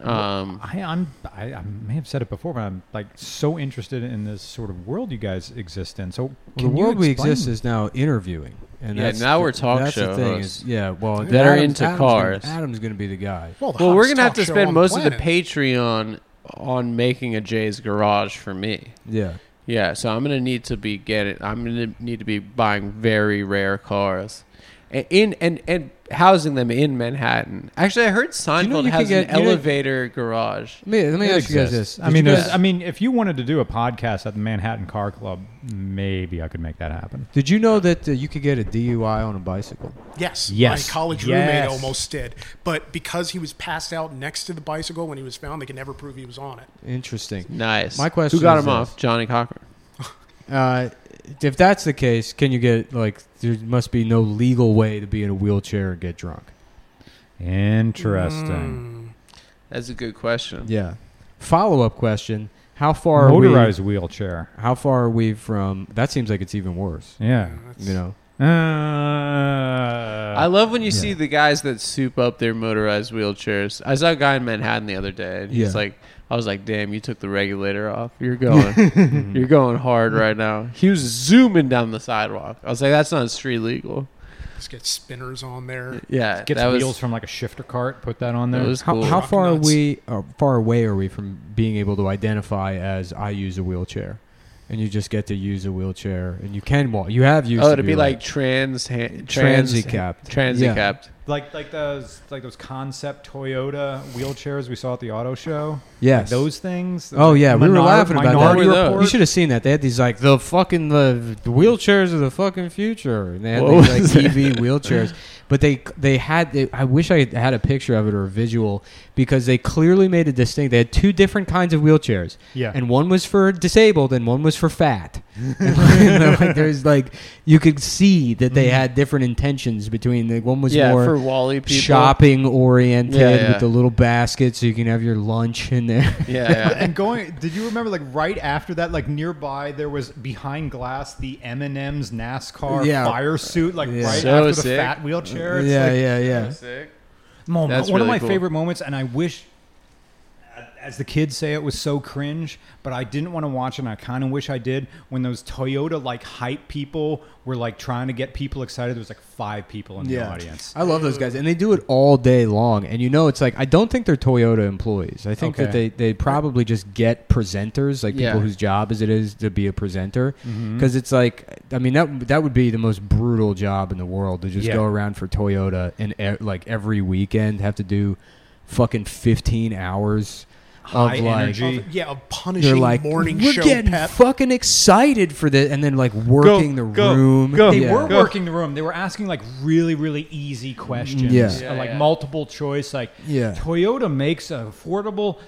Speaker 1: Um,
Speaker 2: I, I'm, I, I may have said it before, but I'm like so interested in this sort of world you guys exist in. So
Speaker 4: Well, the
Speaker 2: can you
Speaker 4: world we
Speaker 2: explain-
Speaker 4: exist is now interviewing, and
Speaker 1: Yeah,
Speaker 4: that's
Speaker 1: now
Speaker 4: the-
Speaker 1: we're talk
Speaker 4: that's
Speaker 1: show
Speaker 4: the thing
Speaker 1: hosts
Speaker 4: is, yeah. Well,
Speaker 1: that are
Speaker 4: Adam's-
Speaker 1: into
Speaker 4: Adam's gonna-
Speaker 1: cars.
Speaker 4: Adam's going to be the guy.
Speaker 3: the
Speaker 1: well, we're
Speaker 3: hottest
Speaker 1: gonna have
Speaker 3: talk
Speaker 1: to
Speaker 3: show
Speaker 1: spend
Speaker 3: on
Speaker 1: most of the
Speaker 3: planet.
Speaker 1: Patreon on making a Jay's garage for me.
Speaker 4: Yeah.
Speaker 1: Yeah, so I'm gonna need to be getting. I'm gonna need to be buying very rare cars, and in and and housing them in Manhattan. Actually, I heard Seinfeld
Speaker 4: you can
Speaker 1: has
Speaker 4: get-
Speaker 1: an
Speaker 4: you know-
Speaker 1: elevator garage.
Speaker 4: Let me, let me
Speaker 2: It
Speaker 4: ask you guys
Speaker 2: exists.
Speaker 4: this.
Speaker 2: I mean,
Speaker 4: did you,
Speaker 2: there's-
Speaker 4: guys,
Speaker 2: I mean, if you wanted to do a podcast at the Manhattan Car Club, maybe I could make that happen.
Speaker 4: did you know that uh, you could get a DUI on a bicycle?
Speaker 3: Yes.
Speaker 2: Yes.
Speaker 3: My college
Speaker 2: Yes.
Speaker 3: roommate almost did. But because he was passed out next to the bicycle when he was found, they could never prove he was on it.
Speaker 4: Interesting.
Speaker 1: Nice.
Speaker 4: My question
Speaker 1: Who got
Speaker 4: is
Speaker 1: him
Speaker 4: this.
Speaker 1: off? Johnny Cochran.
Speaker 4: Uh, if that's the case, can you get like there must be no legal way to be in a wheelchair and get drunk? Mm.
Speaker 2: Interesting.
Speaker 3: Mm.
Speaker 1: That's a good question.
Speaker 4: Yeah. Follow up question: How far are
Speaker 2: Motorized wheelchair.
Speaker 4: we? How far are we from? That seems like it's even worse.
Speaker 2: Yeah.
Speaker 4: You know.
Speaker 2: Uh,
Speaker 1: I love when you
Speaker 2: yeah.
Speaker 1: see the guys that soup up their motorized wheelchairs. I saw a guy in Manhattan the other day, and he's
Speaker 4: Yeah.
Speaker 1: like, "I was like, damn, you took the regulator off. You're
Speaker 4: <laughs>
Speaker 1: going,
Speaker 4: Mm-hmm.
Speaker 1: you're going hard right now." He was zooming down the sidewalk. I was like, "That's not street legal."
Speaker 3: Just get spinners on there.
Speaker 1: Yeah,
Speaker 2: gets
Speaker 1: that
Speaker 2: wheels
Speaker 1: was
Speaker 2: from like a shifter cart. Put that on there.
Speaker 1: that was
Speaker 4: How,
Speaker 1: cool.
Speaker 4: how
Speaker 3: Rock
Speaker 4: far are
Speaker 3: nuts.
Speaker 4: we? Or far away are we from being able to identify as I use a wheelchair, and you just get to use a wheelchair and you can walk. You have used.
Speaker 1: oh,
Speaker 4: to
Speaker 1: to be
Speaker 4: be
Speaker 1: like trans, ha- trans
Speaker 4: Transicapped.
Speaker 1: transicapped.
Speaker 2: like like those like those concept Toyota wheelchairs we saw at the auto show.
Speaker 4: Yes.
Speaker 2: Like those things.
Speaker 4: Oh yeah, we were
Speaker 2: Minor-
Speaker 4: laughing about
Speaker 2: Minority
Speaker 1: What were
Speaker 4: that.
Speaker 1: those?
Speaker 2: Report.
Speaker 4: You should have seen that. They had these like the fucking the wheelchairs of the fucking future, and they had
Speaker 1: What
Speaker 4: these
Speaker 1: was
Speaker 4: like EV wheelchairs. But they they had. They, I wish I had a picture of it or a visual because they clearly made a distinct. They had two different kinds of wheelchairs.
Speaker 2: Yeah.
Speaker 4: and one was for disabled and one was
Speaker 1: <laughs>
Speaker 4: for fat. <laughs> And, like, there's like you could see that they
Speaker 1: Mm-hmm.
Speaker 4: had different intentions between. Like one was
Speaker 1: Yeah,
Speaker 4: more
Speaker 1: for Wally people.
Speaker 4: shopping oriented
Speaker 1: Yeah, yeah.
Speaker 4: with the little basket so you can have your lunch in there.
Speaker 1: Yeah, yeah.
Speaker 2: <laughs>
Speaker 4: <laughs>
Speaker 2: and going did you remember like right after that like nearby there was behind glass the m&m's nascar
Speaker 4: Yeah.
Speaker 2: fire suit like
Speaker 4: Yeah.
Speaker 2: right
Speaker 1: So
Speaker 2: after the
Speaker 1: sick.
Speaker 2: fat wheelchair It's
Speaker 4: <laughs> yeah,
Speaker 2: like-
Speaker 4: yeah, yeah.
Speaker 2: Mom,
Speaker 1: That's
Speaker 2: one of
Speaker 1: really
Speaker 2: my
Speaker 1: cool.
Speaker 2: favorite moments and i wish as the kids say it was so cringe but i didn't want to watch it and i kind of wish i did when those toyota like hype people were like trying to get people excited there was like five people in the audience
Speaker 4: I love those guys, and they do it all day long. And you know, it's like I don't think they're Toyota employees. I think that
Speaker 2: Okay.
Speaker 4: they, they probably just get presenters, like people
Speaker 1: Yeah. Mm-hmm.
Speaker 4: whose job is it is to be a presenter, because it's like I mean that that would be the most brutal job in the world to just
Speaker 2: Yeah.
Speaker 4: go around for Toyota and e- like every weekend have to do fucking fifteen hours
Speaker 2: High
Speaker 4: of like.
Speaker 2: energy.
Speaker 3: Of- yeah, of punishing
Speaker 4: They're like
Speaker 3: morning
Speaker 4: we're
Speaker 3: show
Speaker 4: getting
Speaker 3: pep.
Speaker 4: fucking excited for this, and then like working the
Speaker 1: go,
Speaker 4: room.
Speaker 1: go.
Speaker 2: They
Speaker 4: Yeah.
Speaker 2: were working the room. They were asking like really, really easy questions,
Speaker 4: Yeah.
Speaker 1: Yeah,
Speaker 2: uh, like
Speaker 1: yeah.
Speaker 2: multiple choice. Like,
Speaker 4: Yeah.
Speaker 2: Toyota makes an affordable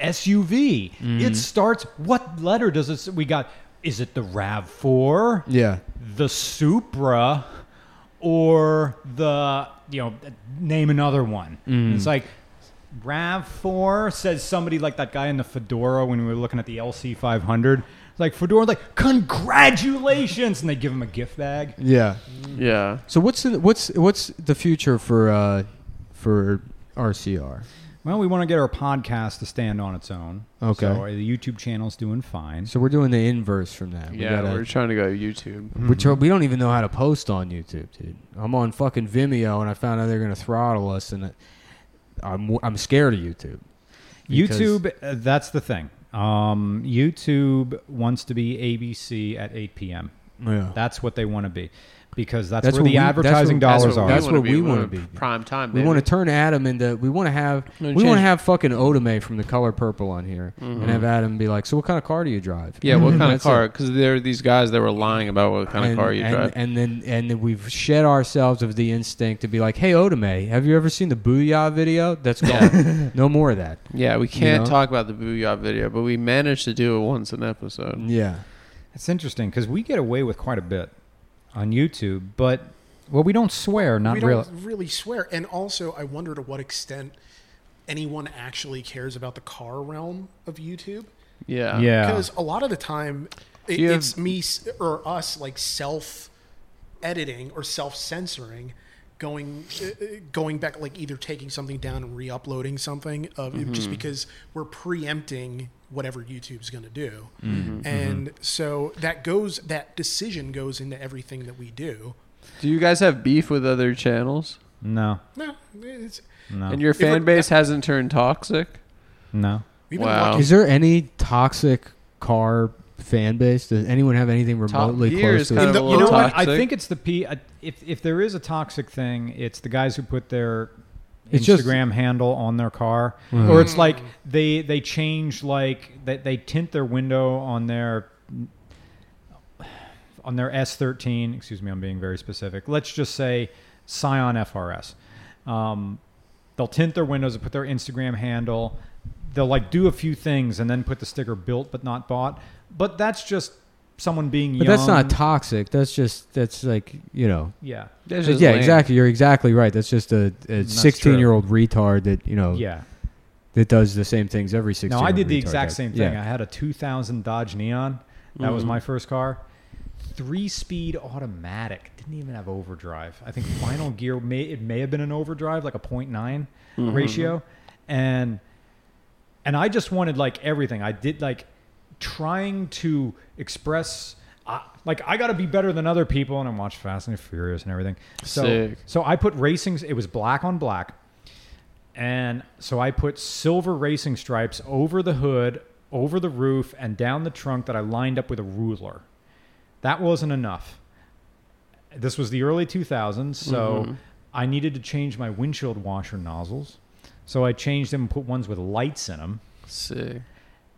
Speaker 2: SUV.
Speaker 1: Mm.
Speaker 2: It starts. What letter does it? s- We got. Is it the Rav Four,
Speaker 4: yeah.
Speaker 2: the Supra, or the you know name another one?
Speaker 4: Mm.
Speaker 2: It's like. Rav Four says somebody like that guy in the fedora when we were looking at the LC five hundred. Like fedora, like congratulations, and they give him a gift bag.
Speaker 4: Yeah.
Speaker 1: Yeah.
Speaker 4: So what's the, what's what's the future for uh, for RCR?
Speaker 2: Well, we want to get our podcast to stand on its own.
Speaker 4: Okay.
Speaker 2: So uh, the YouTube channel's doing fine.
Speaker 4: So we're doing the inverse from that. We
Speaker 1: Yeah,
Speaker 4: gotta-
Speaker 1: we're trying to go YouTube.
Speaker 4: we're tr- we don't even know how to post on YouTube, dude. I'm on fucking Vimeo, and I found out they're gonna throttle us, and it- I'm I'm scared of YouTube. Because-
Speaker 2: YouTube, uh, that's the thing. Um, YouTube wants to be ABC at 8 p.m.
Speaker 4: Yeah.
Speaker 2: That's what they want to be because that's,
Speaker 4: That's
Speaker 2: where
Speaker 4: what
Speaker 2: the
Speaker 4: we- that's
Speaker 2: advertising
Speaker 4: what-
Speaker 2: dollars are.
Speaker 4: That's what we
Speaker 1: wanna
Speaker 4: wanna be.
Speaker 1: Prime time.
Speaker 4: we
Speaker 1: baby.
Speaker 4: want to turn Adam into. We want to have.
Speaker 1: No,
Speaker 4: we
Speaker 1: change-
Speaker 4: want
Speaker 1: Mm-hmm.
Speaker 4: to have fucking Otome from the color purple on here, and have Adam be like, "So what kind of car do you drive?"
Speaker 1: Yeah,
Speaker 4: <laughs>
Speaker 1: what kind of
Speaker 4: That's it.
Speaker 1: car? Because there are these guys that were lying about what kind
Speaker 4: and,
Speaker 1: of car you
Speaker 4: and,
Speaker 1: drive.
Speaker 4: And then and then we've shed ourselves of the instinct to be like, hey, Otome, have you ever seen the Booyah video? That's gone. no more of that.
Speaker 1: yeah, we can't
Speaker 4: know?
Speaker 1: talk about the Booyah video, but we managed to do it once an episode.
Speaker 4: Yeah.
Speaker 2: It's interesting because we get away with quite a bit on YouTube, but well, we don't swear, not
Speaker 3: we
Speaker 2: really.
Speaker 3: don't really swear. And also, I wonder to what extent anyone actually cares about the car realm of YouTube. uh,
Speaker 1: Yeah.
Speaker 2: yeah.
Speaker 3: Because a lot of the time, it,
Speaker 1: you have-
Speaker 3: it's me s- or us like self editing or self censoring. Going, uh, uh, going back, like either taking something down and re-uploading something, of
Speaker 2: Mm-hmm.
Speaker 3: just because we're preempting whatever YouTube's going to do,
Speaker 2: Mm-hmm.
Speaker 3: and so that goes, that decision goes into everything that we do.
Speaker 1: Do you guys have beef with other channels?
Speaker 2: No,
Speaker 3: No, it's,
Speaker 2: no,
Speaker 1: And your
Speaker 3: we're-
Speaker 1: fan base hasn't turned toxic?
Speaker 2: no.
Speaker 3: we've been
Speaker 1: Wow.
Speaker 3: lucky
Speaker 4: Is there any toxic car fan base? Does anyone have anything
Speaker 1: Top
Speaker 4: remotely
Speaker 1: Gear
Speaker 4: close
Speaker 1: is
Speaker 4: to
Speaker 1: kind of
Speaker 3: the-
Speaker 1: a
Speaker 3: you
Speaker 1: little
Speaker 3: know
Speaker 2: what?
Speaker 1: toxic.
Speaker 2: I think it's the P. I- If if there is a toxic thing, it's the guys who put their
Speaker 4: It's just- Mm-hmm.
Speaker 2: Instagram handle on their car, or it's like they they change like they they tint their window on their on their S13. Excuse me, I'm being very specific. Let's just say Scion FRS. Um, they'll tint their windows and put their Instagram handle. They'll like do a few things and then put the sticker "built but not bought." But that's just someone being young.
Speaker 4: But that's not toxic. That's just that's like you know.
Speaker 2: yeah.
Speaker 1: It's just
Speaker 4: Yeah,
Speaker 1: lame.
Speaker 4: exactly. You're exactly right. That's just a, a
Speaker 2: That's
Speaker 4: 16 year old retard that you know
Speaker 2: Yeah.
Speaker 4: that does the same things every 16.
Speaker 2: No, I did the exact same thing.
Speaker 4: Yeah.
Speaker 2: I had a 2000 Dodge Neon. That was my first car. Three speed automatic. Didn't even have overdrive. I think final gear, may, it may have been an overdrive, like a 0.9 ratio. And and I just wanted like everything. I did like trying to express uh, like I got to be better than other people, and I watched Fast and Furious and everything. So
Speaker 1: Sick.
Speaker 2: so I put racing. It was black on black, and so I put silver racing stripes over the hood, over the roof, and down the trunk that I lined up with a ruler. That wasn't enough. This was the early 2000s, so I needed to change my windshield washer nozzles. So I changed them and put ones with lights in them.
Speaker 1: Sick.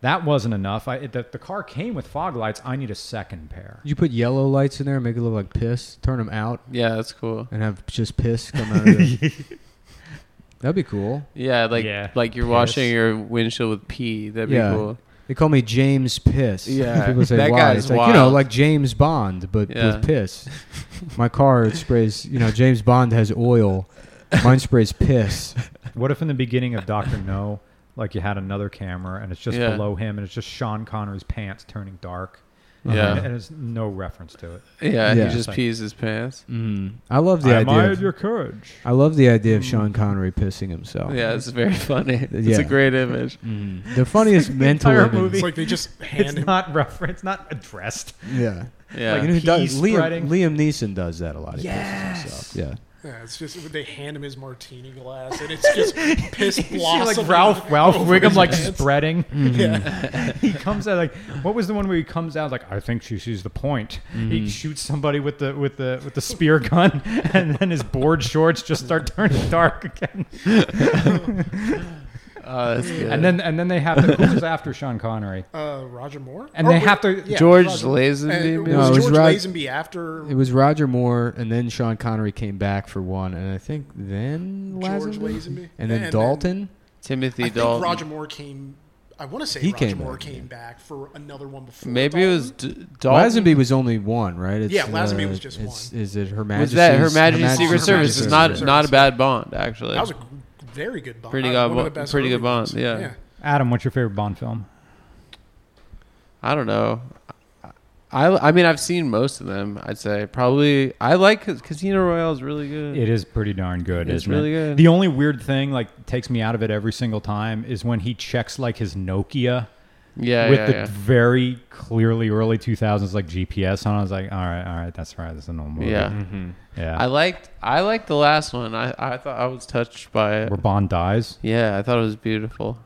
Speaker 2: That wasn't enough. I, the, the car came with fog lights. I need a second pair.
Speaker 4: You put yellow lights in there, make it look like piss. Turn them out
Speaker 1: Yeah, that's cool.
Speaker 4: and have just piss come out of it. That'd be cool.
Speaker 1: Yeah, like
Speaker 2: Yeah.
Speaker 1: like you're washing your windshield with pee. That'd be
Speaker 4: Yeah.
Speaker 1: cool.
Speaker 4: They call me James Piss.
Speaker 1: Yeah.
Speaker 4: people say
Speaker 1: That
Speaker 4: why.
Speaker 1: guy's
Speaker 4: it's like, you know,
Speaker 1: wild.
Speaker 4: like James Bond, but
Speaker 1: Yeah.
Speaker 4: with piss. My car it sprays. You know, James Bond has oil. Mine sprays piss.
Speaker 2: What if in the beginning of Doctor No, like you had another camera and it's just
Speaker 1: Yeah.
Speaker 2: below him and it's just Sean Connery's pants turning dark.
Speaker 1: Yeah.
Speaker 2: And, and it's no reference to it.
Speaker 1: Yeah,
Speaker 4: Yeah.
Speaker 1: he just pees his pants.
Speaker 4: Mm. I love the
Speaker 2: I
Speaker 4: idea.
Speaker 2: admired
Speaker 4: of-
Speaker 2: your courage.
Speaker 4: I love the idea of Sean Connery pissing himself.
Speaker 1: Yeah, it's very <laughs> funny. It's
Speaker 4: Oh, Yeah.
Speaker 1: a great image.
Speaker 4: Mm. The funniest mental
Speaker 2: entire
Speaker 4: image.
Speaker 2: movie.
Speaker 3: It's like they just hand
Speaker 2: <laughs> It's
Speaker 3: him.
Speaker 2: not reference, it's not addressed.
Speaker 4: Yeah.
Speaker 1: Yeah,
Speaker 4: Like, you know who does-
Speaker 2: Pee
Speaker 4: Liam,
Speaker 2: spreading.
Speaker 4: Liam Neeson does that a lot. He pisses himself. Yeah.
Speaker 3: Yeah, it's just they hand him his martini glass, and it's
Speaker 2: <laughs>
Speaker 3: just piss
Speaker 2: You see,
Speaker 3: blossom.
Speaker 2: like
Speaker 3: <laughs>
Speaker 2: Ralph Ralph
Speaker 3: over his
Speaker 2: Wiggum like
Speaker 3: head.
Speaker 2: spreading.
Speaker 3: <laughs> Yeah.
Speaker 2: <laughs> he comes out like what was the one where he comes out like I think she sees the point. He shoots somebody with the with the with the spear gun, <laughs> and then his board shorts just start turning dark again.
Speaker 1: Oh, that's good.
Speaker 2: And then and then they have to who was after Sean Connery,
Speaker 3: Uh, Roger Moore.
Speaker 2: and
Speaker 3: Or
Speaker 2: they
Speaker 3: wait,
Speaker 2: have to.
Speaker 3: yeah,
Speaker 1: George
Speaker 3: Roger-
Speaker 1: Lazenby,
Speaker 3: and
Speaker 1: maybe?
Speaker 3: it
Speaker 4: No,
Speaker 3: was
Speaker 4: it was
Speaker 3: George
Speaker 4: Rod-
Speaker 3: Lazenby after
Speaker 4: It was Roger Moore, and then Sean Connery came back for one, and I think then
Speaker 3: George
Speaker 4: Lazenby?
Speaker 3: Lazenby,
Speaker 4: and then Dalton.
Speaker 1: Timothy
Speaker 3: I
Speaker 1: Dalton.
Speaker 3: think Roger Moore came. I want to say
Speaker 4: He
Speaker 3: Roger
Speaker 4: came
Speaker 3: Moore
Speaker 4: back, yeah.
Speaker 3: came back for another one before.
Speaker 1: Maybe it was
Speaker 3: Dalton.
Speaker 1: D- Dalton.
Speaker 4: Lazenby was only one, right? It's, uh,
Speaker 3: Yeah, Lazenby was just
Speaker 4: it's-
Speaker 3: one.
Speaker 4: Is it Her
Speaker 1: Was
Speaker 4: Majesty's?
Speaker 1: that Her Majesty's Secret
Speaker 3: Her
Speaker 1: Service?
Speaker 3: Majesty's
Speaker 1: It's not
Speaker 3: Secret
Speaker 1: not a
Speaker 3: Service.
Speaker 1: bad Bond, actually.
Speaker 3: That was a g- very good Bond.
Speaker 1: Pretty
Speaker 3: uh,
Speaker 1: good
Speaker 3: one of
Speaker 1: Bond-
Speaker 3: the best
Speaker 1: pretty good
Speaker 3: early ones.
Speaker 1: Bond, yeah. <laughs>
Speaker 2: Adam, what's your favorite Bond film?
Speaker 1: I don't know. I, I mean I've seen most of them. I'd say probably I like Casino Royale is really good.
Speaker 2: It is pretty darn good.
Speaker 1: It's
Speaker 2: isn't
Speaker 1: really
Speaker 2: it?
Speaker 1: good.
Speaker 2: The only weird thing, like, takes me out of it every single time is when he checks like his Nokia
Speaker 1: yeah,
Speaker 2: with
Speaker 1: yeah,
Speaker 2: the
Speaker 1: yeah.
Speaker 2: very clearly early 2000s like GPS on. I was like, all right, all right, that's right, that's a normal. movie.
Speaker 1: yeah.
Speaker 4: Mm-hmm.
Speaker 2: yeah.
Speaker 1: I liked I liked the last one. I, I thought I was touched by it.
Speaker 2: Where Bond dies,
Speaker 1: Yeah, I thought it was beautiful.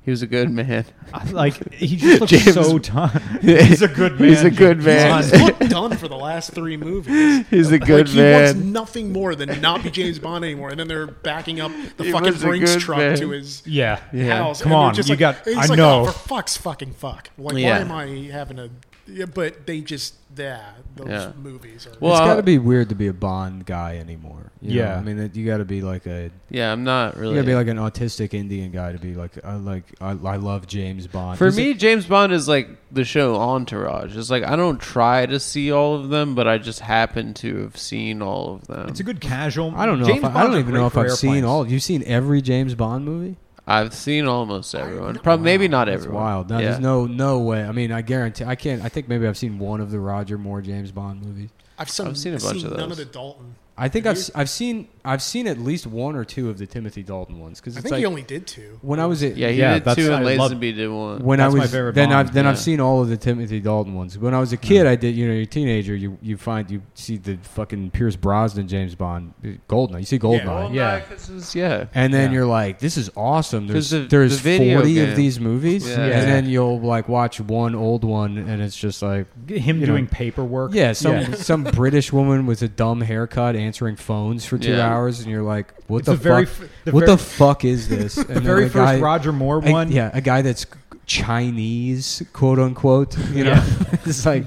Speaker 1: He was a good man.
Speaker 2: I- like he <laughs> just looks
Speaker 1: James-
Speaker 2: so done. He's a good man.
Speaker 1: He's a good man.
Speaker 3: He's looked done for the last
Speaker 1: <laughs>
Speaker 3: three movies.
Speaker 1: He's a
Speaker 3: like
Speaker 1: good
Speaker 3: he wants
Speaker 1: man.
Speaker 3: nothing more than not be James Bond anymore, and then they're backing up the
Speaker 1: He
Speaker 3: fucking
Speaker 1: was a
Speaker 3: Brinks
Speaker 1: good
Speaker 3: truck
Speaker 1: man.
Speaker 3: to his
Speaker 2: Yeah,
Speaker 3: house.
Speaker 2: Come
Speaker 3: and they're
Speaker 2: on,
Speaker 3: just
Speaker 2: you
Speaker 3: like,
Speaker 2: got.
Speaker 3: he's
Speaker 2: I
Speaker 3: like,
Speaker 2: know.
Speaker 3: Oh, for fuck's fucking fuck. Like,
Speaker 1: Yeah.
Speaker 3: why am I having a? Yeah, but they just yeah, those
Speaker 1: Yeah.
Speaker 3: movies are.
Speaker 1: Well,
Speaker 4: it's got
Speaker 1: I-
Speaker 4: to be weird to be a Bond guy anymore. you know?
Speaker 2: Yeah.
Speaker 4: I mean, that- you got to be like a
Speaker 1: Yeah, I'm not
Speaker 4: you
Speaker 1: really.
Speaker 4: got to be like an autistic Indian guy to be like I like I, I love James Bond.
Speaker 1: For
Speaker 4: He's
Speaker 1: me, James Bond is like the show Entourage. It's like I don't try to see all of them, but I just happen to have seen all of them.
Speaker 2: It's a good casual.
Speaker 4: I don't know.
Speaker 2: James
Speaker 4: If I, I
Speaker 2: Bonds
Speaker 4: don't
Speaker 2: are
Speaker 4: even
Speaker 2: great
Speaker 4: know if
Speaker 2: for
Speaker 4: I've seen
Speaker 2: airplanes.
Speaker 4: all. You've seen every James Bond movie?
Speaker 1: I've seen almost everyone. Probably maybe not
Speaker 4: That's
Speaker 1: everyone.
Speaker 4: wild. No,
Speaker 1: yeah.
Speaker 4: There's no no way. I mean, I guarantee. I can't. I think maybe I've seen one of the Roger Moore James Bond movies.
Speaker 3: I've seen,
Speaker 1: I've seen a bunch of
Speaker 3: none
Speaker 1: those.
Speaker 3: of the Dalton.
Speaker 4: I think I've, s- I've seen I've seen at least one or two of the Timothy Dalton ones because
Speaker 3: I
Speaker 4: it's
Speaker 3: think
Speaker 4: like
Speaker 3: he only did two.
Speaker 4: when I was at
Speaker 1: Yeah, he
Speaker 2: Yeah,
Speaker 1: did
Speaker 2: that's-
Speaker 1: two, and
Speaker 2: I love-
Speaker 1: Lazenby did one.
Speaker 4: when
Speaker 2: That's
Speaker 4: I
Speaker 2: my
Speaker 4: was
Speaker 2: favorite
Speaker 4: then
Speaker 2: Bond,
Speaker 4: I've then I've
Speaker 1: yeah.
Speaker 4: seen all of the Timothy Dalton ones. When I was a kid, I did you know you're a teenager you you find you see the fucking Pierce Brosnan James Bond uh, Goldeneye you see Goldeneye
Speaker 1: yeah, because it was yeah.
Speaker 4: and then
Speaker 2: Yeah.
Speaker 4: you're like this is awesome.
Speaker 1: 'Cause
Speaker 4: There's
Speaker 1: the-
Speaker 4: there's
Speaker 1: the video
Speaker 4: forty
Speaker 1: game.
Speaker 4: of these movies
Speaker 1: Yeah.
Speaker 4: and
Speaker 1: Yeah.
Speaker 4: then you'll like watch one old one and it's just like
Speaker 2: him
Speaker 4: You know.
Speaker 2: doing paperwork.
Speaker 4: yeah some some British woman with a dumb haircut answering phones for two
Speaker 1: Yeah.
Speaker 4: hours and you're like what
Speaker 2: It's
Speaker 4: the
Speaker 2: the very
Speaker 4: fuck
Speaker 2: f- the
Speaker 4: what
Speaker 2: very-
Speaker 4: the fuck is this? And
Speaker 2: <laughs> The very first Roger Moore
Speaker 4: a-
Speaker 2: one.
Speaker 4: yeah, a guy that's Chinese, quote unquote. You know, <laughs> it's like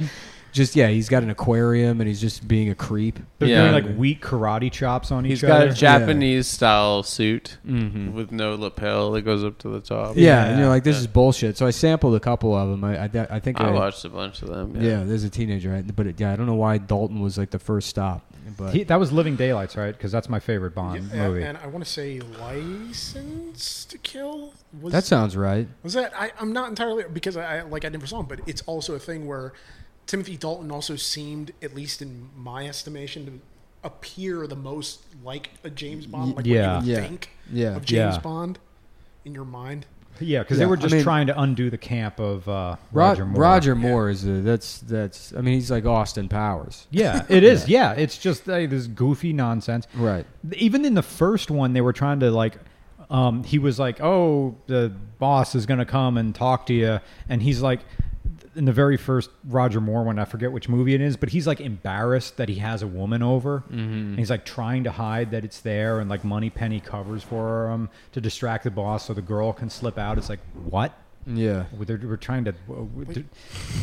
Speaker 4: just yeah, he's got an aquarium and he's just being a creep.
Speaker 2: They're
Speaker 1: Yeah.
Speaker 2: doing like weak karate chops on
Speaker 1: He's
Speaker 2: each
Speaker 1: got
Speaker 2: other.
Speaker 1: a Japanese style suit
Speaker 4: Mhm.
Speaker 1: with no lapel that goes up to the top.
Speaker 4: Yeah, and you're like, this
Speaker 1: Yeah.
Speaker 4: is bullshit. So I sampled a couple of them. I, I, I think
Speaker 1: I watched a bunch of them.
Speaker 4: Yeah.
Speaker 1: Yeah,
Speaker 4: there's a teenager, I- but it, yeah, I don't know why Dalton was like the first stop. But
Speaker 2: He, that was Living Daylights, right? Because that's my favorite Bond
Speaker 3: Yeah,
Speaker 2: movie.
Speaker 3: And I want to say License to Kill was
Speaker 4: that sounds right.
Speaker 3: Was that I, I'm not entirely because I, I like I never saw him, but it's also a thing where Timothy Dalton also seemed, at least in my estimation, to appear the most like a James Bond, like
Speaker 2: yeah.
Speaker 3: what you would
Speaker 4: Yeah.
Speaker 3: think
Speaker 4: Yeah.
Speaker 3: of James
Speaker 2: Yeah.
Speaker 3: Bond in your mind.
Speaker 2: yeah, because they
Speaker 4: Yeah,
Speaker 2: were
Speaker 4: I
Speaker 2: just
Speaker 4: mean-
Speaker 2: trying to undo the camp of uh,
Speaker 4: Ro-
Speaker 2: Roger Moore.
Speaker 4: Roger Moore is the, that's that's. I mean, he's like Austin Powers.
Speaker 2: Yeah, it
Speaker 4: <laughs>
Speaker 2: is. yeah. it's just uh, this goofy nonsense.
Speaker 4: Right.
Speaker 2: Even in the first one, they were trying to like. Um, he was like, "Oh, the boss is gonna come and talk to you," and he's like, in the very first Roger Moore one, I forget which movie it is, but he's like embarrassed that he has a woman over, and he's like trying to hide that it's there, and like Money Penny covers for him to distract the boss so the girl can slip out. It's like what?
Speaker 4: Yeah.
Speaker 2: Well, They're, we're trying to,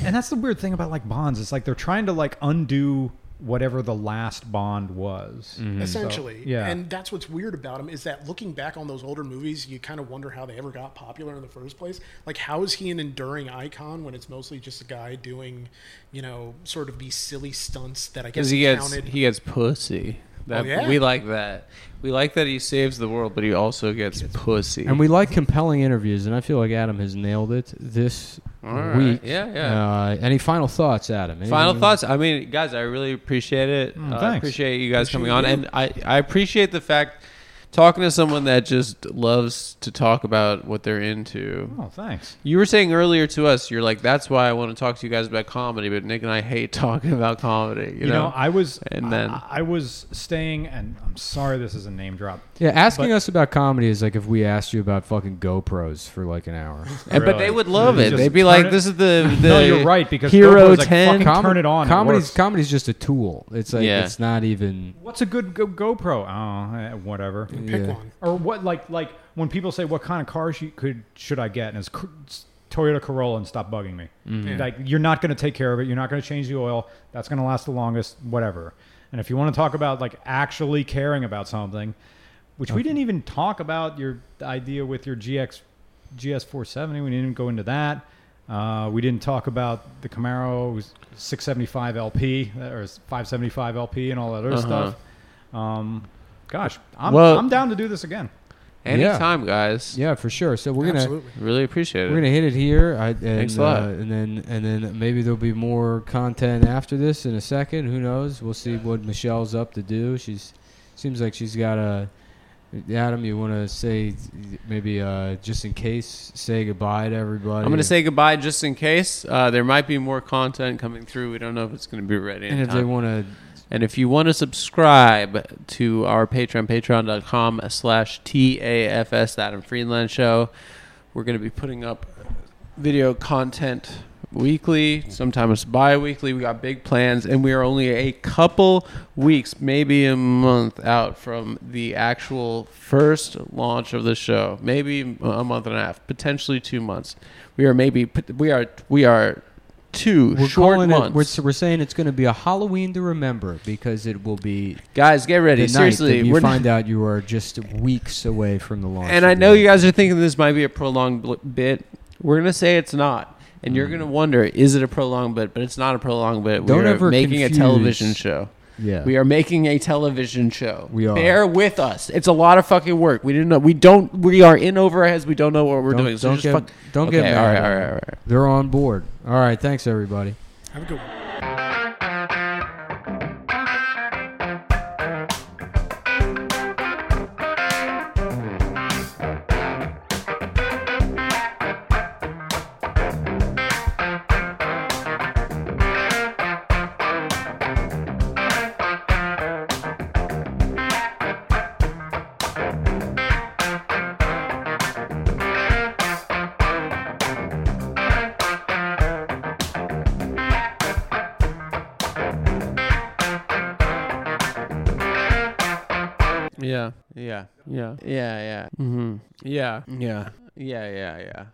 Speaker 2: and that's the weird thing about like bonds. It's like they're trying to like undo whatever the last bond was.
Speaker 1: Mm-hmm.
Speaker 3: Essentially,
Speaker 2: So, Hmm. yeah.
Speaker 3: and that's what's weird about him is that looking back on those older movies, you kind of wonder how they ever got popular in the first place. Like, how is he an enduring icon when it's mostly just a guy doing, you know, sort of these silly stunts that I
Speaker 1: because
Speaker 3: guess
Speaker 1: he gets
Speaker 3: counted?
Speaker 1: he gets pussy. That,
Speaker 3: yeah.
Speaker 1: We like that. We like that he saves the world, but he also gets pussy.
Speaker 4: And we like compelling interviews, and I feel like Adam has nailed it this
Speaker 1: All right.
Speaker 4: week.
Speaker 1: Yeah, yeah.
Speaker 4: Uh, any final thoughts, Adam? Any-
Speaker 1: Final thoughts. I mean, guys, I really appreciate it. Uh, I
Speaker 2: Mm, thanks.
Speaker 1: appreciate you guys coming on, and I I appreciate the fact talking to someone that just loves to talk about what they're into.
Speaker 2: Oh, thanks.
Speaker 1: You were saying earlier to us, you're like, that's why I want to talk to you guys about comedy, but Nick and I hate <laughs> talking about comedy. You,
Speaker 2: You, know, I was,
Speaker 1: and then-
Speaker 2: I, I was staying, and I'm sorry this is a name drop.
Speaker 4: Yeah, asking us about comedy is like if we asked you about fucking GoPros for like an hour.
Speaker 1: And- but they
Speaker 2: Really?
Speaker 1: would love it.
Speaker 2: Just
Speaker 1: They'd be
Speaker 2: turn
Speaker 1: like,
Speaker 2: it-
Speaker 1: "This is
Speaker 2: <laughs>
Speaker 1: the, the
Speaker 2: No, you're right, because
Speaker 1: Hero
Speaker 2: GoPro's like,
Speaker 1: Ten.
Speaker 2: fucking- turn it on, it
Speaker 4: Comedy's
Speaker 2: works.
Speaker 4: comedy's just a tool. It's like
Speaker 1: Yeah.
Speaker 4: it's not even.
Speaker 2: What's a good Go- GoPro? Oh, eh, whatever.
Speaker 3: Pick
Speaker 4: yeah.
Speaker 3: one.
Speaker 2: Or what? Like, like when people say, "What kind of car should, could should I get?" and it's cr- it's Toyota Corolla, and stop bugging me. Like, you're not going to take care of it. You're not going to change the oil. That's going to last the longest. Whatever. And if you want to talk about like actually caring about something, which we didn't even talk about your idea with your GX GS470, we didn't even go into that. Uh, we didn't talk about the Camaro 675 LP uh, or 575 LP and all that other stuff. Um, gosh, I'm,
Speaker 1: Well-
Speaker 2: I'm down to do this again.
Speaker 1: <laughs> Anytime, guys.
Speaker 4: Yeah, for sure. So we're gonna
Speaker 3: Absolutely.
Speaker 1: Really appreciate
Speaker 4: we're
Speaker 1: it.
Speaker 4: gonna hit it here. I, and,
Speaker 1: Thanks a lot.
Speaker 4: uh, and then and then maybe there'll be more content after this in a second. Who knows? We'll see what Michelle's up to do. She's seems like she's got a. Adam, you want to say maybe uh, just in case say goodbye to everybody.
Speaker 1: I'm gonna say goodbye just in case. Uh, there might be more content coming through. We don't know if it's gonna be ready.
Speaker 4: and
Speaker 1: in
Speaker 4: if they
Speaker 1: time.
Speaker 4: want to
Speaker 1: And if you want to subscribe to our Patreon, patreon.com slash TAFS, the Adam Friedland Show, we're going to be putting up video content weekly, sometimes bi weekly. We got big plans, and we are only a couple weeks, maybe a month out from the actual first launch of the show. Maybe a month and a half, potentially two months. We are maybe, we are, we are. 2
Speaker 4: we're
Speaker 1: short
Speaker 4: calling
Speaker 1: months.
Speaker 4: it. We're, s- we're saying it's going to be a Halloween to remember because it will be
Speaker 1: Guys, get
Speaker 4: the
Speaker 1: ready.
Speaker 4: night
Speaker 1: Seriously,
Speaker 4: that you
Speaker 1: we're <laughs>
Speaker 4: find out you are just weeks away from the launch.
Speaker 1: And I know you guys are thinking this might be a prolonged bl- bit. We're gonna say it's not, and you're gonna wonder, is it a prolonged bit? But it's not a prolonged bit.
Speaker 4: Don't
Speaker 1: we are
Speaker 4: ever
Speaker 1: making
Speaker 4: confuse-
Speaker 1: a television show.
Speaker 4: Yeah.
Speaker 1: We are making a television show.
Speaker 4: We are.
Speaker 1: Bear with us. It's a lot of fucking work. We didn't know. We don't. We are in over our heads. We don't know what we're
Speaker 4: Don't-
Speaker 1: doing. So
Speaker 4: don't
Speaker 1: just
Speaker 4: get-
Speaker 1: fuck-
Speaker 4: don't
Speaker 1: okay,
Speaker 4: get mad
Speaker 1: All right,
Speaker 4: at
Speaker 1: all
Speaker 4: me.
Speaker 1: right, all right.
Speaker 4: They're on board. All right. Thanks, everybody.
Speaker 3: Have a good one.
Speaker 1: Yeah. Yeah. Yeah. Yeah. Yeah. Mm-hmm. Yeah. Yeah. Yeah. Yeah. Yeah.